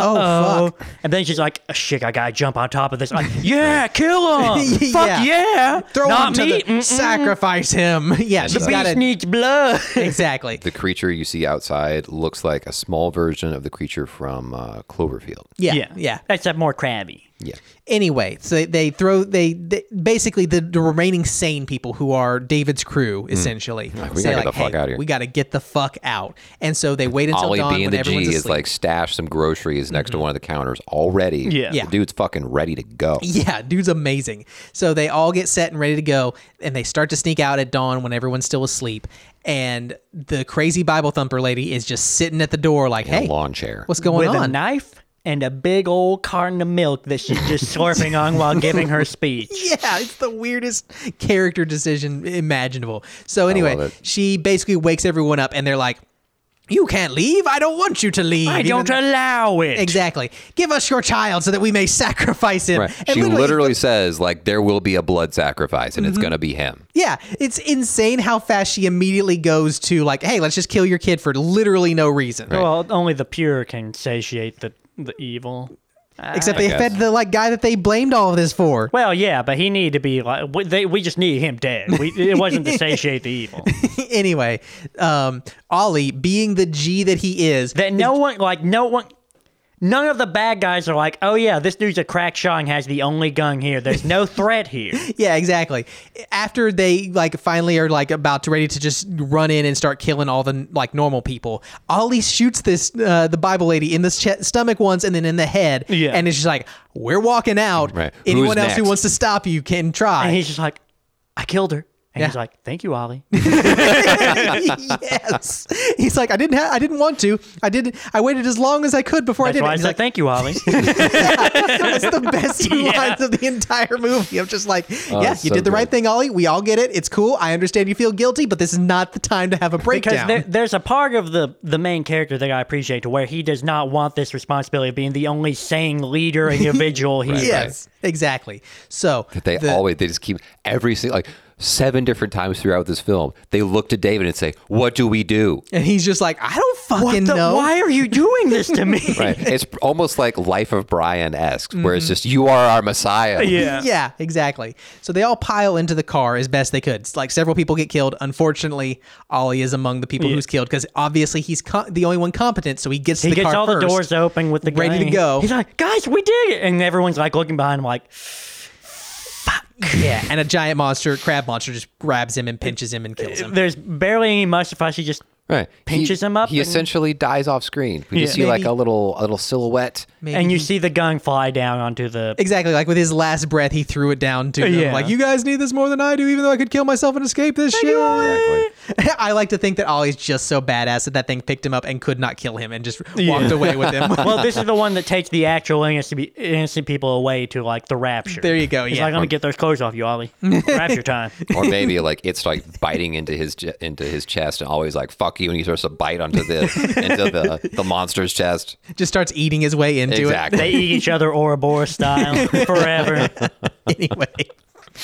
[SPEAKER 2] Oh,
[SPEAKER 1] oh, and then she's like, "Oh, shit, I gotta jump on top of this.
[SPEAKER 2] <laughs>
[SPEAKER 1] Like, yeah, kill him. Fuck
[SPEAKER 2] Yeah.
[SPEAKER 1] yeah,
[SPEAKER 2] Throw
[SPEAKER 1] Not
[SPEAKER 2] him to
[SPEAKER 1] me.
[SPEAKER 2] the sacrifice him. <laughs> Yeah,
[SPEAKER 1] The
[SPEAKER 2] she's
[SPEAKER 1] beast
[SPEAKER 2] got to
[SPEAKER 1] needs blood.
[SPEAKER 2] exactly.
[SPEAKER 3] the creature you see outside looks like a small version of the creature from uh, Cloverfield.
[SPEAKER 1] <laughs>
[SPEAKER 2] Yeah, yeah,
[SPEAKER 1] Except more crabby.
[SPEAKER 3] Yeah.
[SPEAKER 2] Anyway, so they, they throw they, they basically the, the remaining sane people who are David's crew essentially
[SPEAKER 3] Mm.
[SPEAKER 2] say
[SPEAKER 3] we gotta get
[SPEAKER 2] like,
[SPEAKER 3] the fuck
[SPEAKER 2] "Hey,
[SPEAKER 3] out of here."
[SPEAKER 2] we got to get the fuck out." And so they wait until
[SPEAKER 3] Ollie
[SPEAKER 2] dawn
[SPEAKER 3] being
[SPEAKER 2] when
[SPEAKER 3] the
[SPEAKER 2] everyone's
[SPEAKER 3] G is
[SPEAKER 2] asleep. Mm-hmm.
[SPEAKER 3] like stash some groceries next to one of the counters already.
[SPEAKER 1] Yeah.
[SPEAKER 2] Yeah.
[SPEAKER 3] The dude's fucking ready to go.
[SPEAKER 2] Yeah, dude's amazing. So they all get set and ready to go, and they start to sneak out at dawn when everyone's still asleep. And the crazy Bible thumper lady is just sitting at the door, like,
[SPEAKER 3] In a
[SPEAKER 2] "Hey,
[SPEAKER 3] lawn chair.
[SPEAKER 2] what's going
[SPEAKER 1] with a
[SPEAKER 2] on?"
[SPEAKER 1] knife and a big old carton of milk that she's <laughs> just slurping on while giving her <laughs> speech.
[SPEAKER 2] <laughs> yeah, it's the weirdest character decision imaginable. So anyway,
[SPEAKER 3] it.
[SPEAKER 2] she basically wakes everyone up, and they're like, "You can't leave. I don't want you to leave.
[SPEAKER 1] I
[SPEAKER 2] Even
[SPEAKER 1] don't
[SPEAKER 2] though-
[SPEAKER 1] allow it.
[SPEAKER 2] Exactly. Give us your child so that we may sacrifice him.
[SPEAKER 3] Right.
[SPEAKER 2] And
[SPEAKER 3] She literally, says, like, there will be a blood sacrifice and it's
[SPEAKER 2] Mm-hmm.
[SPEAKER 3] going to be him.
[SPEAKER 2] Yeah, it's insane how fast she immediately goes to like, "Hey, let's just kill your kid for literally no reason."
[SPEAKER 1] Well, only the pure can satiate the the evil.
[SPEAKER 2] Except they
[SPEAKER 3] guess.
[SPEAKER 2] fed the like guy that they blamed all of this for.
[SPEAKER 1] Well, yeah, but he needed to be like we, they, we just need him dead. We, it wasn't <laughs> to satiate the evil.
[SPEAKER 2] anyway, um, Ollie, being the G that he is,
[SPEAKER 1] That no one like no one. None of the bad guys are like, oh yeah, this dude's a crack shot and has the only gun here. There's no threat <laughs> here.
[SPEAKER 2] yeah, exactly. After they like finally are like about to ready to just run in and start killing all the like normal people, Ollie shoots this uh, the Bible lady in the ch- stomach once and then in the head,
[SPEAKER 1] Yeah.
[SPEAKER 2] and it's just like we're walking out.
[SPEAKER 3] Right. Who's
[SPEAKER 2] Anyone else who
[SPEAKER 3] next?
[SPEAKER 2] wants to stop you can try.
[SPEAKER 1] And he's just like, I killed her. And he's
[SPEAKER 2] Yeah.
[SPEAKER 1] like, thank you, Ollie. <laughs>
[SPEAKER 2] yes. He's like, I didn't have, I didn't want to. I did. I waited as long as I could before I
[SPEAKER 1] That's
[SPEAKER 2] did. it."
[SPEAKER 1] why I
[SPEAKER 2] He's
[SPEAKER 1] said,
[SPEAKER 2] like,
[SPEAKER 1] thank you, <laughs> Ollie.
[SPEAKER 2] that's
[SPEAKER 1] <laughs>
[SPEAKER 2] the best two
[SPEAKER 1] Yeah.
[SPEAKER 2] lines of the entire movie. I'm just like, yeah, you
[SPEAKER 3] Oh, so
[SPEAKER 2] did the right
[SPEAKER 3] good.
[SPEAKER 2] thing, Ollie. We all get it. It's cool. I understand you feel guilty, but this is not the time to have a
[SPEAKER 1] because
[SPEAKER 2] breakdown.
[SPEAKER 1] there, there's a part of the the main character that I appreciate to where he does not want this responsibility of being the only sane leader individual he
[SPEAKER 2] yes, exactly. So
[SPEAKER 3] They
[SPEAKER 2] the-
[SPEAKER 3] always, they just keep every single, like, seven different times throughout this film, they look to David and say, What do we do?
[SPEAKER 2] and he's just like, I don't fucking
[SPEAKER 1] What the,
[SPEAKER 2] know.
[SPEAKER 1] Why are you doing this to me?
[SPEAKER 3] Right. it's almost like Life of Brian esque, where it's just, You are our Messiah.
[SPEAKER 1] <laughs> Mm-hmm. Yeah.
[SPEAKER 2] <laughs> Yeah, exactly. So they all pile into the car as best they could. It's like several people get killed. Unfortunately, Ollie is among the people who's killed because obviously he's co- the only one competent, so he gets to
[SPEAKER 1] He
[SPEAKER 2] the
[SPEAKER 1] gets
[SPEAKER 2] car
[SPEAKER 1] all
[SPEAKER 2] first.
[SPEAKER 1] the doors open with the gun.
[SPEAKER 2] ready to
[SPEAKER 1] and he-
[SPEAKER 2] go.
[SPEAKER 1] He's like, guys, we did it, and everyone's like looking behind him, like,
[SPEAKER 2] Yeah, and a giant monster, crab monster, just grabs him and pinches him and kills him.
[SPEAKER 1] there's barely any mustify. She just
[SPEAKER 3] Right.
[SPEAKER 1] Pinches
[SPEAKER 3] He-
[SPEAKER 1] him up
[SPEAKER 3] He
[SPEAKER 1] and-
[SPEAKER 3] essentially dies off screen. We just see
[SPEAKER 1] Yeah.
[SPEAKER 3] like a
[SPEAKER 2] Maybe-
[SPEAKER 3] little a little silhouette.
[SPEAKER 2] Maybe
[SPEAKER 1] and you
[SPEAKER 2] he-
[SPEAKER 1] see the gun fly down onto the
[SPEAKER 2] exactly like with his last breath, he threw it down to them.
[SPEAKER 1] Yeah.
[SPEAKER 2] Like you guys need this more than I do, even though I could kill myself and escape this shit. <laughs> I like to think that Ollie's just so badass that that thing picked him up and could not kill him and just walked away
[SPEAKER 1] <laughs>
[SPEAKER 2] with him. <laughs>
[SPEAKER 1] well, this is the one that takes the actual innocent, be- innocent people away to like the rapture.
[SPEAKER 2] There you go,
[SPEAKER 1] He's
[SPEAKER 2] yeah.
[SPEAKER 1] like, I'm gonna get those clothes off you, Ollie. rapture time.
[SPEAKER 2] <laughs>
[SPEAKER 1] <laughs>
[SPEAKER 3] Or maybe like it's like biting into his ch- into his chest and always like fuck you and he starts to bite onto
[SPEAKER 1] <laughs>
[SPEAKER 3] the into the, the monster's chest.
[SPEAKER 2] just starts eating his way into
[SPEAKER 3] Exactly.
[SPEAKER 1] They eat each other Ouroboros
[SPEAKER 2] <laughs>
[SPEAKER 1] style forever.
[SPEAKER 2] it. <laughs> Anyway,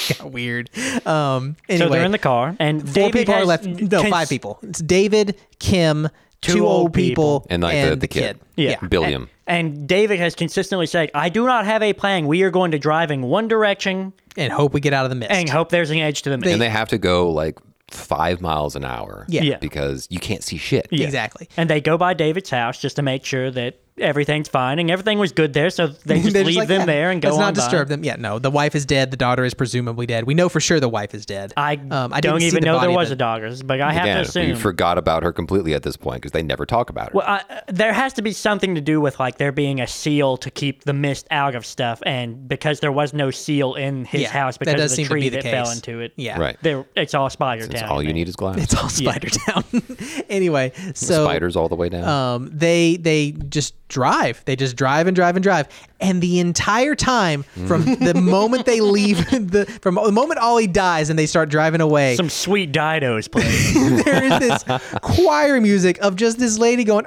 [SPEAKER 2] <laughs> got weird. Um, anyway,
[SPEAKER 1] So they're in the car, and
[SPEAKER 2] four
[SPEAKER 1] David
[SPEAKER 2] people are
[SPEAKER 1] has-
[SPEAKER 2] left. No,
[SPEAKER 1] cons-
[SPEAKER 2] five people. It's David, Kim, two, old people,
[SPEAKER 3] And like the, the, kid.
[SPEAKER 1] Yeah.
[SPEAKER 3] Billiam.
[SPEAKER 1] And David has consistently said, "I do not have a plan. We are going to drive in one direction
[SPEAKER 2] and hope we get out of the mist.
[SPEAKER 1] and hope there's an edge to the mist."
[SPEAKER 3] And they have to go like five miles an hour.
[SPEAKER 2] Yeah. Yeah.
[SPEAKER 3] Because you can't see shit.
[SPEAKER 2] Exactly.
[SPEAKER 1] And they go by David's house just to make sure that everything's fine and everything was good there. So
[SPEAKER 2] <laughs>
[SPEAKER 1] they just
[SPEAKER 2] They're
[SPEAKER 1] leave
[SPEAKER 2] like,
[SPEAKER 1] them
[SPEAKER 2] yeah,
[SPEAKER 1] there and go
[SPEAKER 2] Let's
[SPEAKER 1] on
[SPEAKER 2] not
[SPEAKER 1] by.
[SPEAKER 2] disturb them. Yeah, no. The wife is dead. The daughter is presumably dead. We know for sure the wife is dead.
[SPEAKER 1] I,
[SPEAKER 2] Um,
[SPEAKER 1] don't
[SPEAKER 2] didn't see
[SPEAKER 1] even
[SPEAKER 2] the
[SPEAKER 1] know there
[SPEAKER 2] body,
[SPEAKER 1] was
[SPEAKER 2] but-
[SPEAKER 1] a dogger, but I have
[SPEAKER 3] Again,
[SPEAKER 1] to assume
[SPEAKER 3] we forgot about her completely at this point because they never talk about her.
[SPEAKER 1] Well, I, uh, there has to be something to do with like there being a seal to keep the mist out of stuff, and because there was no seal in his
[SPEAKER 2] Yeah,
[SPEAKER 1] house
[SPEAKER 2] that
[SPEAKER 1] because
[SPEAKER 2] does
[SPEAKER 1] of the
[SPEAKER 2] seem to
[SPEAKER 1] tree
[SPEAKER 2] be the
[SPEAKER 1] that fell
[SPEAKER 2] case.
[SPEAKER 1] into it.
[SPEAKER 2] Yeah.
[SPEAKER 3] right.
[SPEAKER 1] there it's all spider
[SPEAKER 3] That's
[SPEAKER 1] town.
[SPEAKER 3] all you need is glass.
[SPEAKER 2] It's all Spider <laughs> Town. anyway, so
[SPEAKER 3] Spiders all the way down.
[SPEAKER 2] um, they they just drive. They just drive and drive and drive. And the entire time, from
[SPEAKER 3] Mm.
[SPEAKER 2] the moment
[SPEAKER 3] <laughs>
[SPEAKER 2] they leave, <laughs> the from the moment Ollie dies and they start driving away,
[SPEAKER 1] Some sweet didos
[SPEAKER 2] <laughs>
[SPEAKER 1] playing.
[SPEAKER 2] there is this choir music of just this lady going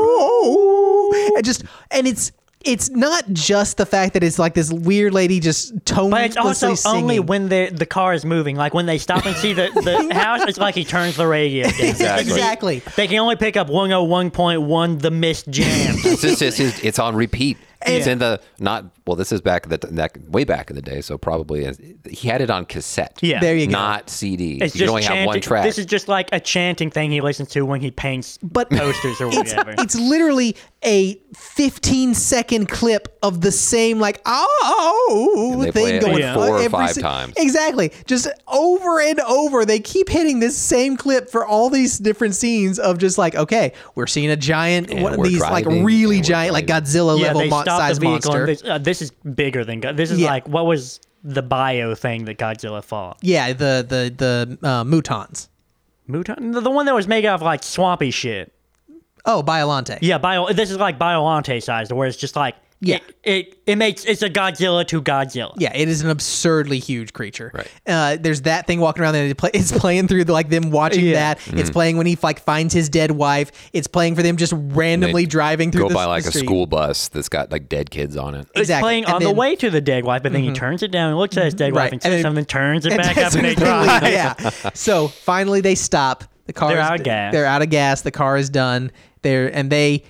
[SPEAKER 2] oh and just and it's it's not just the fact that it's like this weird lady just
[SPEAKER 1] but
[SPEAKER 2] tonelessly
[SPEAKER 1] it's also
[SPEAKER 2] singing.
[SPEAKER 1] only when the the car is moving. Like when they stop and see the,
[SPEAKER 2] <laughs>
[SPEAKER 1] the house, it's like he turns the radio. Down.
[SPEAKER 3] Exactly.
[SPEAKER 2] exactly.
[SPEAKER 1] They can only pick up 101.1 the mist
[SPEAKER 3] <laughs>
[SPEAKER 1] jam.
[SPEAKER 3] it's just, it's, just- it's on repeat. It's in the not well. This is back in the that way back in the day, so probably is, he had it on cassette.
[SPEAKER 1] Yeah.
[SPEAKER 2] There you go.
[SPEAKER 3] not CD.
[SPEAKER 1] It's
[SPEAKER 3] you
[SPEAKER 1] just
[SPEAKER 3] only have one
[SPEAKER 1] chanting-
[SPEAKER 3] track.
[SPEAKER 1] This is just like a chanting thing he listens to when he paints
[SPEAKER 2] But
[SPEAKER 1] posters or
[SPEAKER 2] it's,
[SPEAKER 1] whatever.
[SPEAKER 2] it's literally a 15 second clip of the same like oh
[SPEAKER 3] And they play
[SPEAKER 2] thing
[SPEAKER 3] it
[SPEAKER 2] going
[SPEAKER 3] like four or
[SPEAKER 2] every
[SPEAKER 3] five
[SPEAKER 2] si-
[SPEAKER 3] times.
[SPEAKER 2] exactly just over and over they keep hitting this same clip for all these different scenes of just like okay we're seeing a giant
[SPEAKER 3] And
[SPEAKER 2] one of
[SPEAKER 3] we're
[SPEAKER 2] these
[SPEAKER 3] driving,
[SPEAKER 2] like really
[SPEAKER 3] and we're
[SPEAKER 2] giant like
[SPEAKER 3] driving.
[SPEAKER 2] Godzilla
[SPEAKER 1] yeah,
[SPEAKER 2] level
[SPEAKER 1] they
[SPEAKER 2] mon-
[SPEAKER 1] stop
[SPEAKER 2] size
[SPEAKER 1] the vehicle.
[SPEAKER 2] monster
[SPEAKER 1] And this, uh, this is bigger than God. This is
[SPEAKER 2] Yeah.
[SPEAKER 1] like what was the bio thing that Godzilla fought?
[SPEAKER 2] yeah the the the uh, mutons
[SPEAKER 1] Mutant, the, the one that was made out of like swampy shit.
[SPEAKER 2] oh Biolante
[SPEAKER 1] Yeah, bio. This is like Biolante sized, where it's just like
[SPEAKER 2] Yeah.
[SPEAKER 1] it it, it makes it's a Godzilla to Godzilla.
[SPEAKER 2] Yeah, it is an absurdly huge creature.
[SPEAKER 3] Right.
[SPEAKER 2] Uh, there's that thing walking around there. It play, <laughs> it's playing through the, like them watching that.
[SPEAKER 3] Mm-hmm.
[SPEAKER 2] It's playing when he like finds his dead wife. It's playing for them just randomly driving through.
[SPEAKER 3] Go
[SPEAKER 2] the,
[SPEAKER 3] by like
[SPEAKER 2] the
[SPEAKER 3] a
[SPEAKER 2] street.
[SPEAKER 3] school bus that's got like dead kids on it.
[SPEAKER 1] It's
[SPEAKER 2] Exactly.
[SPEAKER 1] playing
[SPEAKER 2] And
[SPEAKER 1] on the
[SPEAKER 2] then- Mm-hmm.
[SPEAKER 1] way to the dead wife, but then he turns it down and looks at his dead
[SPEAKER 2] Right.
[SPEAKER 1] wife and says
[SPEAKER 2] And then-
[SPEAKER 1] something, turns it
[SPEAKER 2] And <laughs>
[SPEAKER 1] back
[SPEAKER 2] that's
[SPEAKER 1] up, and
[SPEAKER 2] when
[SPEAKER 1] they
[SPEAKER 2] they
[SPEAKER 1] drive.
[SPEAKER 2] leave. Yeah. So finally they stop. The car.
[SPEAKER 1] They're
[SPEAKER 2] is-
[SPEAKER 1] out of gas.
[SPEAKER 2] They're out of gas. The car is done. They're and they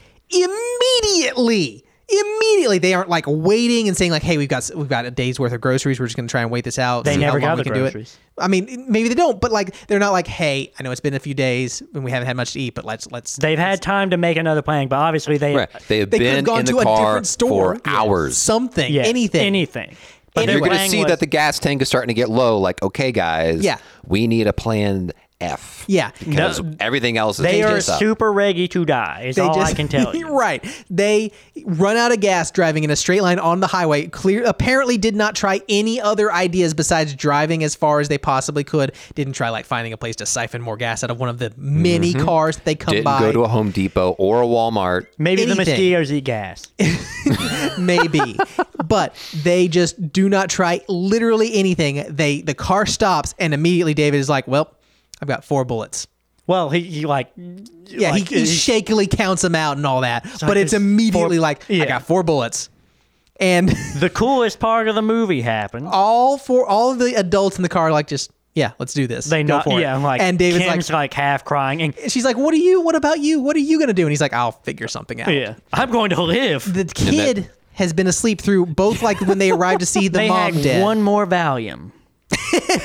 [SPEAKER 2] immediately. Immediately, they aren't like waiting and saying like, "Hey, we've got we've got a day's worth of groceries. We're just going to try and wait this out."
[SPEAKER 1] They
[SPEAKER 2] see how
[SPEAKER 1] never
[SPEAKER 2] long
[SPEAKER 1] got
[SPEAKER 2] we
[SPEAKER 1] the
[SPEAKER 2] can do it."
[SPEAKER 1] groceries.
[SPEAKER 2] I mean, maybe they don't, but like they're not like, "Hey, I know it's been a few days and we haven't had much to eat, but let's let's."
[SPEAKER 1] They've had time to make another plan, but obviously they
[SPEAKER 3] Right. They have
[SPEAKER 2] they could
[SPEAKER 3] been
[SPEAKER 2] have gone
[SPEAKER 3] in
[SPEAKER 2] to
[SPEAKER 3] the
[SPEAKER 2] a
[SPEAKER 3] car
[SPEAKER 2] different store
[SPEAKER 3] for hours.
[SPEAKER 2] something,
[SPEAKER 1] yeah,
[SPEAKER 2] anything,
[SPEAKER 1] anything. But
[SPEAKER 3] You're
[SPEAKER 1] their
[SPEAKER 3] going to
[SPEAKER 1] plan
[SPEAKER 3] see
[SPEAKER 1] was-
[SPEAKER 3] that the gas tank is starting to get low. Like, okay, guys,
[SPEAKER 2] Yeah.
[SPEAKER 3] we need a plan F.
[SPEAKER 2] Yeah.
[SPEAKER 3] because
[SPEAKER 1] No,
[SPEAKER 3] everything else is
[SPEAKER 1] They are
[SPEAKER 3] just up.
[SPEAKER 1] super ready to die. Is all I can
[SPEAKER 2] <laughs>
[SPEAKER 1] tell you.
[SPEAKER 2] right. They run out of gas driving in a straight line on the highway. Clear apparently did not try any other ideas besides driving as far as they possibly could. Didn't try like finding a place to siphon more gas out of one of the many
[SPEAKER 1] Mm-hmm.
[SPEAKER 2] cars that they come
[SPEAKER 3] Didn't
[SPEAKER 2] by.
[SPEAKER 3] go to a Home Depot or a Walmart.
[SPEAKER 1] Maybe the
[SPEAKER 2] anything.
[SPEAKER 1] mosquitoes eat
[SPEAKER 2] <laughs>
[SPEAKER 1] gas.
[SPEAKER 2] <laughs> maybe but they just do not try literally anything they the car stops and immediately david is like well i've got four bullets
[SPEAKER 1] Well, he, he like
[SPEAKER 2] yeah
[SPEAKER 1] like, uh,
[SPEAKER 2] he, he
[SPEAKER 1] he's-
[SPEAKER 2] shakily counts them out and all that but
[SPEAKER 1] there's
[SPEAKER 2] it's immediately
[SPEAKER 1] four-
[SPEAKER 2] like i
[SPEAKER 1] yeah.
[SPEAKER 2] got four bullets and <laughs>
[SPEAKER 1] the coolest part of the movie happened.
[SPEAKER 2] all four all of the adults in the car are like just yeah let's do this
[SPEAKER 1] they
[SPEAKER 2] go
[SPEAKER 1] not,
[SPEAKER 2] for it
[SPEAKER 1] yeah, and like
[SPEAKER 2] and david's
[SPEAKER 1] Kim's
[SPEAKER 2] like
[SPEAKER 1] like, half crying
[SPEAKER 2] <laughs>
[SPEAKER 1] and
[SPEAKER 2] she's like what are you what about you what are you gonna do and he's like i'll figure something out
[SPEAKER 1] yeah, I'm going to live.
[SPEAKER 2] the kid
[SPEAKER 1] <laughs>
[SPEAKER 2] has been asleep through both like when they arrived to see the
[SPEAKER 1] they
[SPEAKER 2] mom
[SPEAKER 1] had
[SPEAKER 2] dead
[SPEAKER 1] one more Valium.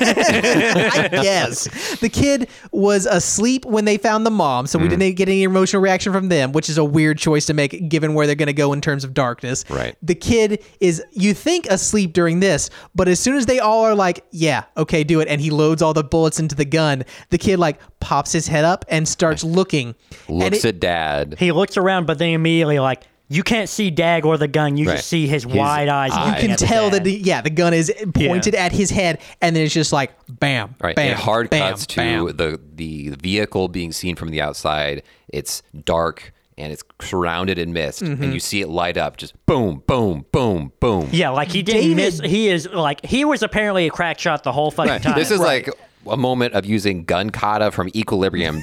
[SPEAKER 3] <laughs>
[SPEAKER 2] I guess. The kid was asleep when they found the mom, so we
[SPEAKER 3] Mm.
[SPEAKER 2] didn't get any emotional reaction from them, which is a weird choice to make given where they're going to go in terms of darkness.
[SPEAKER 3] Right.
[SPEAKER 2] The kid is, you think, asleep during this, but as soon as they all are like, yeah, okay, do it, and he loads all the bullets into the gun, the kid like pops his head up and starts looking. And
[SPEAKER 3] Looks
[SPEAKER 2] it-
[SPEAKER 3] at dad.
[SPEAKER 1] He looks around, but then immediately like you can't see Dag or the gun. You
[SPEAKER 3] Right.
[SPEAKER 1] just see his,
[SPEAKER 3] His
[SPEAKER 1] wide eyes.
[SPEAKER 3] eye.
[SPEAKER 1] looking
[SPEAKER 2] you can
[SPEAKER 1] at the
[SPEAKER 2] tell that
[SPEAKER 1] dad.
[SPEAKER 2] the, yeah the gun is pointed at his head and then it's just like bam
[SPEAKER 3] All right.
[SPEAKER 2] bam
[SPEAKER 3] it hard
[SPEAKER 2] bam,
[SPEAKER 3] cuts to
[SPEAKER 2] bam.
[SPEAKER 3] the the vehicle being seen from the outside. It's dark and it's surrounded in mist,
[SPEAKER 2] Mm-hmm.
[SPEAKER 3] and you see it light up. Just boom, boom, boom, boom.
[SPEAKER 1] yeah, like he didn't
[SPEAKER 2] David-
[SPEAKER 1] miss. He is like he was apparently a crack shot the whole fucking
[SPEAKER 3] Right.
[SPEAKER 1] time.
[SPEAKER 3] This is like a moment of using gun kata from Equilibrium,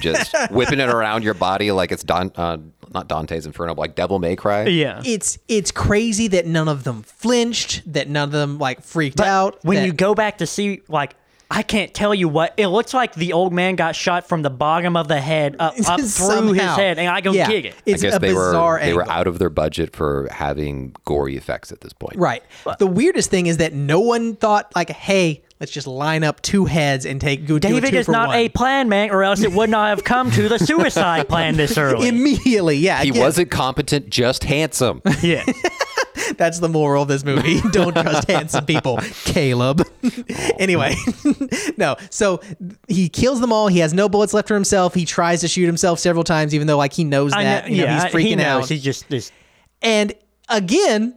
[SPEAKER 2] <laughs>
[SPEAKER 3] just whipping it around your body like it's Don, uh, not Dante's Inferno, but like Devil May Cry.
[SPEAKER 1] yeah.
[SPEAKER 2] it's it's crazy that none of them flinched that none of them like freaked
[SPEAKER 1] But
[SPEAKER 2] out
[SPEAKER 1] when
[SPEAKER 2] that-
[SPEAKER 1] you go back to see like. I can't tell you what it looks like. The old man got shot from the bottom of the head
[SPEAKER 2] <laughs>
[SPEAKER 1] up, up through his
[SPEAKER 2] somehow.
[SPEAKER 1] head, and I go
[SPEAKER 2] yeah.
[SPEAKER 1] gig it.
[SPEAKER 2] It's
[SPEAKER 3] I guess
[SPEAKER 2] a
[SPEAKER 3] they
[SPEAKER 2] bizarre
[SPEAKER 3] were they were
[SPEAKER 2] angle.
[SPEAKER 3] out of their budget for having gory effects at this point.
[SPEAKER 2] Right. the weirdest thing is that no one thought like, "Hey, let's just line up two heads and take good."
[SPEAKER 1] David is not a plan man, or else it would not have come to the suicide plan
[SPEAKER 2] <laughs>
[SPEAKER 1] this early.
[SPEAKER 2] Immediately, yeah.
[SPEAKER 3] He
[SPEAKER 2] again,
[SPEAKER 3] wasn't competent, just handsome.
[SPEAKER 1] yeah,
[SPEAKER 2] That's the moral of this
[SPEAKER 3] <laughs>
[SPEAKER 2] movie. Don't trust handsome people, Caleb. anyway, <laughs> no. So he kills them all. He has no bullets left for himself. He tries to shoot himself several times, even though like he knows
[SPEAKER 1] I
[SPEAKER 2] that.
[SPEAKER 1] know,
[SPEAKER 2] you know,
[SPEAKER 1] yeah,
[SPEAKER 2] he's
[SPEAKER 1] I-
[SPEAKER 2] freaking
[SPEAKER 1] he knows.
[SPEAKER 2] out.
[SPEAKER 1] He just is
[SPEAKER 2] and again,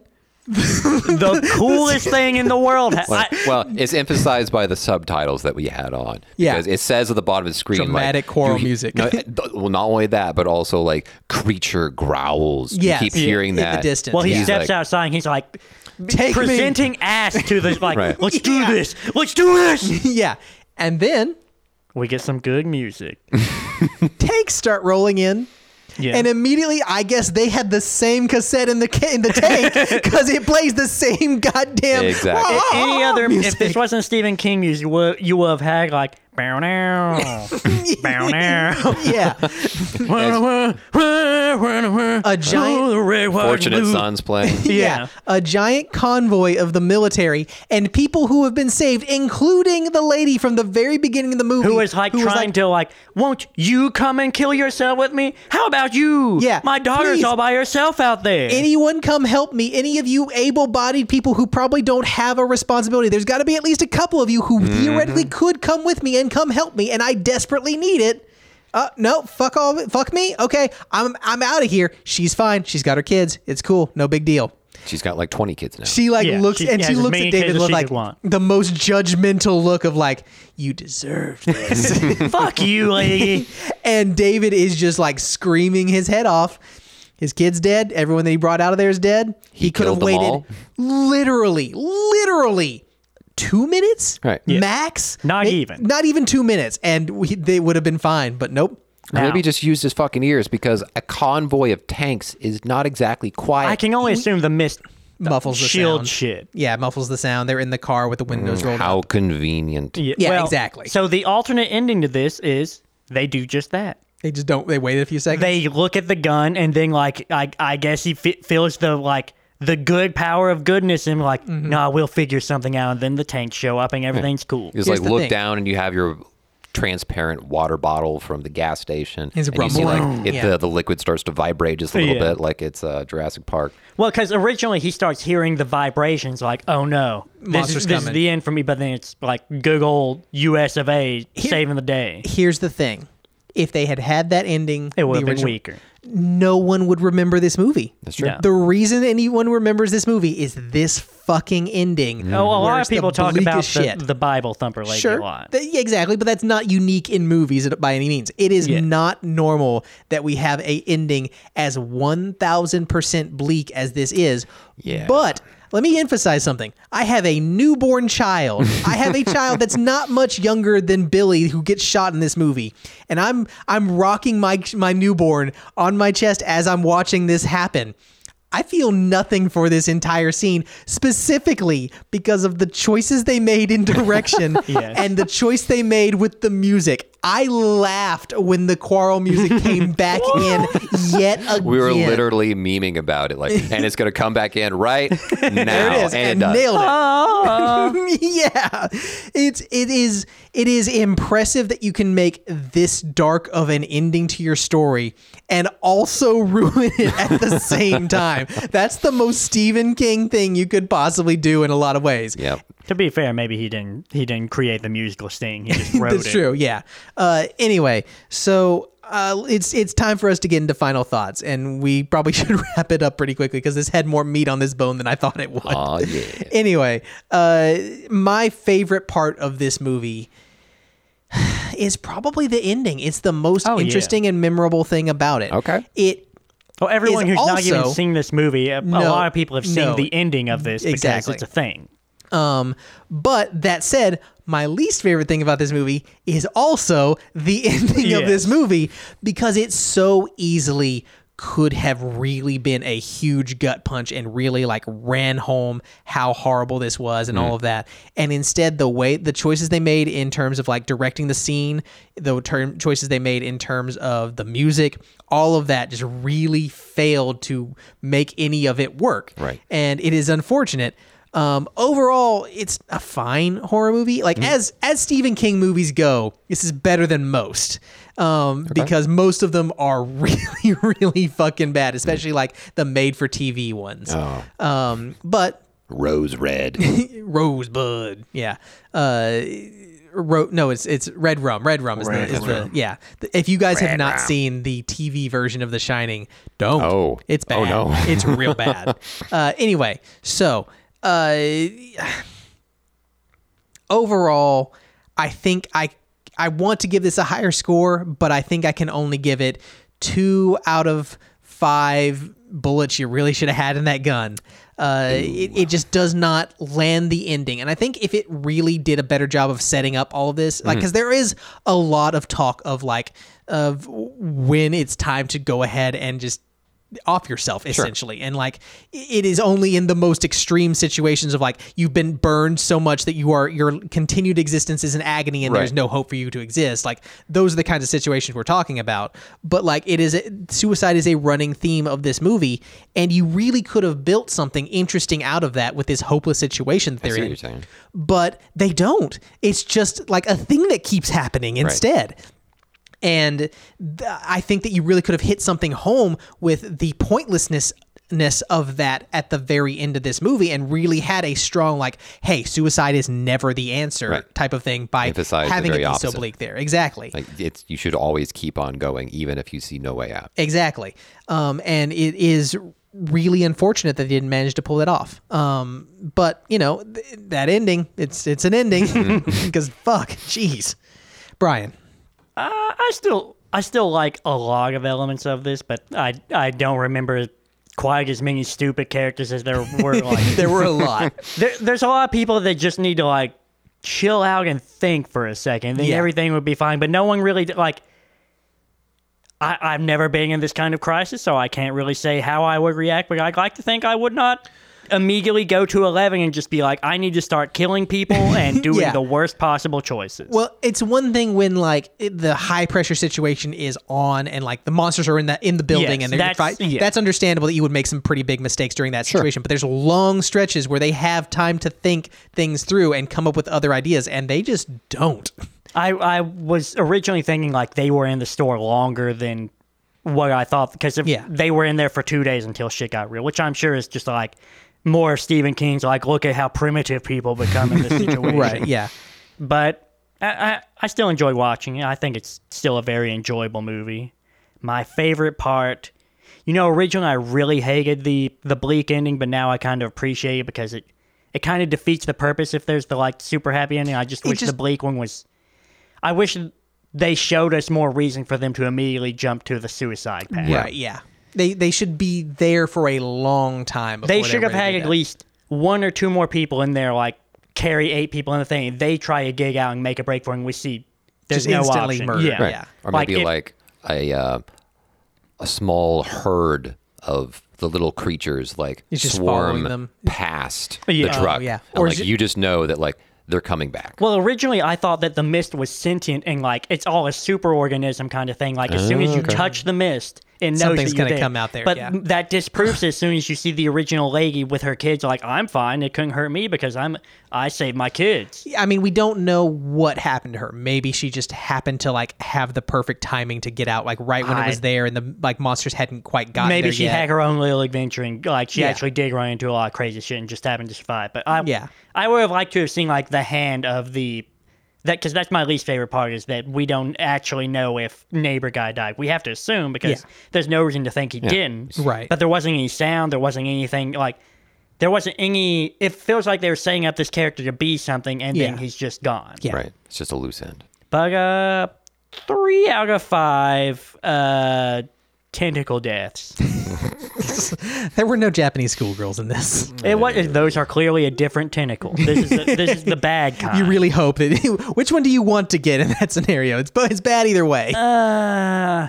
[SPEAKER 2] <laughs>
[SPEAKER 1] the coolest thing in the world.
[SPEAKER 3] Well,
[SPEAKER 1] I-
[SPEAKER 3] <laughs> well, it's emphasized by the subtitles that we had on.
[SPEAKER 2] Yeah.
[SPEAKER 3] Because it says at the bottom of the screen, like,
[SPEAKER 2] Dramatic choral
[SPEAKER 3] you-
[SPEAKER 2] music. <laughs>
[SPEAKER 3] no, th- well, not only that, but also like creature growls.
[SPEAKER 2] Yes.
[SPEAKER 3] you keep
[SPEAKER 2] Yeah.
[SPEAKER 3] hearing
[SPEAKER 2] In the
[SPEAKER 3] that
[SPEAKER 2] distance.
[SPEAKER 1] well, he
[SPEAKER 3] He's
[SPEAKER 1] steps
[SPEAKER 3] like-
[SPEAKER 1] outside and he's like
[SPEAKER 2] Take me.
[SPEAKER 1] presenting ass to the like.
[SPEAKER 3] Right.
[SPEAKER 1] Let's do this. Let's do this.
[SPEAKER 2] yeah. And then
[SPEAKER 1] We get some good
[SPEAKER 2] <laughs>
[SPEAKER 1] music.
[SPEAKER 2] tanks start rolling in.
[SPEAKER 1] Yeah.
[SPEAKER 2] And immediately, I guess they had the same cassette in the ca- in the
[SPEAKER 1] <laughs>
[SPEAKER 2] tank because it plays the same goddamn.
[SPEAKER 3] Exactly.
[SPEAKER 1] If any other, if
[SPEAKER 2] music.
[SPEAKER 1] this wasn't Stephen King music, you would, you would have had like bow <laughs> now, bow now,
[SPEAKER 2] <laughs> yeah, a giant.
[SPEAKER 1] the red, white, and
[SPEAKER 3] Fortunate
[SPEAKER 1] blue.
[SPEAKER 2] <laughs>
[SPEAKER 3] Sons playing.
[SPEAKER 1] <laughs> Yeah.
[SPEAKER 2] a giant convoy of the military and people who have been saved, including the lady from the very beginning of the movie,
[SPEAKER 1] Who was like
[SPEAKER 2] was
[SPEAKER 1] trying to like, won't you come and kill yourself with me? How about you?
[SPEAKER 2] Yeah,
[SPEAKER 1] my daughter's
[SPEAKER 2] please.
[SPEAKER 1] all by herself out there.
[SPEAKER 2] Anyone come help me? Any of you able bodied people who probably don't have a responsibility? There's got to be at least a couple of you who
[SPEAKER 1] Mm-hmm.
[SPEAKER 2] theoretically could come with me and come help me, and I desperately need it. Uh, no, fuck all, of it. fuck me. Okay, I'm I'm out of here. She's fine. She's got her kids. It's cool. No big deal.
[SPEAKER 3] She's got like 20 kids now.
[SPEAKER 2] She like
[SPEAKER 1] Yeah,
[SPEAKER 2] looks
[SPEAKER 1] she
[SPEAKER 2] and
[SPEAKER 1] has
[SPEAKER 2] she
[SPEAKER 1] as
[SPEAKER 2] looks
[SPEAKER 1] many
[SPEAKER 2] at David
[SPEAKER 1] kids as
[SPEAKER 2] with
[SPEAKER 1] she
[SPEAKER 2] like
[SPEAKER 1] could want.
[SPEAKER 2] the most judgmental look of like you deserve
[SPEAKER 1] <laughs>
[SPEAKER 2] this.
[SPEAKER 1] <laughs> Fuck you, lady. <laughs>
[SPEAKER 2] and David is just like screaming his head off. His kid's dead. Everyone that he brought out of there is dead. He, could have waited
[SPEAKER 3] killed them all?
[SPEAKER 2] literally, literally two minutes
[SPEAKER 3] Right. Yeah.
[SPEAKER 2] max.
[SPEAKER 1] Not
[SPEAKER 2] Ma-
[SPEAKER 1] even.
[SPEAKER 2] Not even two minutes. And we, they would have been fine, but nope.
[SPEAKER 3] Or
[SPEAKER 1] Now.
[SPEAKER 3] maybe he just used his fucking ears because a convoy of tanks is not exactly quiet.
[SPEAKER 1] I can only assume the mist
[SPEAKER 2] Muffles the
[SPEAKER 1] shield
[SPEAKER 2] sound.
[SPEAKER 1] shit.
[SPEAKER 2] Yeah, muffles the sound. They're in the car with the windows rolled up.
[SPEAKER 3] Mm. How convenient.
[SPEAKER 2] Yeah, exactly.
[SPEAKER 1] So the alternate ending to this is they do just that.
[SPEAKER 2] They just don't. They waited a few seconds.
[SPEAKER 1] They look at the gun and then like I, I guess he fe feels the like the good power of goodness and like
[SPEAKER 2] Mm-hmm.
[SPEAKER 1] nah, we'll figure something out. And then the tanks show up and everything's cool.
[SPEAKER 3] You just
[SPEAKER 2] Here's
[SPEAKER 3] like
[SPEAKER 2] the
[SPEAKER 3] look
[SPEAKER 2] thing.
[SPEAKER 3] down and you have your transparent water bottle from the gas station.
[SPEAKER 2] It's
[SPEAKER 3] and you see
[SPEAKER 2] rumbling.
[SPEAKER 3] like it,
[SPEAKER 2] Yeah.
[SPEAKER 3] the, the liquid starts to vibrate just a little
[SPEAKER 1] Yeah.
[SPEAKER 3] bit like it's uh, Jurassic Park.
[SPEAKER 1] Well, because originally he starts hearing the vibrations, like, "Oh no, this
[SPEAKER 2] Monster's
[SPEAKER 1] is, this is
[SPEAKER 2] coming.
[SPEAKER 1] the end for me." But then it's like good old U.S. of A. saving the day.
[SPEAKER 2] Here's the thing. If they had had that ending,
[SPEAKER 1] It would
[SPEAKER 2] the
[SPEAKER 1] have been
[SPEAKER 2] original-
[SPEAKER 1] weaker.
[SPEAKER 2] no one would remember this movie. That's
[SPEAKER 3] true.
[SPEAKER 1] Yeah.
[SPEAKER 2] The reason anyone remembers this movie is this fucking ending.
[SPEAKER 1] Oh, a lot
[SPEAKER 2] where
[SPEAKER 1] of
[SPEAKER 2] it's the
[SPEAKER 1] people talk about
[SPEAKER 2] bleakest
[SPEAKER 1] the,
[SPEAKER 2] shit.
[SPEAKER 1] the Bible thumper lady
[SPEAKER 2] sure,
[SPEAKER 1] a lot.
[SPEAKER 2] Th- yeah, exactly, but that's not unique in movies at- by any means. It is
[SPEAKER 1] Yeah.
[SPEAKER 2] not normal that we have a ending as one thousand percent bleak as this is.
[SPEAKER 3] Yeah.
[SPEAKER 2] but. Let me emphasize something. I have a newborn child. I have a
[SPEAKER 1] <laughs>
[SPEAKER 2] child that's not much younger than Billy who gets shot in this movie. And I'm I'm rocking my my newborn on my chest as I'm watching this happen. I feel nothing for this entire scene, specifically because of the choices they made in direction
[SPEAKER 1] Yes.
[SPEAKER 2] and the choice they made with the music. I laughed when the quarrel music came back in yet again.
[SPEAKER 3] We were literally memeing about it, like, and it's going to come back in right now,
[SPEAKER 2] <laughs> There it is, and
[SPEAKER 3] and, it does. Ah.
[SPEAKER 2] nailed it. <laughs> yeah, it's it is it is impressive that you can make this dark of an ending to your story and also <laughs> ruin it at the same time. That's the most Stephen King thing you could possibly do in a lot of ways.
[SPEAKER 3] Yep.
[SPEAKER 2] <laughs>
[SPEAKER 1] To be fair, maybe he didn't he didn't create the musical sting. He
[SPEAKER 2] <laughs>
[SPEAKER 1] just wrote
[SPEAKER 2] That's
[SPEAKER 1] it.
[SPEAKER 2] true. Yeah. Uh, anyway, so uh, it's it's time for us to get into final thoughts, and we probably <laughs> should wrap it up pretty quickly because this had more meat on this bone than I thought it would.
[SPEAKER 3] Aw, yeah.
[SPEAKER 2] <laughs> anyway, uh, my favorite part of this movie <sighs> is probably the ending. It's the most
[SPEAKER 1] yeah.
[SPEAKER 2] interesting and memorable thing about it.
[SPEAKER 3] Okay.
[SPEAKER 2] It
[SPEAKER 1] Well, Oh, everyone
[SPEAKER 2] Is
[SPEAKER 1] who's not even
[SPEAKER 2] also-
[SPEAKER 1] seen this movie, a,
[SPEAKER 2] No,
[SPEAKER 1] a lot of people have seen
[SPEAKER 2] no.
[SPEAKER 1] the ending of this
[SPEAKER 2] Exactly.
[SPEAKER 1] because it's a thing.
[SPEAKER 2] Um, but that said, my least favorite thing about this movie is also the <laughs> ending of
[SPEAKER 1] Yes.
[SPEAKER 2] this movie because it so easily could have really been a huge gut punch and really like ran home how horrible this was and all of that. And instead the way the choices they made in terms of like directing the scene, the term choices they made in terms of the music, all of that just really failed to make any of it work
[SPEAKER 3] Right.
[SPEAKER 2] and it is unfortunate. Um, overall, it's a fine horror movie. Like as as Stephen King movies go, this is better than most um, because most of them are <laughs> really really fucking bad, especially like the made for TV ones. Um, but
[SPEAKER 3] Rose red.
[SPEAKER 2] <laughs> Rosebud, yeah. Uh, Ro- no, it's it's Red Rum. Red Rum is, the, is the yeah. The- If you guys have not seen the TV version of The Shining, don't.
[SPEAKER 3] Oh.
[SPEAKER 2] it's bad.
[SPEAKER 3] Oh, no.
[SPEAKER 2] it's
[SPEAKER 3] <laughs>
[SPEAKER 2] real bad. Uh, anyway, so uh, overall, I think I I want to give this a higher score, but I think I can only give it two out of five bullets you really should have had in that gun. Uh, it, it just does not land the ending, and I think if it really did a better job of setting up all of this, like because there is a lot of talk of like of when it's time to go ahead and just off yourself essentially and like i- it is only in the most extreme situations of like you've been burned so much that you are your continued existence is an agony and there's
[SPEAKER 3] Right.
[SPEAKER 2] no hope for you to exist like those are the kinds of situations we're talking about but like it is a, suicide is a running theme of this movie and you really could have built something interesting out of that with this hopeless situation that
[SPEAKER 3] I
[SPEAKER 2] they're
[SPEAKER 3] see what
[SPEAKER 2] in
[SPEAKER 3] you're saying.
[SPEAKER 2] but they don't it's just like a thing that keeps happening instead and th- I think that you really could have hit something home with the pointlessness of that at the very end of this movie and really had a strong like hey suicide is never the answer
[SPEAKER 3] Right.
[SPEAKER 2] type of thing by
[SPEAKER 3] Emphasize the
[SPEAKER 2] having it
[SPEAKER 3] very
[SPEAKER 2] be so
[SPEAKER 3] opposite.
[SPEAKER 2] bleak there exactly
[SPEAKER 3] Like it's you should always keep on going, even if you see no way out.
[SPEAKER 2] Exactly. Um, and it is really unfortunate that they didn't manage to pull that off. Um, but you know th- that ending, it's it's an ending because fuck, jeez, Brian.
[SPEAKER 1] I still I still like a lot of elements of this, but I I don't remember quite as many stupid characters as there were
[SPEAKER 2] <laughs>
[SPEAKER 1] like
[SPEAKER 2] There were a lot.
[SPEAKER 1] there, there's a lot of people that just need to like chill out and think for a second. Then
[SPEAKER 2] Yeah.
[SPEAKER 1] everything would be fine. But no one really did, like. I, I've never been in this kind of crisis, so I can't really say how I would react. But I'd like to think I would not immediately go to eleven and just be like, I need to start killing people
[SPEAKER 2] <laughs>
[SPEAKER 1] and doing
[SPEAKER 2] Yeah.
[SPEAKER 1] the worst possible choices.
[SPEAKER 2] Well, it's one thing when like it- the high pressure situation is on and like the monsters are in that in the building
[SPEAKER 1] Yes,
[SPEAKER 2] and they're
[SPEAKER 1] that's-
[SPEAKER 2] fight-
[SPEAKER 1] yeah.
[SPEAKER 2] that's understandable that you would make some pretty big mistakes during that situation. But there's long stretches where they have time to think things through and come up with other ideas, and they just don't.
[SPEAKER 1] I, I was originally thinking like they were in the store longer than what I thought because if
[SPEAKER 2] Yeah.
[SPEAKER 1] they were in there for two days until shit got real, which I'm sure is just like more of Stephen King's like look at how primitive people become in this situation.
[SPEAKER 2] <laughs> Right? Yeah.
[SPEAKER 1] But I, I I still enjoy watching it. I think it's still a very enjoyable movie. My favorite part, you know, originally I really hated the the bleak ending, but now I kind of appreciate it because it it kind of defeats the purpose if there's the like super happy ending. I just wish
[SPEAKER 2] just-
[SPEAKER 1] the bleak one was. I wish they showed us more reason for them to immediately jump to the suicide path.
[SPEAKER 2] Right. Yeah. They they should be there for a long time.
[SPEAKER 1] They
[SPEAKER 2] before
[SPEAKER 1] should
[SPEAKER 2] they're
[SPEAKER 1] have
[SPEAKER 2] ready
[SPEAKER 1] had
[SPEAKER 2] to
[SPEAKER 1] at
[SPEAKER 2] do
[SPEAKER 1] least one or two more people in there, like carry eight people in the thing. They try to dig out and make a break for it, and we see there's
[SPEAKER 2] Just
[SPEAKER 1] no
[SPEAKER 2] instantly
[SPEAKER 1] option.
[SPEAKER 2] murder.
[SPEAKER 1] Yeah.
[SPEAKER 2] Right.
[SPEAKER 1] yeah.
[SPEAKER 3] Or
[SPEAKER 1] Like,
[SPEAKER 3] maybe
[SPEAKER 1] it-
[SPEAKER 3] like, a uh, a small herd of the little creatures like
[SPEAKER 2] It's just following
[SPEAKER 3] swarm
[SPEAKER 2] them.
[SPEAKER 3] past
[SPEAKER 1] Yeah.
[SPEAKER 3] the
[SPEAKER 1] Oh,
[SPEAKER 3] truck.
[SPEAKER 2] yeah.
[SPEAKER 3] And,
[SPEAKER 2] Or
[SPEAKER 3] like
[SPEAKER 2] is it-
[SPEAKER 3] you just know that like they're coming back.
[SPEAKER 1] Well, originally I thought that the mist was sentient and like it's all a superorganism kind of thing. Like as soon as you touch the mist, it knows
[SPEAKER 2] Oh, Something's
[SPEAKER 1] that you're
[SPEAKER 2] gonna
[SPEAKER 1] dead.
[SPEAKER 2] come out there,
[SPEAKER 1] But
[SPEAKER 2] yeah.
[SPEAKER 1] that disproves it as soon as you see the original lady with her kids. Like I'm fine. It couldn't hurt me because I'm I saved my kids.
[SPEAKER 2] I mean, we don't know what happened to her. Maybe she just happened to like have the perfect timing to get out, like right when it was
[SPEAKER 1] I-
[SPEAKER 2] there, and the like monsters hadn't quite gotten
[SPEAKER 1] Maybe
[SPEAKER 2] there
[SPEAKER 1] she
[SPEAKER 2] yet.
[SPEAKER 1] had her own little adventure and like she
[SPEAKER 2] Yeah.
[SPEAKER 1] actually did run into a lot of crazy shit and just happened to survive. But I
[SPEAKER 2] Yeah.
[SPEAKER 1] I would have liked to have seen like the hand of the that because that's my least favorite part is that we don't actually know if neighbor guy died. We have to assume because
[SPEAKER 2] Yeah.
[SPEAKER 1] there's no reason to think he didn't.
[SPEAKER 2] Right.
[SPEAKER 1] But there wasn't any sound. There wasn't anything like. There wasn't any. It feels like they were setting up this character to be something, and
[SPEAKER 2] Yeah.
[SPEAKER 1] then he's just gone.
[SPEAKER 2] Yeah.
[SPEAKER 3] Right. It's just a loose end.
[SPEAKER 1] But uh, three out of five uh, tentacle deaths.
[SPEAKER 2] <laughs> There were no Japanese schoolgirls in this.
[SPEAKER 1] It was, those are clearly a different tentacle. This is the, this is the bad kind.
[SPEAKER 2] <laughs> You really hope that. which one do you want to get in that scenario? It's bu- it's bad either way.
[SPEAKER 1] uh,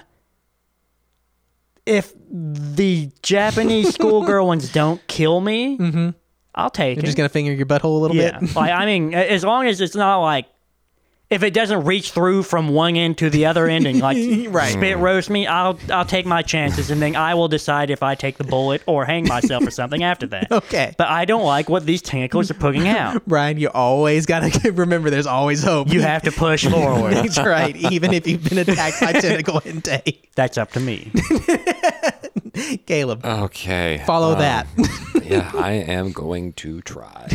[SPEAKER 1] if the Japanese schoolgirl ones don't kill me, I'll take
[SPEAKER 2] You're
[SPEAKER 1] it.
[SPEAKER 2] Mm-hmm. just gonna finger your butthole a little
[SPEAKER 1] yeah, <laughs>
[SPEAKER 2] bit. <laughs>
[SPEAKER 1] like I mean, a- as long as it's not like if it doesn't reach through from one end to the other end and like
[SPEAKER 2] <laughs> Right.
[SPEAKER 1] spit roast me, I'll I'll take my chances and then I will decide if I take the bullet or hang myself or something after that.
[SPEAKER 2] <laughs> Okay.
[SPEAKER 1] but I don't like what these tentacles are putting out.
[SPEAKER 2] Ryan, you always gotta <laughs> remember. There's always hope.
[SPEAKER 1] You have to push forward.
[SPEAKER 2] <laughs> That's right. Even if you've been
[SPEAKER 1] <laughs>
[SPEAKER 2] attacked by tentacle hentai,
[SPEAKER 1] That's up to me.
[SPEAKER 2] Caleb,
[SPEAKER 3] Okay.
[SPEAKER 2] follow that.
[SPEAKER 3] yeah, I am going to try.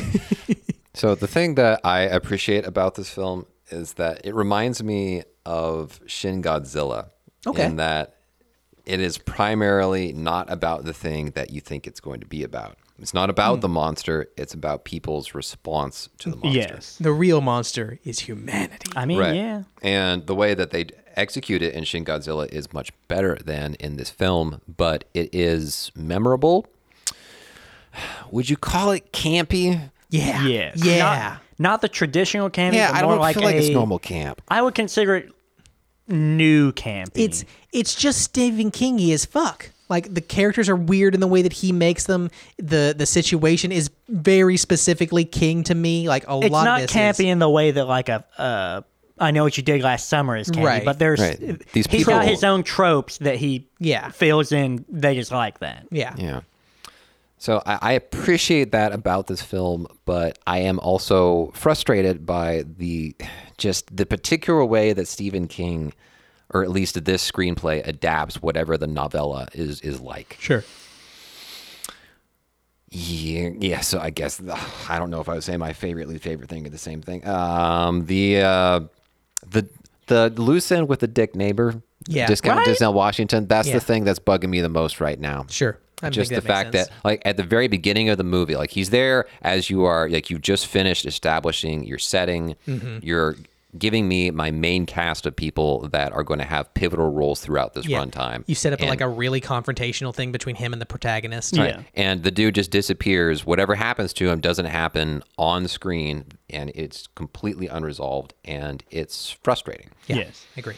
[SPEAKER 3] so the thing that I appreciate about this film is that it reminds me of Shin Godzilla.
[SPEAKER 2] Okay.
[SPEAKER 3] In that it is primarily not about the thing that you think it's going to be about. It's not about the monster, it's about people's response to the monster.
[SPEAKER 1] yes.
[SPEAKER 2] the real monster is humanity.
[SPEAKER 1] I mean,
[SPEAKER 3] Right.
[SPEAKER 1] yeah.
[SPEAKER 3] And the way that they execute it in Shin Godzilla is much better than in this film, but it is memorable. <sighs> Would you call it campy?
[SPEAKER 2] Yeah.
[SPEAKER 1] Yes.
[SPEAKER 2] Yeah.
[SPEAKER 1] Not, not the traditional campy,
[SPEAKER 3] Yeah,
[SPEAKER 1] but
[SPEAKER 3] I
[SPEAKER 1] more
[SPEAKER 3] don't
[SPEAKER 1] like
[SPEAKER 3] feel like
[SPEAKER 1] a,
[SPEAKER 3] it's normal camp.
[SPEAKER 1] I would consider it new campy.
[SPEAKER 2] it's it's just Stephen Kingy as fuck. Like the characters are weird in the way that he makes them. The the situation is very specifically King to me. Like a
[SPEAKER 1] it's
[SPEAKER 2] lot
[SPEAKER 1] not
[SPEAKER 2] of this
[SPEAKER 1] campy
[SPEAKER 2] is-
[SPEAKER 1] in the way that like a uh, I know what you did last summer is campy,
[SPEAKER 2] Right.
[SPEAKER 1] but there's
[SPEAKER 3] Right. These
[SPEAKER 1] he's got
[SPEAKER 3] people-
[SPEAKER 1] his own tropes that he
[SPEAKER 2] Yeah.
[SPEAKER 1] fills in. They just like that.
[SPEAKER 2] yeah.
[SPEAKER 3] Yeah. So I, I appreciate that about this film, but I am also frustrated by the just the particular way that Stephen King, or at least this screenplay, adapts whatever the novella is is like.
[SPEAKER 2] Sure.
[SPEAKER 3] Yeah, yeah. So I guess ugh, I don't know if I would say my favorite least favorite thing or the same thing. Um, the uh, the the loose end with the dick neighbor.
[SPEAKER 2] Yeah.
[SPEAKER 3] discount
[SPEAKER 2] Right?
[SPEAKER 3] Disney Washington. That's
[SPEAKER 2] Yeah.
[SPEAKER 3] the thing that's bugging me the most right now.
[SPEAKER 2] Sure. I think
[SPEAKER 3] just
[SPEAKER 2] that
[SPEAKER 3] the
[SPEAKER 2] makes
[SPEAKER 3] fact
[SPEAKER 2] sense.
[SPEAKER 3] that like at the very beginning of the movie like he's there as you are like you've just finished establishing your setting
[SPEAKER 2] Mm-hmm.
[SPEAKER 3] you're giving me my main cast of people that are going to have pivotal roles throughout this
[SPEAKER 2] Yeah.
[SPEAKER 3] runtime
[SPEAKER 2] You set up
[SPEAKER 3] And-
[SPEAKER 2] like a really confrontational thing between him and the protagonist.
[SPEAKER 1] Yeah.
[SPEAKER 3] and the dude just disappears whatever happens to him doesn't happen on screen and it's completely unresolved and it's frustrating
[SPEAKER 1] Yes.
[SPEAKER 2] I agree.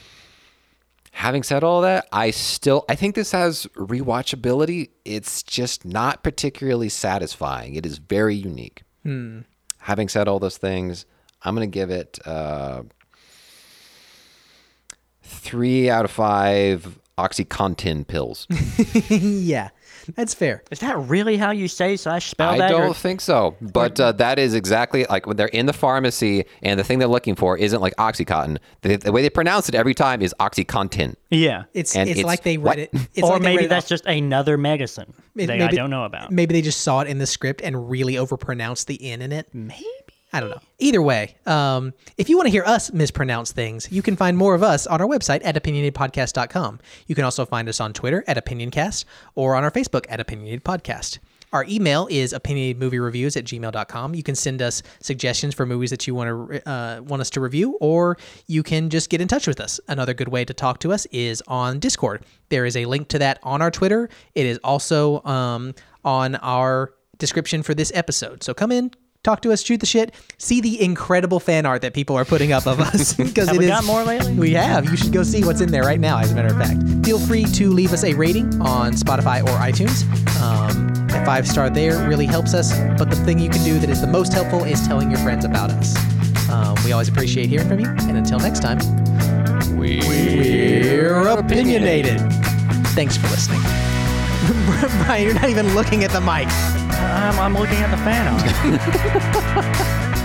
[SPEAKER 3] having said all that i still i think this has rewatchability it's just not particularly satisfying it is very unique having said all those things i'm going to give it uh, three out of five oxycontin pills
[SPEAKER 2] Yeah. That's fair.
[SPEAKER 1] Is that really how you say slash spell
[SPEAKER 3] I
[SPEAKER 1] that? or-
[SPEAKER 3] don't think so, but uh, that is exactly like when they're in the pharmacy and the thing they're looking for isn't like OxyContin. The, the way they pronounce it every time is OxyContin.
[SPEAKER 1] yeah.
[SPEAKER 2] It's
[SPEAKER 3] And
[SPEAKER 2] it's,
[SPEAKER 3] it's-
[SPEAKER 2] like they read
[SPEAKER 3] what?
[SPEAKER 2] it. It's
[SPEAKER 1] or
[SPEAKER 2] like they read
[SPEAKER 1] maybe
[SPEAKER 2] it
[SPEAKER 1] that's
[SPEAKER 2] off-
[SPEAKER 1] just another medicine
[SPEAKER 2] It-
[SPEAKER 1] that I
[SPEAKER 2] maybe-
[SPEAKER 1] don't know about.
[SPEAKER 2] Maybe they just saw it in the script and really overpronounced the N in it. Maybe. I don't know. Either way, um, if you want to hear us mispronounce things, you can find more of us on our website at opinionatedpodcast.com. You can also find us on Twitter at opinioncast or on our Facebook at opinionated podcast. Our email is opinionatedmoviereviews at gmail.com. You can send us suggestions for movies that you want to uh, want us to review, or you can just get in touch with us. Another good way to talk to us is on Discord. There is a link to that on our Twitter. It is also um, on our description for this episode. So come in, talk to us, shoot the shit, see the incredible fan art that people are putting up of us <laughs> because it
[SPEAKER 1] we
[SPEAKER 2] is-
[SPEAKER 1] got more lately?
[SPEAKER 2] We have. You should go see what's in there right now. As a matter of fact, feel free to leave us a rating on Spotify or iTunes. Um, a five star there really helps us. But the thing you can do that is the most helpful is telling your friends about us. Um, we always appreciate hearing from you. And until next time, we're opinionated. Thanks for listening. <laughs> Brian, you're not even looking at the mic.
[SPEAKER 1] I'm, I'm looking at the fan art.